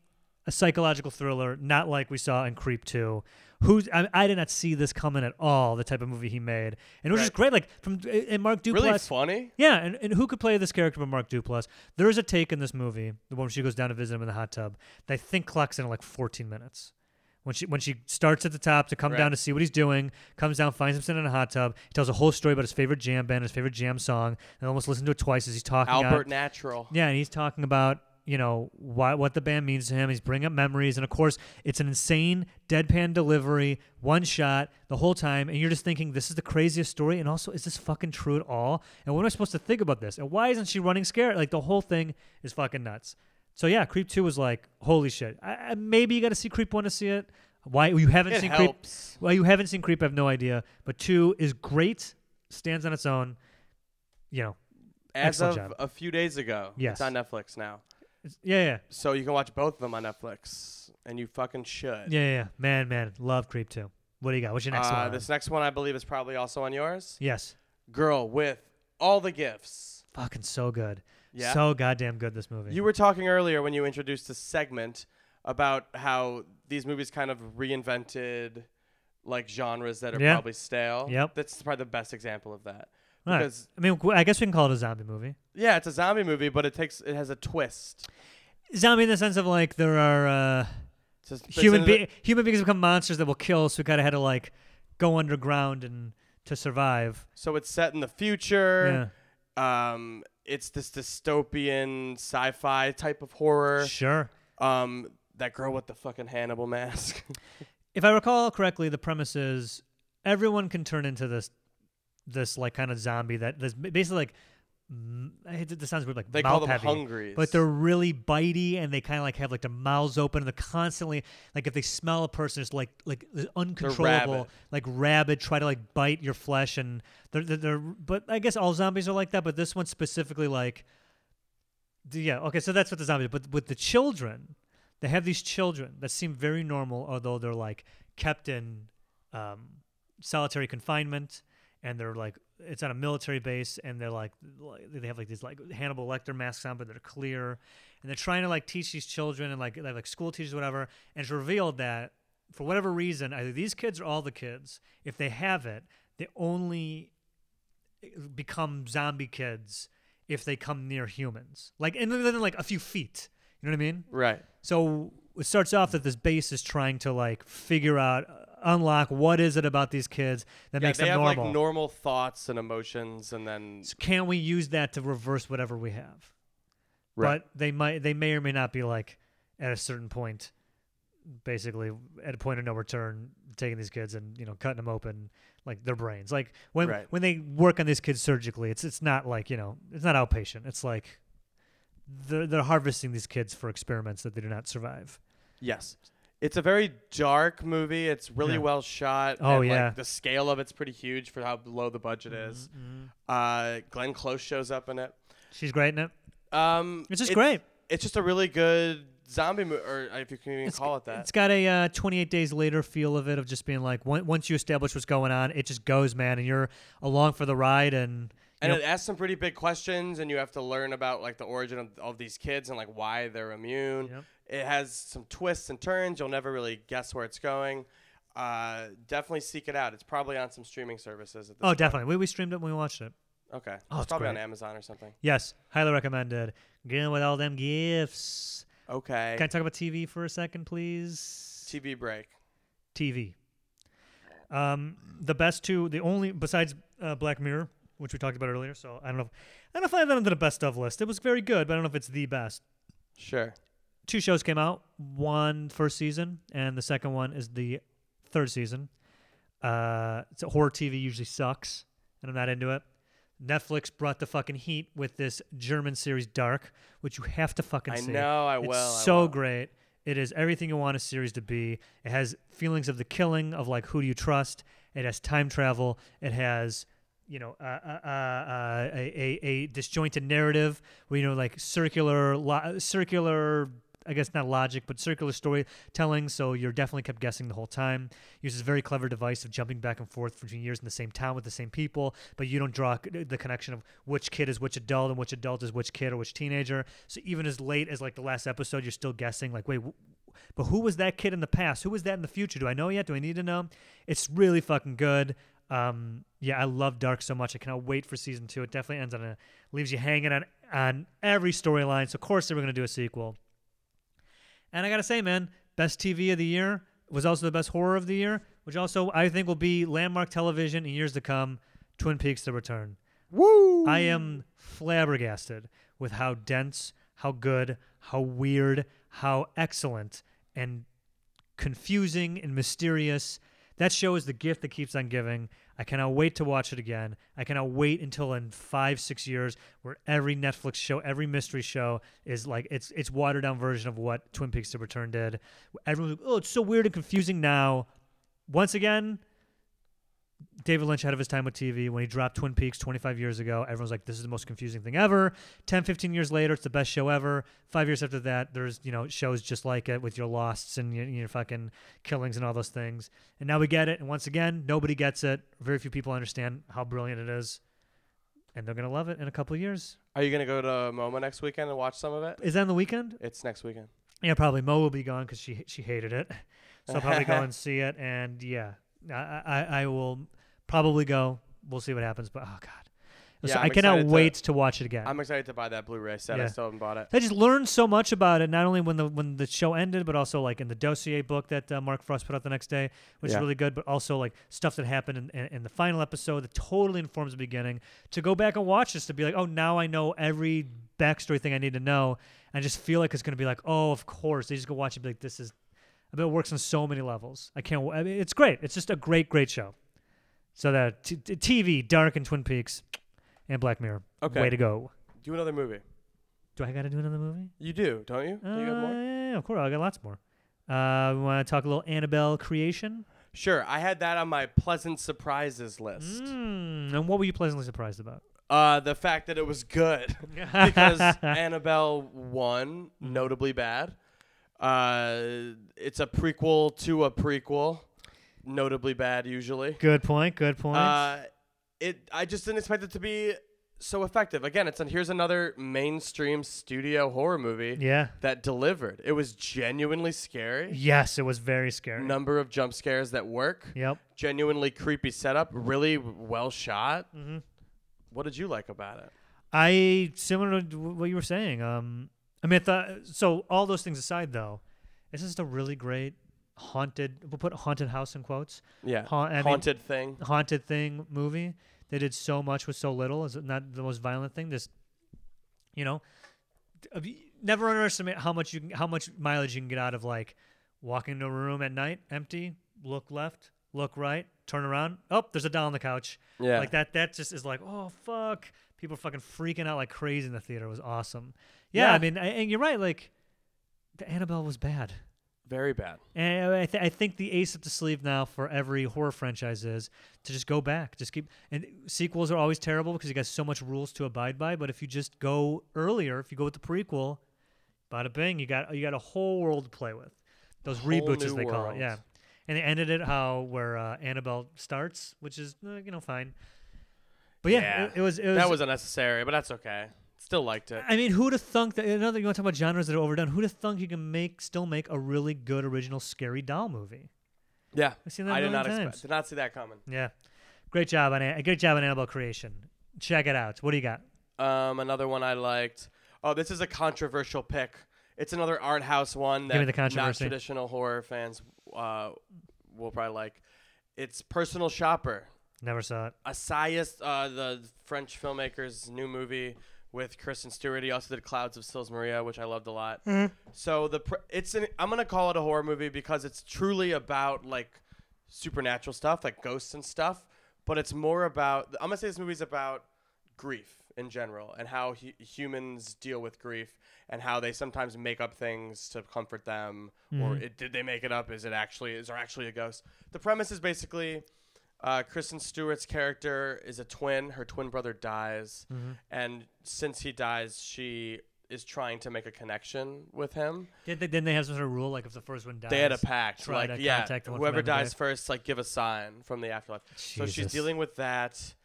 Speaker 1: a psychological thriller, not like we saw in Creep 2. Who's I, I did not see this coming at all, the type of movie he made. And it was just great. Like, from uh, and Mark Duplass.
Speaker 2: Really funny.
Speaker 1: Yeah, and, and who could play this character but Mark Duplass? There is a take in this movie, the one where she goes down to visit him in the hot tub, that I think clocks in at like 14 minutes. When she when she starts at the top to come down
Speaker 2: Right.
Speaker 1: to see what he's doing, comes down, finds him sitting in a hot tub, he tells a whole story about his favorite jam band, his favorite jam song, and I almost listen to it twice as he's talking. on-
Speaker 2: Albert Natural.
Speaker 1: yeah, and he's talking about you know why what the band means to him. He's bringing up memories, and of course, it's an insane deadpan delivery, one shot the whole time, and you're just thinking this is the craziest story. And also, is this fucking true at all? And what am I supposed to think about this? And why isn't she running scared? Like the whole thing is fucking nuts. So yeah, Creep Two was like, holy shit. I, I, maybe you got to see Creep One to see it. Why you haven't
Speaker 2: It
Speaker 1: seen Creep?
Speaker 2: helps.
Speaker 1: Well, you haven't seen Creep. I have no idea. But two is great. Stands on its own. You know.
Speaker 2: As
Speaker 1: Excellent
Speaker 2: of
Speaker 1: job.
Speaker 2: a few days ago,
Speaker 1: Yes.
Speaker 2: it's on Netflix now.
Speaker 1: It's, yeah, yeah.
Speaker 2: So you can watch both of them on Netflix, and you fucking should.
Speaker 1: Yeah, yeah, yeah. man, man, love Creep too. What do you got? What's your next
Speaker 2: Uh,
Speaker 1: one?
Speaker 2: this next one, I believe, is probably also on yours.
Speaker 1: yes,
Speaker 2: Girl with all the gifts.
Speaker 1: fucking so good.
Speaker 2: Yeah.
Speaker 1: So goddamn good this movie.
Speaker 2: You were talking earlier when you introduced a segment about how these movies kind of reinvented like genres that are
Speaker 1: Yeah.
Speaker 2: probably stale.
Speaker 1: Yep.
Speaker 2: That's probably the best example of that.
Speaker 1: All right.
Speaker 2: Because
Speaker 1: I mean, qu- I guess we can call it a zombie movie.
Speaker 2: yeah, it's a zombie movie, but it takes it has a twist.
Speaker 1: Zombie in the sense of like there are uh,
Speaker 2: It's just- it's
Speaker 1: human
Speaker 2: in the-
Speaker 1: be- human beings become monsters that will kill, so we kind of had to like go underground and to survive.
Speaker 2: so it's set in the future. Um, it's this dystopian sci-fi type of
Speaker 1: Yeah,
Speaker 2: horror.
Speaker 1: sure.
Speaker 2: Um, that girl with the fucking Hannibal mask.
Speaker 1: if I recall correctly, the premise is everyone can turn into this, this like kind of zombie that this basically like. m- I hate that This sounds weird, like
Speaker 2: They
Speaker 1: mouth
Speaker 2: call them
Speaker 1: heavy,
Speaker 2: hungries.
Speaker 1: but they're really bitey and they kind of like have like their mouths open and they're constantly like if they smell a person, it's like like the uncontrollable,
Speaker 2: rabid.
Speaker 1: like rabid, try to like bite your flesh and they're, they're they're. But I guess all zombies are like that, but this one's specifically like the- Yeah, okay, so that's what the zombies. But with the children, they have these children that seem very normal, although they're like kept in um, solitary confinement, and they're like it's on a military base and they're like like- they have like these like Hannibal Lecter masks on but they're clear and they're trying to like teach these children and like they have, like school teachers whatever and it's revealed that for whatever reason either these kids or all the kids if they have it they only eh, become zombie kids if they come near humans like and then like a few feet you know what I mean
Speaker 2: Right.
Speaker 1: so it starts off that this base is trying to like figure out, uh, unlock what is it about these kids that
Speaker 2: Yeah,
Speaker 1: makes
Speaker 2: they
Speaker 1: them
Speaker 2: have
Speaker 1: normal.
Speaker 2: like normal thoughts and emotions, and then
Speaker 1: so can we use that to reverse whatever we have?
Speaker 2: Right.
Speaker 1: But they might, they may or may not be like at a certain point, basically at a point of no return, taking these kids and you know cutting them open like their brains. Like when
Speaker 2: Right.
Speaker 1: when they work on these kids surgically, it's it's not like you know it's not outpatient. It's like they're they're harvesting these kids for experiments that they do not survive.
Speaker 2: yes, it's a very dark movie. It's really
Speaker 1: Yeah.
Speaker 2: well shot.
Speaker 1: Oh,
Speaker 2: and,
Speaker 1: yeah. Mm-hmm,
Speaker 2: like, the scale of it's pretty huge for how low the budget is. Uh, Glenn Close shows up in it.
Speaker 1: She's great in it.
Speaker 2: Um,
Speaker 1: It's just great.
Speaker 2: It's just a really good zombie movie, or if you can even call it that.
Speaker 1: It's got a uh, 28 days later feel of it of just being like on- once you establish what's going on, it just goes, man, and you're along for the ride. And you
Speaker 2: And
Speaker 1: know,
Speaker 2: it asks some pretty big questions, and you have to learn about like the origin of, of these kids and like why they're immune.
Speaker 1: Yep.
Speaker 2: It has some twists and turns. You'll never really guess where it's going. Uh, definitely seek it out. It's probably on some streaming services. At this
Speaker 1: oh, definitely, we, we streamed it when we watched it.
Speaker 2: okay.
Speaker 1: Oh,
Speaker 2: it's
Speaker 1: it's
Speaker 2: probably on
Speaker 1: great.
Speaker 2: Amazon or something.
Speaker 1: Yes, highly recommended. Again, with all them gifts.
Speaker 2: Okay.
Speaker 1: Can I talk about TV for a second, please?
Speaker 2: TV break.
Speaker 1: TV. Um, the best two, the only besides uh, Black Mirror, which we talked about earlier. So I don't know. If, I don't know if I have that under the best of list. It was very good, but I don't know if it's the best.
Speaker 2: Sure.
Speaker 1: two shows came out one first season and the second one is the third season uh it's horror tv usually sucks and i'm not into it netflix brought the fucking heat with this german series dark which you have to fucking
Speaker 2: I
Speaker 1: see
Speaker 2: know. I
Speaker 1: it's
Speaker 2: will. I
Speaker 1: so
Speaker 2: will.
Speaker 1: great it is everything you want a series to be it has feelings of the killing of like who do you trust it has time travel it has you know, uh, uh, uh, uh, a, a, a disjointed narrative where you know, like circular, lo- circular. I guess not logic, but circular storytelling. So you're definitely kept guessing the whole time. Uses a very clever device of jumping back and forth between years in the same town with the same people, but you don't draw c- the connection of which kid is which adult and which adult is which kid or which teenager. So even as late as like the last episode, you're still guessing. Like, wait, w- but who was that kid in the past? Who was that in the future? Do I know yet? Do I need to know? It's really fucking good. Um, yeah, I love Dark so much. I cannot wait for season two. It definitely ends on a leaves you hanging on on every storyline. So of course they were gonna do a sequel. And I gotta say, man, best TV of the year was also the best horror of the year, which also I think will be landmark television in years to come. Twin Peaks: The Return.
Speaker 2: Woo.
Speaker 1: I am flabbergasted with how dense, how good, how weird, how excellent, and confusing and mysterious. That show is the gift that keeps on giving. I cannot wait to watch it again. I cannot wait until in five, six years, where every Netflix show, every mystery show is like it's it's watered down version of what Twin Peaks: The Return did. Everyone's like, oh, it's so weird and confusing now. Once again, David Lynch ahead of his time with TV when he dropped Twin Peaks 25 years ago. Everyone's like, this is the most confusing thing ever. 10, 15 years later, it's the best show ever. Five years after that, there's, you know, shows just like it with your losts and your, your fucking killings and all those things. And now we get it. And once again, nobody gets it. Very few people understand how brilliant it is. And they're going to love it in a couple of years.
Speaker 2: Are you gonna go to MoMA next weekend and watch some of it?
Speaker 1: Is that on the weekend?
Speaker 2: It's next weekend.
Speaker 1: Yeah, probably. Mo will be gone because she she hated it, so I'll probably go and see it. And yeah, I I, I will probably go. We'll see what happens. But oh god,
Speaker 2: Yeah,
Speaker 1: So
Speaker 2: I'm
Speaker 1: I cannot
Speaker 2: excited to-
Speaker 1: wait to, watch it again.
Speaker 2: I'm excited to buy that Blu-ray set. I
Speaker 1: Yeah.
Speaker 2: still haven't bought it.
Speaker 1: I just learned so much about it, not only when the when the show ended, but also like in the dossier book that uh, Mark Frost put out the next day, which
Speaker 2: Yeah.
Speaker 1: is really good. But also like stuff that happened in, in, in the final episode that totally informs the beginning. To go back and watch this to be like, oh, now I know every backstory thing I need to know. And I just feel like it's gonna be like, oh, of course. They just go watch it, and be like, this is. I mean, it works on so many levels. I can't. wa- I mean, it's great. It's just a great, great show. So that t- t- TV, Dark and Twin Peaks, and Black Mirror.
Speaker 2: Okay.
Speaker 1: Way to go.
Speaker 2: Do another movie.
Speaker 1: Do I got to do another movie?
Speaker 2: You do, don't you? Do you got more?
Speaker 1: Uh, yeah, of course. I got lots more. Uh, we want to talk a little Annabelle creation.
Speaker 2: Sure. I had that on my pleasant surprises list.
Speaker 1: Mm, and what were you pleasantly surprised about?
Speaker 2: Uh, the fact that it was good because Annabelle one notably bad. Uh, it's a prequel to a prequel, notably bad usually.
Speaker 1: Good point. Good point.
Speaker 2: Uh, it I just didn't expect it to be so effective. Again, it's an, here's another mainstream studio horror movie
Speaker 1: Yeah.
Speaker 2: that delivered. It was genuinely scary.
Speaker 1: Yes, it was very scary.
Speaker 2: Number of jump scares that work.
Speaker 1: Yep.
Speaker 2: Genuinely creepy setup. Really well shot.
Speaker 1: Mm-hmm.
Speaker 2: What did you like about it?
Speaker 1: I similar to what you were saying. Um, I mean, I thought, so all those things aside, though, it's just a really great haunted. We'll put haunted house in quotes.
Speaker 2: Yeah,
Speaker 1: Ha- I mean-
Speaker 2: haunted thing.
Speaker 1: haunted thing movie. They did so much with so little. Is not the most violent thing? This, you know, uh, you- never underestimate how much you can, how much mileage you can get out of like walking into a room at night, empty, look left, look right, turn around. Oh, there's a doll on the couch.
Speaker 2: Yeah.
Speaker 1: like that. That just is like, oh fuck, people are fucking freaking out like crazy in the theater. It was awesome. Yeah,
Speaker 2: Yeah.
Speaker 1: I mean, I, and you're right. Like, the Annabelle was bad.
Speaker 2: Very bad.
Speaker 1: And I, th- I think the ace up the sleeve now for every horror franchise is to just go back, just keep. And sequels are always terrible because you got so much rules to abide by. But if you just go earlier, if you go with the prequel, bada bing, you got you got a whole world to play with. Those
Speaker 2: Whole
Speaker 1: reboots, as
Speaker 2: new
Speaker 1: they call
Speaker 2: world.
Speaker 1: it, yeah. And they ended it how where uh, Annabelle starts, which is uh, you know fine. But yeah, It, it was it was Ah.
Speaker 2: that was unnecessary, but that's okay. Still liked it.
Speaker 1: I mean, who'd have thunk that? Another you want to talk about genres that are overdone? Who'd have thunk you can make still make a really good original scary doll movie?
Speaker 2: Yeah,
Speaker 1: I've seen that a
Speaker 2: I did
Speaker 1: million
Speaker 2: not
Speaker 1: times.
Speaker 2: expect. Did not see that coming.
Speaker 1: Yeah, great job on a great job on Annabelle creation. Check it out. What do you got?
Speaker 2: Um, another one I liked. Oh, this is a controversial pick. It's another art house one
Speaker 1: Give me the
Speaker 2: that not
Speaker 1: controversy.
Speaker 2: traditional horror fans uh, will probably like. It's Personal Shopper,
Speaker 1: Never saw it.
Speaker 2: Assayas, uh, the French filmmaker's new movie with Kristen Stewart. He also did Clouds of Sils Maria, which I loved a lot. So the pr- it's an I'm gonna call it a horror movie because it's truly about like supernatural stuff, like ghosts and stuff. But it's more about I'm gonna say this movie's about grief in general and how hu- humans deal with grief and how they sometimes make up things to comfort them or it, did they make it up is it actually is there actually a ghost the premise is basically uh, Kristen Stewart's character is a twin. Her twin brother dies,
Speaker 1: Mm-hmm.
Speaker 2: and since he dies, she is trying to make a connection with him.
Speaker 1: Did they, didn't they have some sort of rule like if the first one dies?
Speaker 2: They had a pact,
Speaker 1: try
Speaker 2: like
Speaker 1: to
Speaker 2: yeah,
Speaker 1: contact the one from
Speaker 2: whoever
Speaker 1: Evergrey.
Speaker 2: dies first, like give a sign from the afterlife. So she's
Speaker 1: Jesus.
Speaker 2: dealing with that.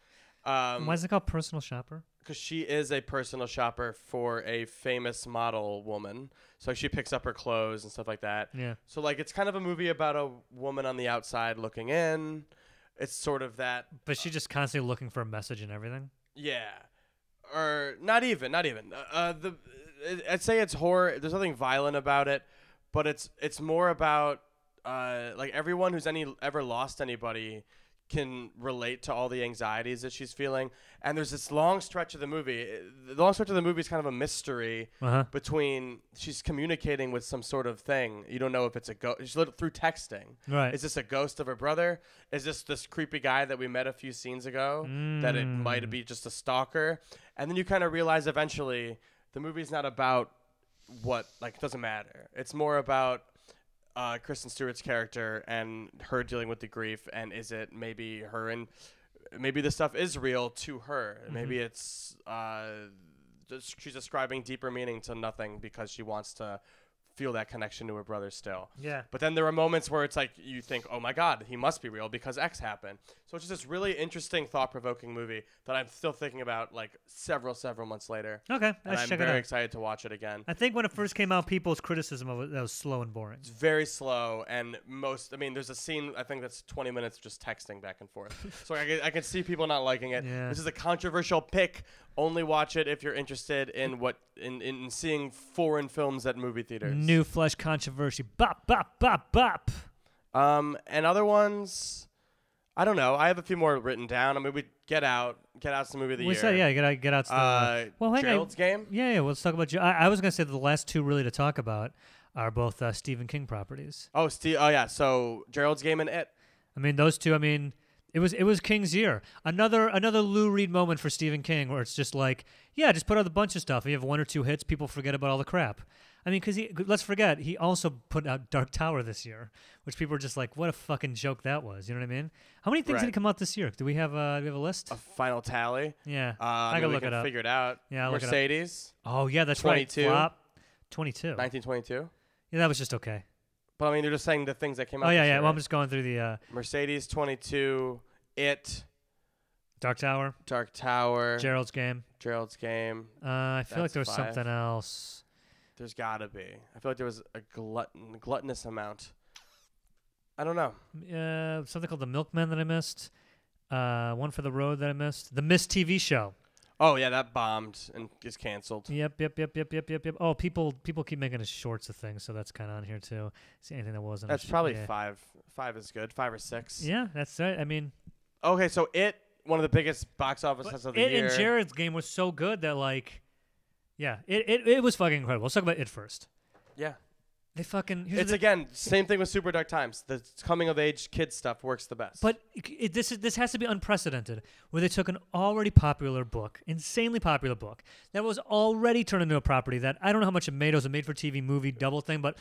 Speaker 2: Um,
Speaker 1: Why is it called personal shopper?
Speaker 2: because she is a personal shopper for a famous model woman. So she picks up her clothes and stuff like that.
Speaker 1: Yeah.
Speaker 2: So like it's kind of a movie about a woman on the outside looking in. It's sort of that
Speaker 1: But she's just constantly looking for a message and everything.
Speaker 2: yeah, or not even, not even. Uh, Uh, the I- I'd say it's horror. There's nothing violent about it, but it's it's more about uh, like everyone who's any ever lost anybody can relate to all the anxieties that she's feeling. And there's this long stretch of the movie. uh, The long stretch of the movie is kind of a mystery
Speaker 1: Uh huh.
Speaker 2: between she's communicating with some sort of thing. You don't know if it's a ghost. She's lit- through texting.
Speaker 1: Right.
Speaker 2: Is this a ghost of her brother? Is this this creepy guy that we met a few scenes ago? That it
Speaker 1: Mm.
Speaker 2: might be just a stalker. And then you kind of realize eventually the movie's not about what like it doesn't matter. It's more about uh, Kristen Stewart's character and her dealing with the grief, and is it maybe her and maybe this stuff is real to her?
Speaker 1: Mm-hmm.
Speaker 2: Maybe it's uh, just- she's ascribing deeper meaning to nothing because she wants to feel that connection to her brother still.
Speaker 1: Yeah.
Speaker 2: But then there are moments where it's like you think, oh my God, he must be real because X happened. So it's just this really interesting, thought provoking movie that I'm still thinking about like several, several months later.
Speaker 1: Okay, I
Speaker 2: And
Speaker 1: should Oh,
Speaker 2: I'm
Speaker 1: check it
Speaker 2: very
Speaker 1: out.
Speaker 2: excited to watch it again.
Speaker 1: I think when it first came out, people's criticism of it that was slow and boring.
Speaker 2: It's very slow, and most, I mean, there's a scene, I think that's 20 minutes of just texting back and forth. so I, can- I can see people not liking it.
Speaker 1: Yeah.
Speaker 2: This is a controversial pick. Only watch it if you're interested
Speaker 1: Mm.
Speaker 2: in what, in, in seeing foreign films at movie theaters.
Speaker 1: New flesh controversy. Bop bop bop bop.
Speaker 2: Um, and other ones, I don't know. I have a few more written down. I mean, we get out, get out's the movie of the
Speaker 1: We
Speaker 2: year.
Speaker 1: said yeah. Get out. Get out.
Speaker 2: Uh,
Speaker 1: well, hang on.
Speaker 2: Gerald's game.
Speaker 1: Yeah, yeah. well, Let's talk about you. I, I was gonna say that the last two really to talk about are both uh, Stephen King properties.
Speaker 2: Oh, Steve. Oh, yeah. So Gerald's game and it.
Speaker 1: I mean, those two. I mean, it was it was King's year. Another another Lou Reed moment for Stephen King, where it's just like, yeah, just put out a bunch of stuff. If you have one or two hits, people forget about all the crap. I mean, because let's forget he also put out Dark Tower this year, which people were just like, what a fucking joke that was. You know what I mean? How many things
Speaker 2: Right.
Speaker 1: did come out this year? Do we have uh, do we have a list?
Speaker 2: A final tally.
Speaker 1: yeah,
Speaker 2: Uh,
Speaker 1: I
Speaker 2: I
Speaker 1: gotta
Speaker 2: mean, we
Speaker 1: look
Speaker 2: can
Speaker 1: it up.
Speaker 2: figure it out.
Speaker 1: Yeah, I'll look it up.
Speaker 2: Mercedes,
Speaker 1: oh yeah, that's right.
Speaker 2: 22.
Speaker 1: Flop. Twenty-two.
Speaker 2: 1922.
Speaker 1: Yeah, that was just okay.
Speaker 2: But I mean, they're just saying the things that came
Speaker 1: Oh
Speaker 2: out.
Speaker 1: yeah,
Speaker 2: this
Speaker 1: yeah.
Speaker 2: year,
Speaker 1: Well, I'm
Speaker 2: right?
Speaker 1: just going through the. Uh,
Speaker 2: Mercedes 22, it,
Speaker 1: Dark Tower,
Speaker 2: Dark Tower,
Speaker 1: Gerald's Game.
Speaker 2: Gerald's Game.
Speaker 1: Uh, I feel like
Speaker 2: That's
Speaker 1: there was
Speaker 2: five.
Speaker 1: something else.
Speaker 2: There's gotta be. I feel like there was a glutton, gluttonous amount. I don't know.
Speaker 1: Uh, something called The Milkman that I missed. Uh, one for the road that I missed. The Mist TV show.
Speaker 2: Oh yeah, that bombed and is canceled.
Speaker 1: Yep, yep, yep, yep, yep, yep, yep. Oh, people, people keep making us shorts of things, so that's kind of on here too. See anything that wasn't? a
Speaker 2: That's
Speaker 1: sh-
Speaker 2: probably
Speaker 1: Oh, yeah.
Speaker 2: five. Five is good. Five or six.
Speaker 1: Yeah, that's right. I mean,
Speaker 2: Okay, so it one of the biggest box office
Speaker 1: but
Speaker 2: hits of the
Speaker 1: it
Speaker 2: year.
Speaker 1: and Jared's game was so good that like, yeah, it, it, it was fucking incredible. Let's talk about it first.
Speaker 2: yeah,
Speaker 1: They fucking here's
Speaker 2: it's
Speaker 1: the,
Speaker 2: again same thing with Super Dark Times. The coming of age kid stuff works the best.
Speaker 1: But it- it, this is this has to be unprecedented, where they took an already popular book, insanely popular book, that was already turned into a property that I don't know how much it made. It was a made-for-TV movie double thing, but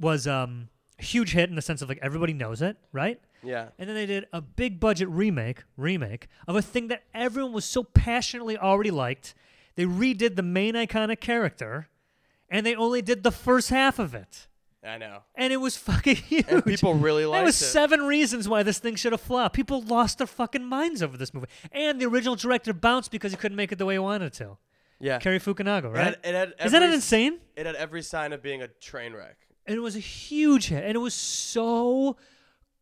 Speaker 1: was um a huge hit in the sense of like everybody knows it, right?
Speaker 2: yeah,
Speaker 1: And then they did a big budget remake, remake of a thing that everyone was so passionately already liked. They redid the main iconic character, and they only did the first half of it,
Speaker 2: I know.
Speaker 1: and it was fucking huge.
Speaker 2: And people really
Speaker 1: There
Speaker 2: liked
Speaker 1: was
Speaker 2: it.
Speaker 1: seven reasons why this thing should have flopped. People lost their fucking minds over this movie, and the original director bounced because he couldn't make it the way he wanted to.
Speaker 2: yeah,
Speaker 1: Kerry Fukunaga,
Speaker 2: it had,
Speaker 1: right?
Speaker 2: it had
Speaker 1: Is that
Speaker 2: every-
Speaker 1: not insane?
Speaker 2: It had every sign of being a train wreck.
Speaker 1: And it was a huge hit, and it was so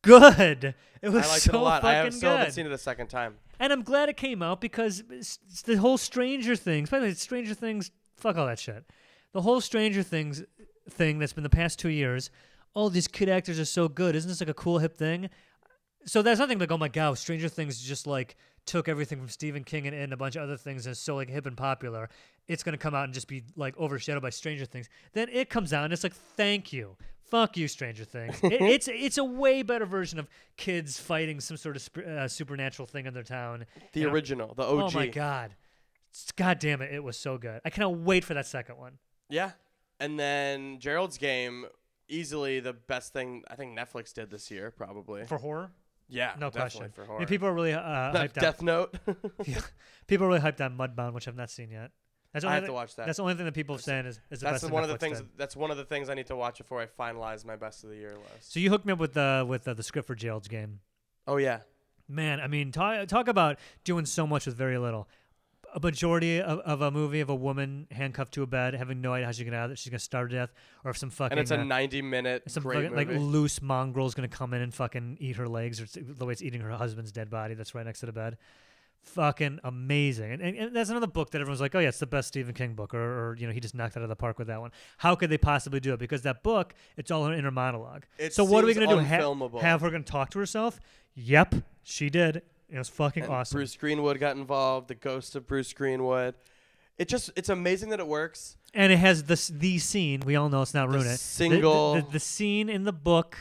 Speaker 1: good. It was
Speaker 2: I liked
Speaker 1: so
Speaker 2: it a lot. I
Speaker 1: fucking
Speaker 2: have still
Speaker 1: good.
Speaker 2: haven't seen it a second time.
Speaker 1: And I'm glad it came out because s- s- the whole Stranger Things, by the way, Stranger Things, fuck all that shit. The whole Stranger Things thing that's been the past two years, all these kid actors are so good. Isn't this like a cool hip thing? So that's nothing like, oh my god, Stranger Things just like took everything from Stephen King and, and a bunch of other things and is so like hip and popular. It's gonna come out and just be like overshadowed by Stranger Things. Then it comes out and it's like, thank you. Fuck you, Stranger Things. It- it's it's a way better version of kids fighting some sort of sp- uh, supernatural thing in their town.
Speaker 2: The
Speaker 1: And I'm-
Speaker 2: original, the OG.
Speaker 1: Oh my god. S- God damn it, it was so good. I cannot wait for that second one.
Speaker 2: Yeah. And then Gerald's game, easily the best thing I think Netflix did this year, probably.
Speaker 1: For horror?
Speaker 2: yeah,
Speaker 1: No
Speaker 2: definitely
Speaker 1: question.
Speaker 2: For
Speaker 1: I mean,
Speaker 2: horror.
Speaker 1: people are really uh,
Speaker 2: Not
Speaker 1: hyped
Speaker 2: Death Note.
Speaker 1: out. Yeah. People are really hyped on Mudbound, which I've not seen yet. That's the
Speaker 2: I
Speaker 1: only
Speaker 2: have
Speaker 1: thi-
Speaker 2: to watch that.
Speaker 1: That's the only thing that people have said is, is the
Speaker 2: that's
Speaker 1: best
Speaker 2: one of the
Speaker 1: Netflix
Speaker 2: things.
Speaker 1: did.
Speaker 2: That's one of the things I need to watch before I finalize my best of the year list.
Speaker 1: So you hooked me up with uh, with uh, the script for Gerald's game.
Speaker 2: oh yeah,
Speaker 1: Man, I mean, talk, talk about doing so much with very little. A majority of, of a movie of a woman handcuffed to a bed, having no idea how she's gonna get out of it, she's gonna starve to death, or if some fucking
Speaker 2: and it's a
Speaker 1: uh,
Speaker 2: ninety-minute
Speaker 1: some
Speaker 2: great
Speaker 1: fucking, like
Speaker 2: movie.
Speaker 1: loose mongrel's gonna come in and fucking eat her legs, or it's- the way it's eating her husband's dead body that's right next to the bed. Fucking amazing, and, and, and that's another book that everyone's like, oh yeah, it's the best Stephen King book, or, or you know he just knocked it out of the park with that one. How could they possibly do it? Because that book, it's all her inner monologue.
Speaker 2: It
Speaker 1: so what are we
Speaker 2: seems
Speaker 1: gonna do? Ha-
Speaker 2: unfilmable.
Speaker 1: have her gonna talk to herself? Yep, she did. It was fucking
Speaker 2: And
Speaker 1: awesome.
Speaker 2: Bruce Greenwood got involved. The ghost of Bruce Greenwood. It just it's amazing that it works.
Speaker 1: and it has this the scene. We all know it's not ruin it.
Speaker 2: single-
Speaker 1: the, the, scene in the book,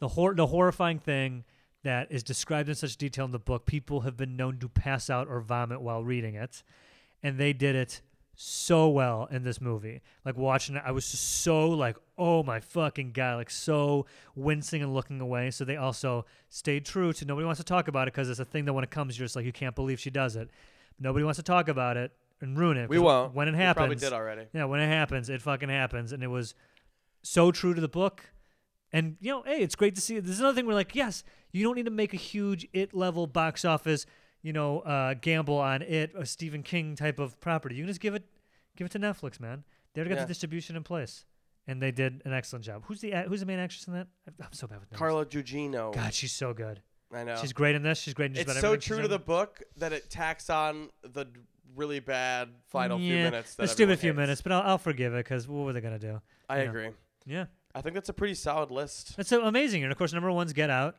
Speaker 1: the hor- the horrifying thing that is described in such detail in the book. People have been known to pass out or vomit while reading it, and they did it so well in this movie. Like watching it, I was just so like, oh my fucking god, like so wincing and looking away. So they also stayed true to nobody wants to talk about it because it's a thing that when it comes, you're just like, you can't believe she does it. Nobody wants to talk about it and ruin it.
Speaker 2: We
Speaker 1: 'cause
Speaker 2: won't.
Speaker 1: When it
Speaker 2: We
Speaker 1: happens,
Speaker 2: probably did already.
Speaker 1: yeah, when it happens, it fucking happens, and it was so true to the book. And you know, hey, it's great to see. It. There's another thing we're like, yes, you don't need to make a huge it level box office, you know, uh, gamble on it, a Stephen King type of property. You can just give it, give it to Netflix, man. They already got
Speaker 2: Yeah.
Speaker 1: the distribution in place, and they did an excellent job. Who's the a- who's the main actress in that? I'm so bad with names.
Speaker 2: Carla Gugino.
Speaker 1: God, she's so good.
Speaker 2: I know.
Speaker 1: She's great in this. She's great in just
Speaker 2: it's
Speaker 1: about
Speaker 2: so
Speaker 1: everything she's
Speaker 2: true to
Speaker 1: in.
Speaker 2: the book that it tacks on the d- really bad final few
Speaker 1: Yeah,
Speaker 2: minutes. That
Speaker 1: The stupid
Speaker 2: everyone
Speaker 1: few
Speaker 2: hates.
Speaker 1: minutes, but I'll, I'll forgive it because what were they gonna do?
Speaker 2: I
Speaker 1: yeah.
Speaker 2: agree.
Speaker 1: Yeah.
Speaker 2: I think that's a pretty solid list.
Speaker 1: That's so amazing. And of course, number one's Get Out.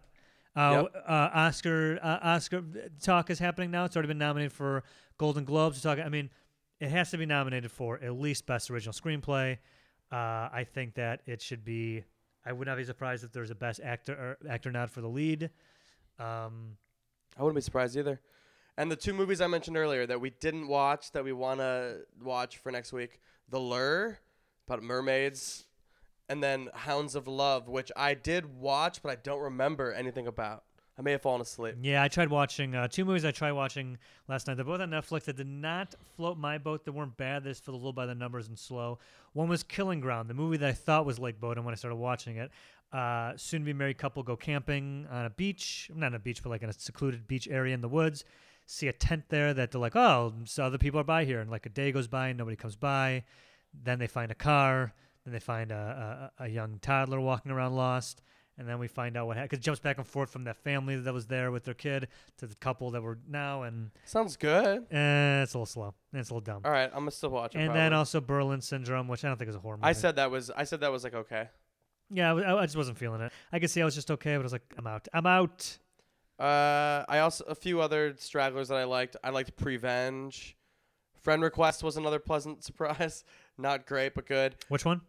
Speaker 1: Uh, uh, Oscar uh, Oscar talk is happening now. It's already been nominated for Golden Globes. We're talking. I mean, it has to be nominated for at least Best Original Screenplay. Uh, I think that it should be. I would not be surprised if there's a Best Actor or actor nod for the lead. Um,
Speaker 2: I wouldn't be surprised either. And the two movies I mentioned earlier that we didn't watch that we want to watch for next week The Lure, about mermaids, and then Hounds of Love, which I did watch, but I don't remember anything about. I may have fallen asleep.
Speaker 1: Yeah, I tried watching uh, two movies. I tried watching last night. They're both on Netflix. That did not float my boat. They weren't bad. They just felt a little by the numbers and slow. One was Killing Ground, the movie that I thought was Lake Bowden when I started watching it. Uh, soon to be married couple go camping on a beach, not on a beach, but like in a secluded beach area in the woods. see a tent there that they're like, oh, so other people are by here, and like a day goes by and nobody comes by. Then they find a car. Then they find a a, a young toddler walking around lost. And then we find out what happened. It jumps back and forth from that family that was there with their kid to the couple that were now, and
Speaker 2: Sounds good.
Speaker 1: eh, it's a little slow. And it's a little dumb.
Speaker 2: All right, I'm gonna still watch it.
Speaker 1: and then
Speaker 2: probably.
Speaker 1: also Berlin Syndrome, which I don't think is a horror movie.
Speaker 2: I said that was I said that was like okay.
Speaker 1: yeah, I, wa- I just wasn't feeling it. I could see I was just okay, but I was like, I'm out. I'm out.
Speaker 2: Uh, I also a few other stragglers that I liked. I liked Prevenge. Friend Request was another pleasant surprise. Not great, but good.
Speaker 1: Which one?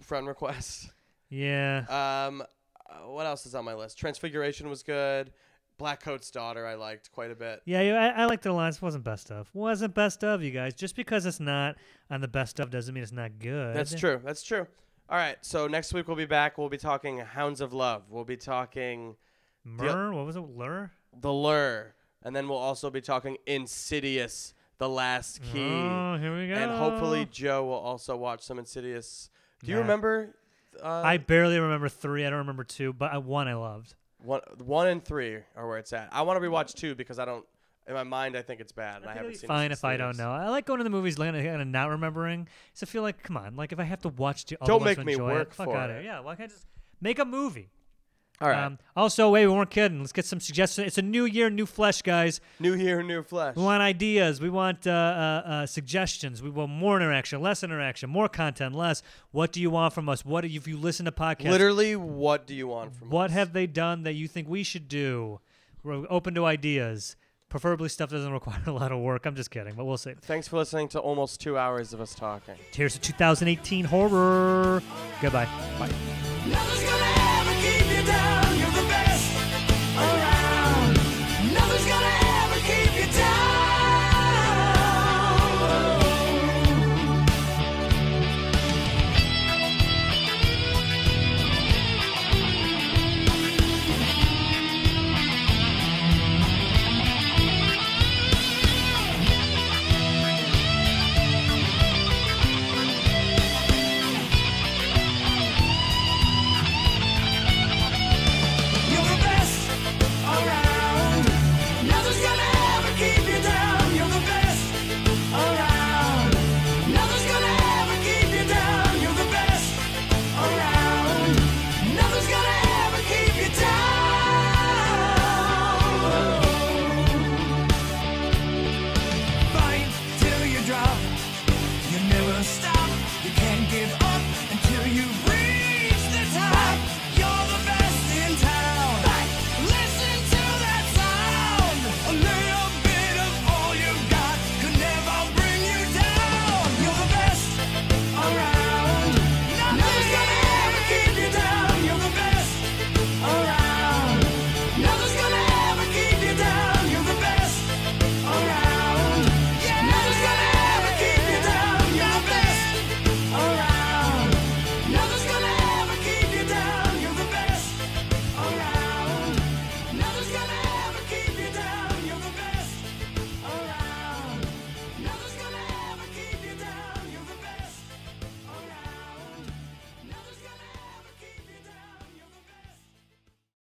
Speaker 2: Friend Request.
Speaker 1: Yeah.
Speaker 2: Um, uh, what else is on my list? Transfiguration was good. Black Coat's Daughter I liked quite a bit.
Speaker 1: Yeah, yeah, I, I liked it a lot. It wasn't best of. Wasn't best of, you guys. Just because it's not on the best of doesn't mean it's not good.
Speaker 2: That's true. That's true. All right. So next week we'll be back. We'll be talking Hounds of Love. We'll be talking
Speaker 1: Myrrh? What was it? Lur?
Speaker 2: The Lure, and then we'll also be talking Insidious: The Last Key.
Speaker 1: Oh, here we go.
Speaker 2: and hopefully Joe will also watch some Insidious. Do you
Speaker 1: Nah.
Speaker 2: remember? Uh,
Speaker 1: I barely remember three. I don't remember two, but I, one I loved.
Speaker 2: one, one and three are where it's at. I want to rewatch two because I don't. In my mind, I think it's bad, and I, haven't seen.
Speaker 1: Fine if I
Speaker 2: Insidious.
Speaker 1: don't know. I like going to the movies late and and not remembering. So I feel like, come on, like if I have to watch the other
Speaker 2: Don't
Speaker 1: ones
Speaker 2: make
Speaker 1: to
Speaker 2: me
Speaker 1: enjoy
Speaker 2: work
Speaker 1: it, fuck
Speaker 2: for
Speaker 1: outta
Speaker 2: it.
Speaker 1: here. Yeah, why can't I just make a movie?
Speaker 2: All right.
Speaker 1: Um, also, wait, we weren't kidding. Let's get some suggestions. It's a new year, new flesh, guys.
Speaker 2: new year, new flesh.
Speaker 1: We want ideas. We want uh, uh, uh, suggestions. We want more interaction, less interaction, more content, less. What do you want from us? What if you listen to podcasts?
Speaker 2: Literally, what do you want from
Speaker 1: what
Speaker 2: us?
Speaker 1: have they done that you think we should do? We're open to ideas. Preferably stuff that doesn't require a lot of work. I'm just kidding, but we'll see.
Speaker 2: Thanks for listening to almost two hours of us talking.
Speaker 1: Here's to 2018 horror. Goodbye.
Speaker 2: Bye.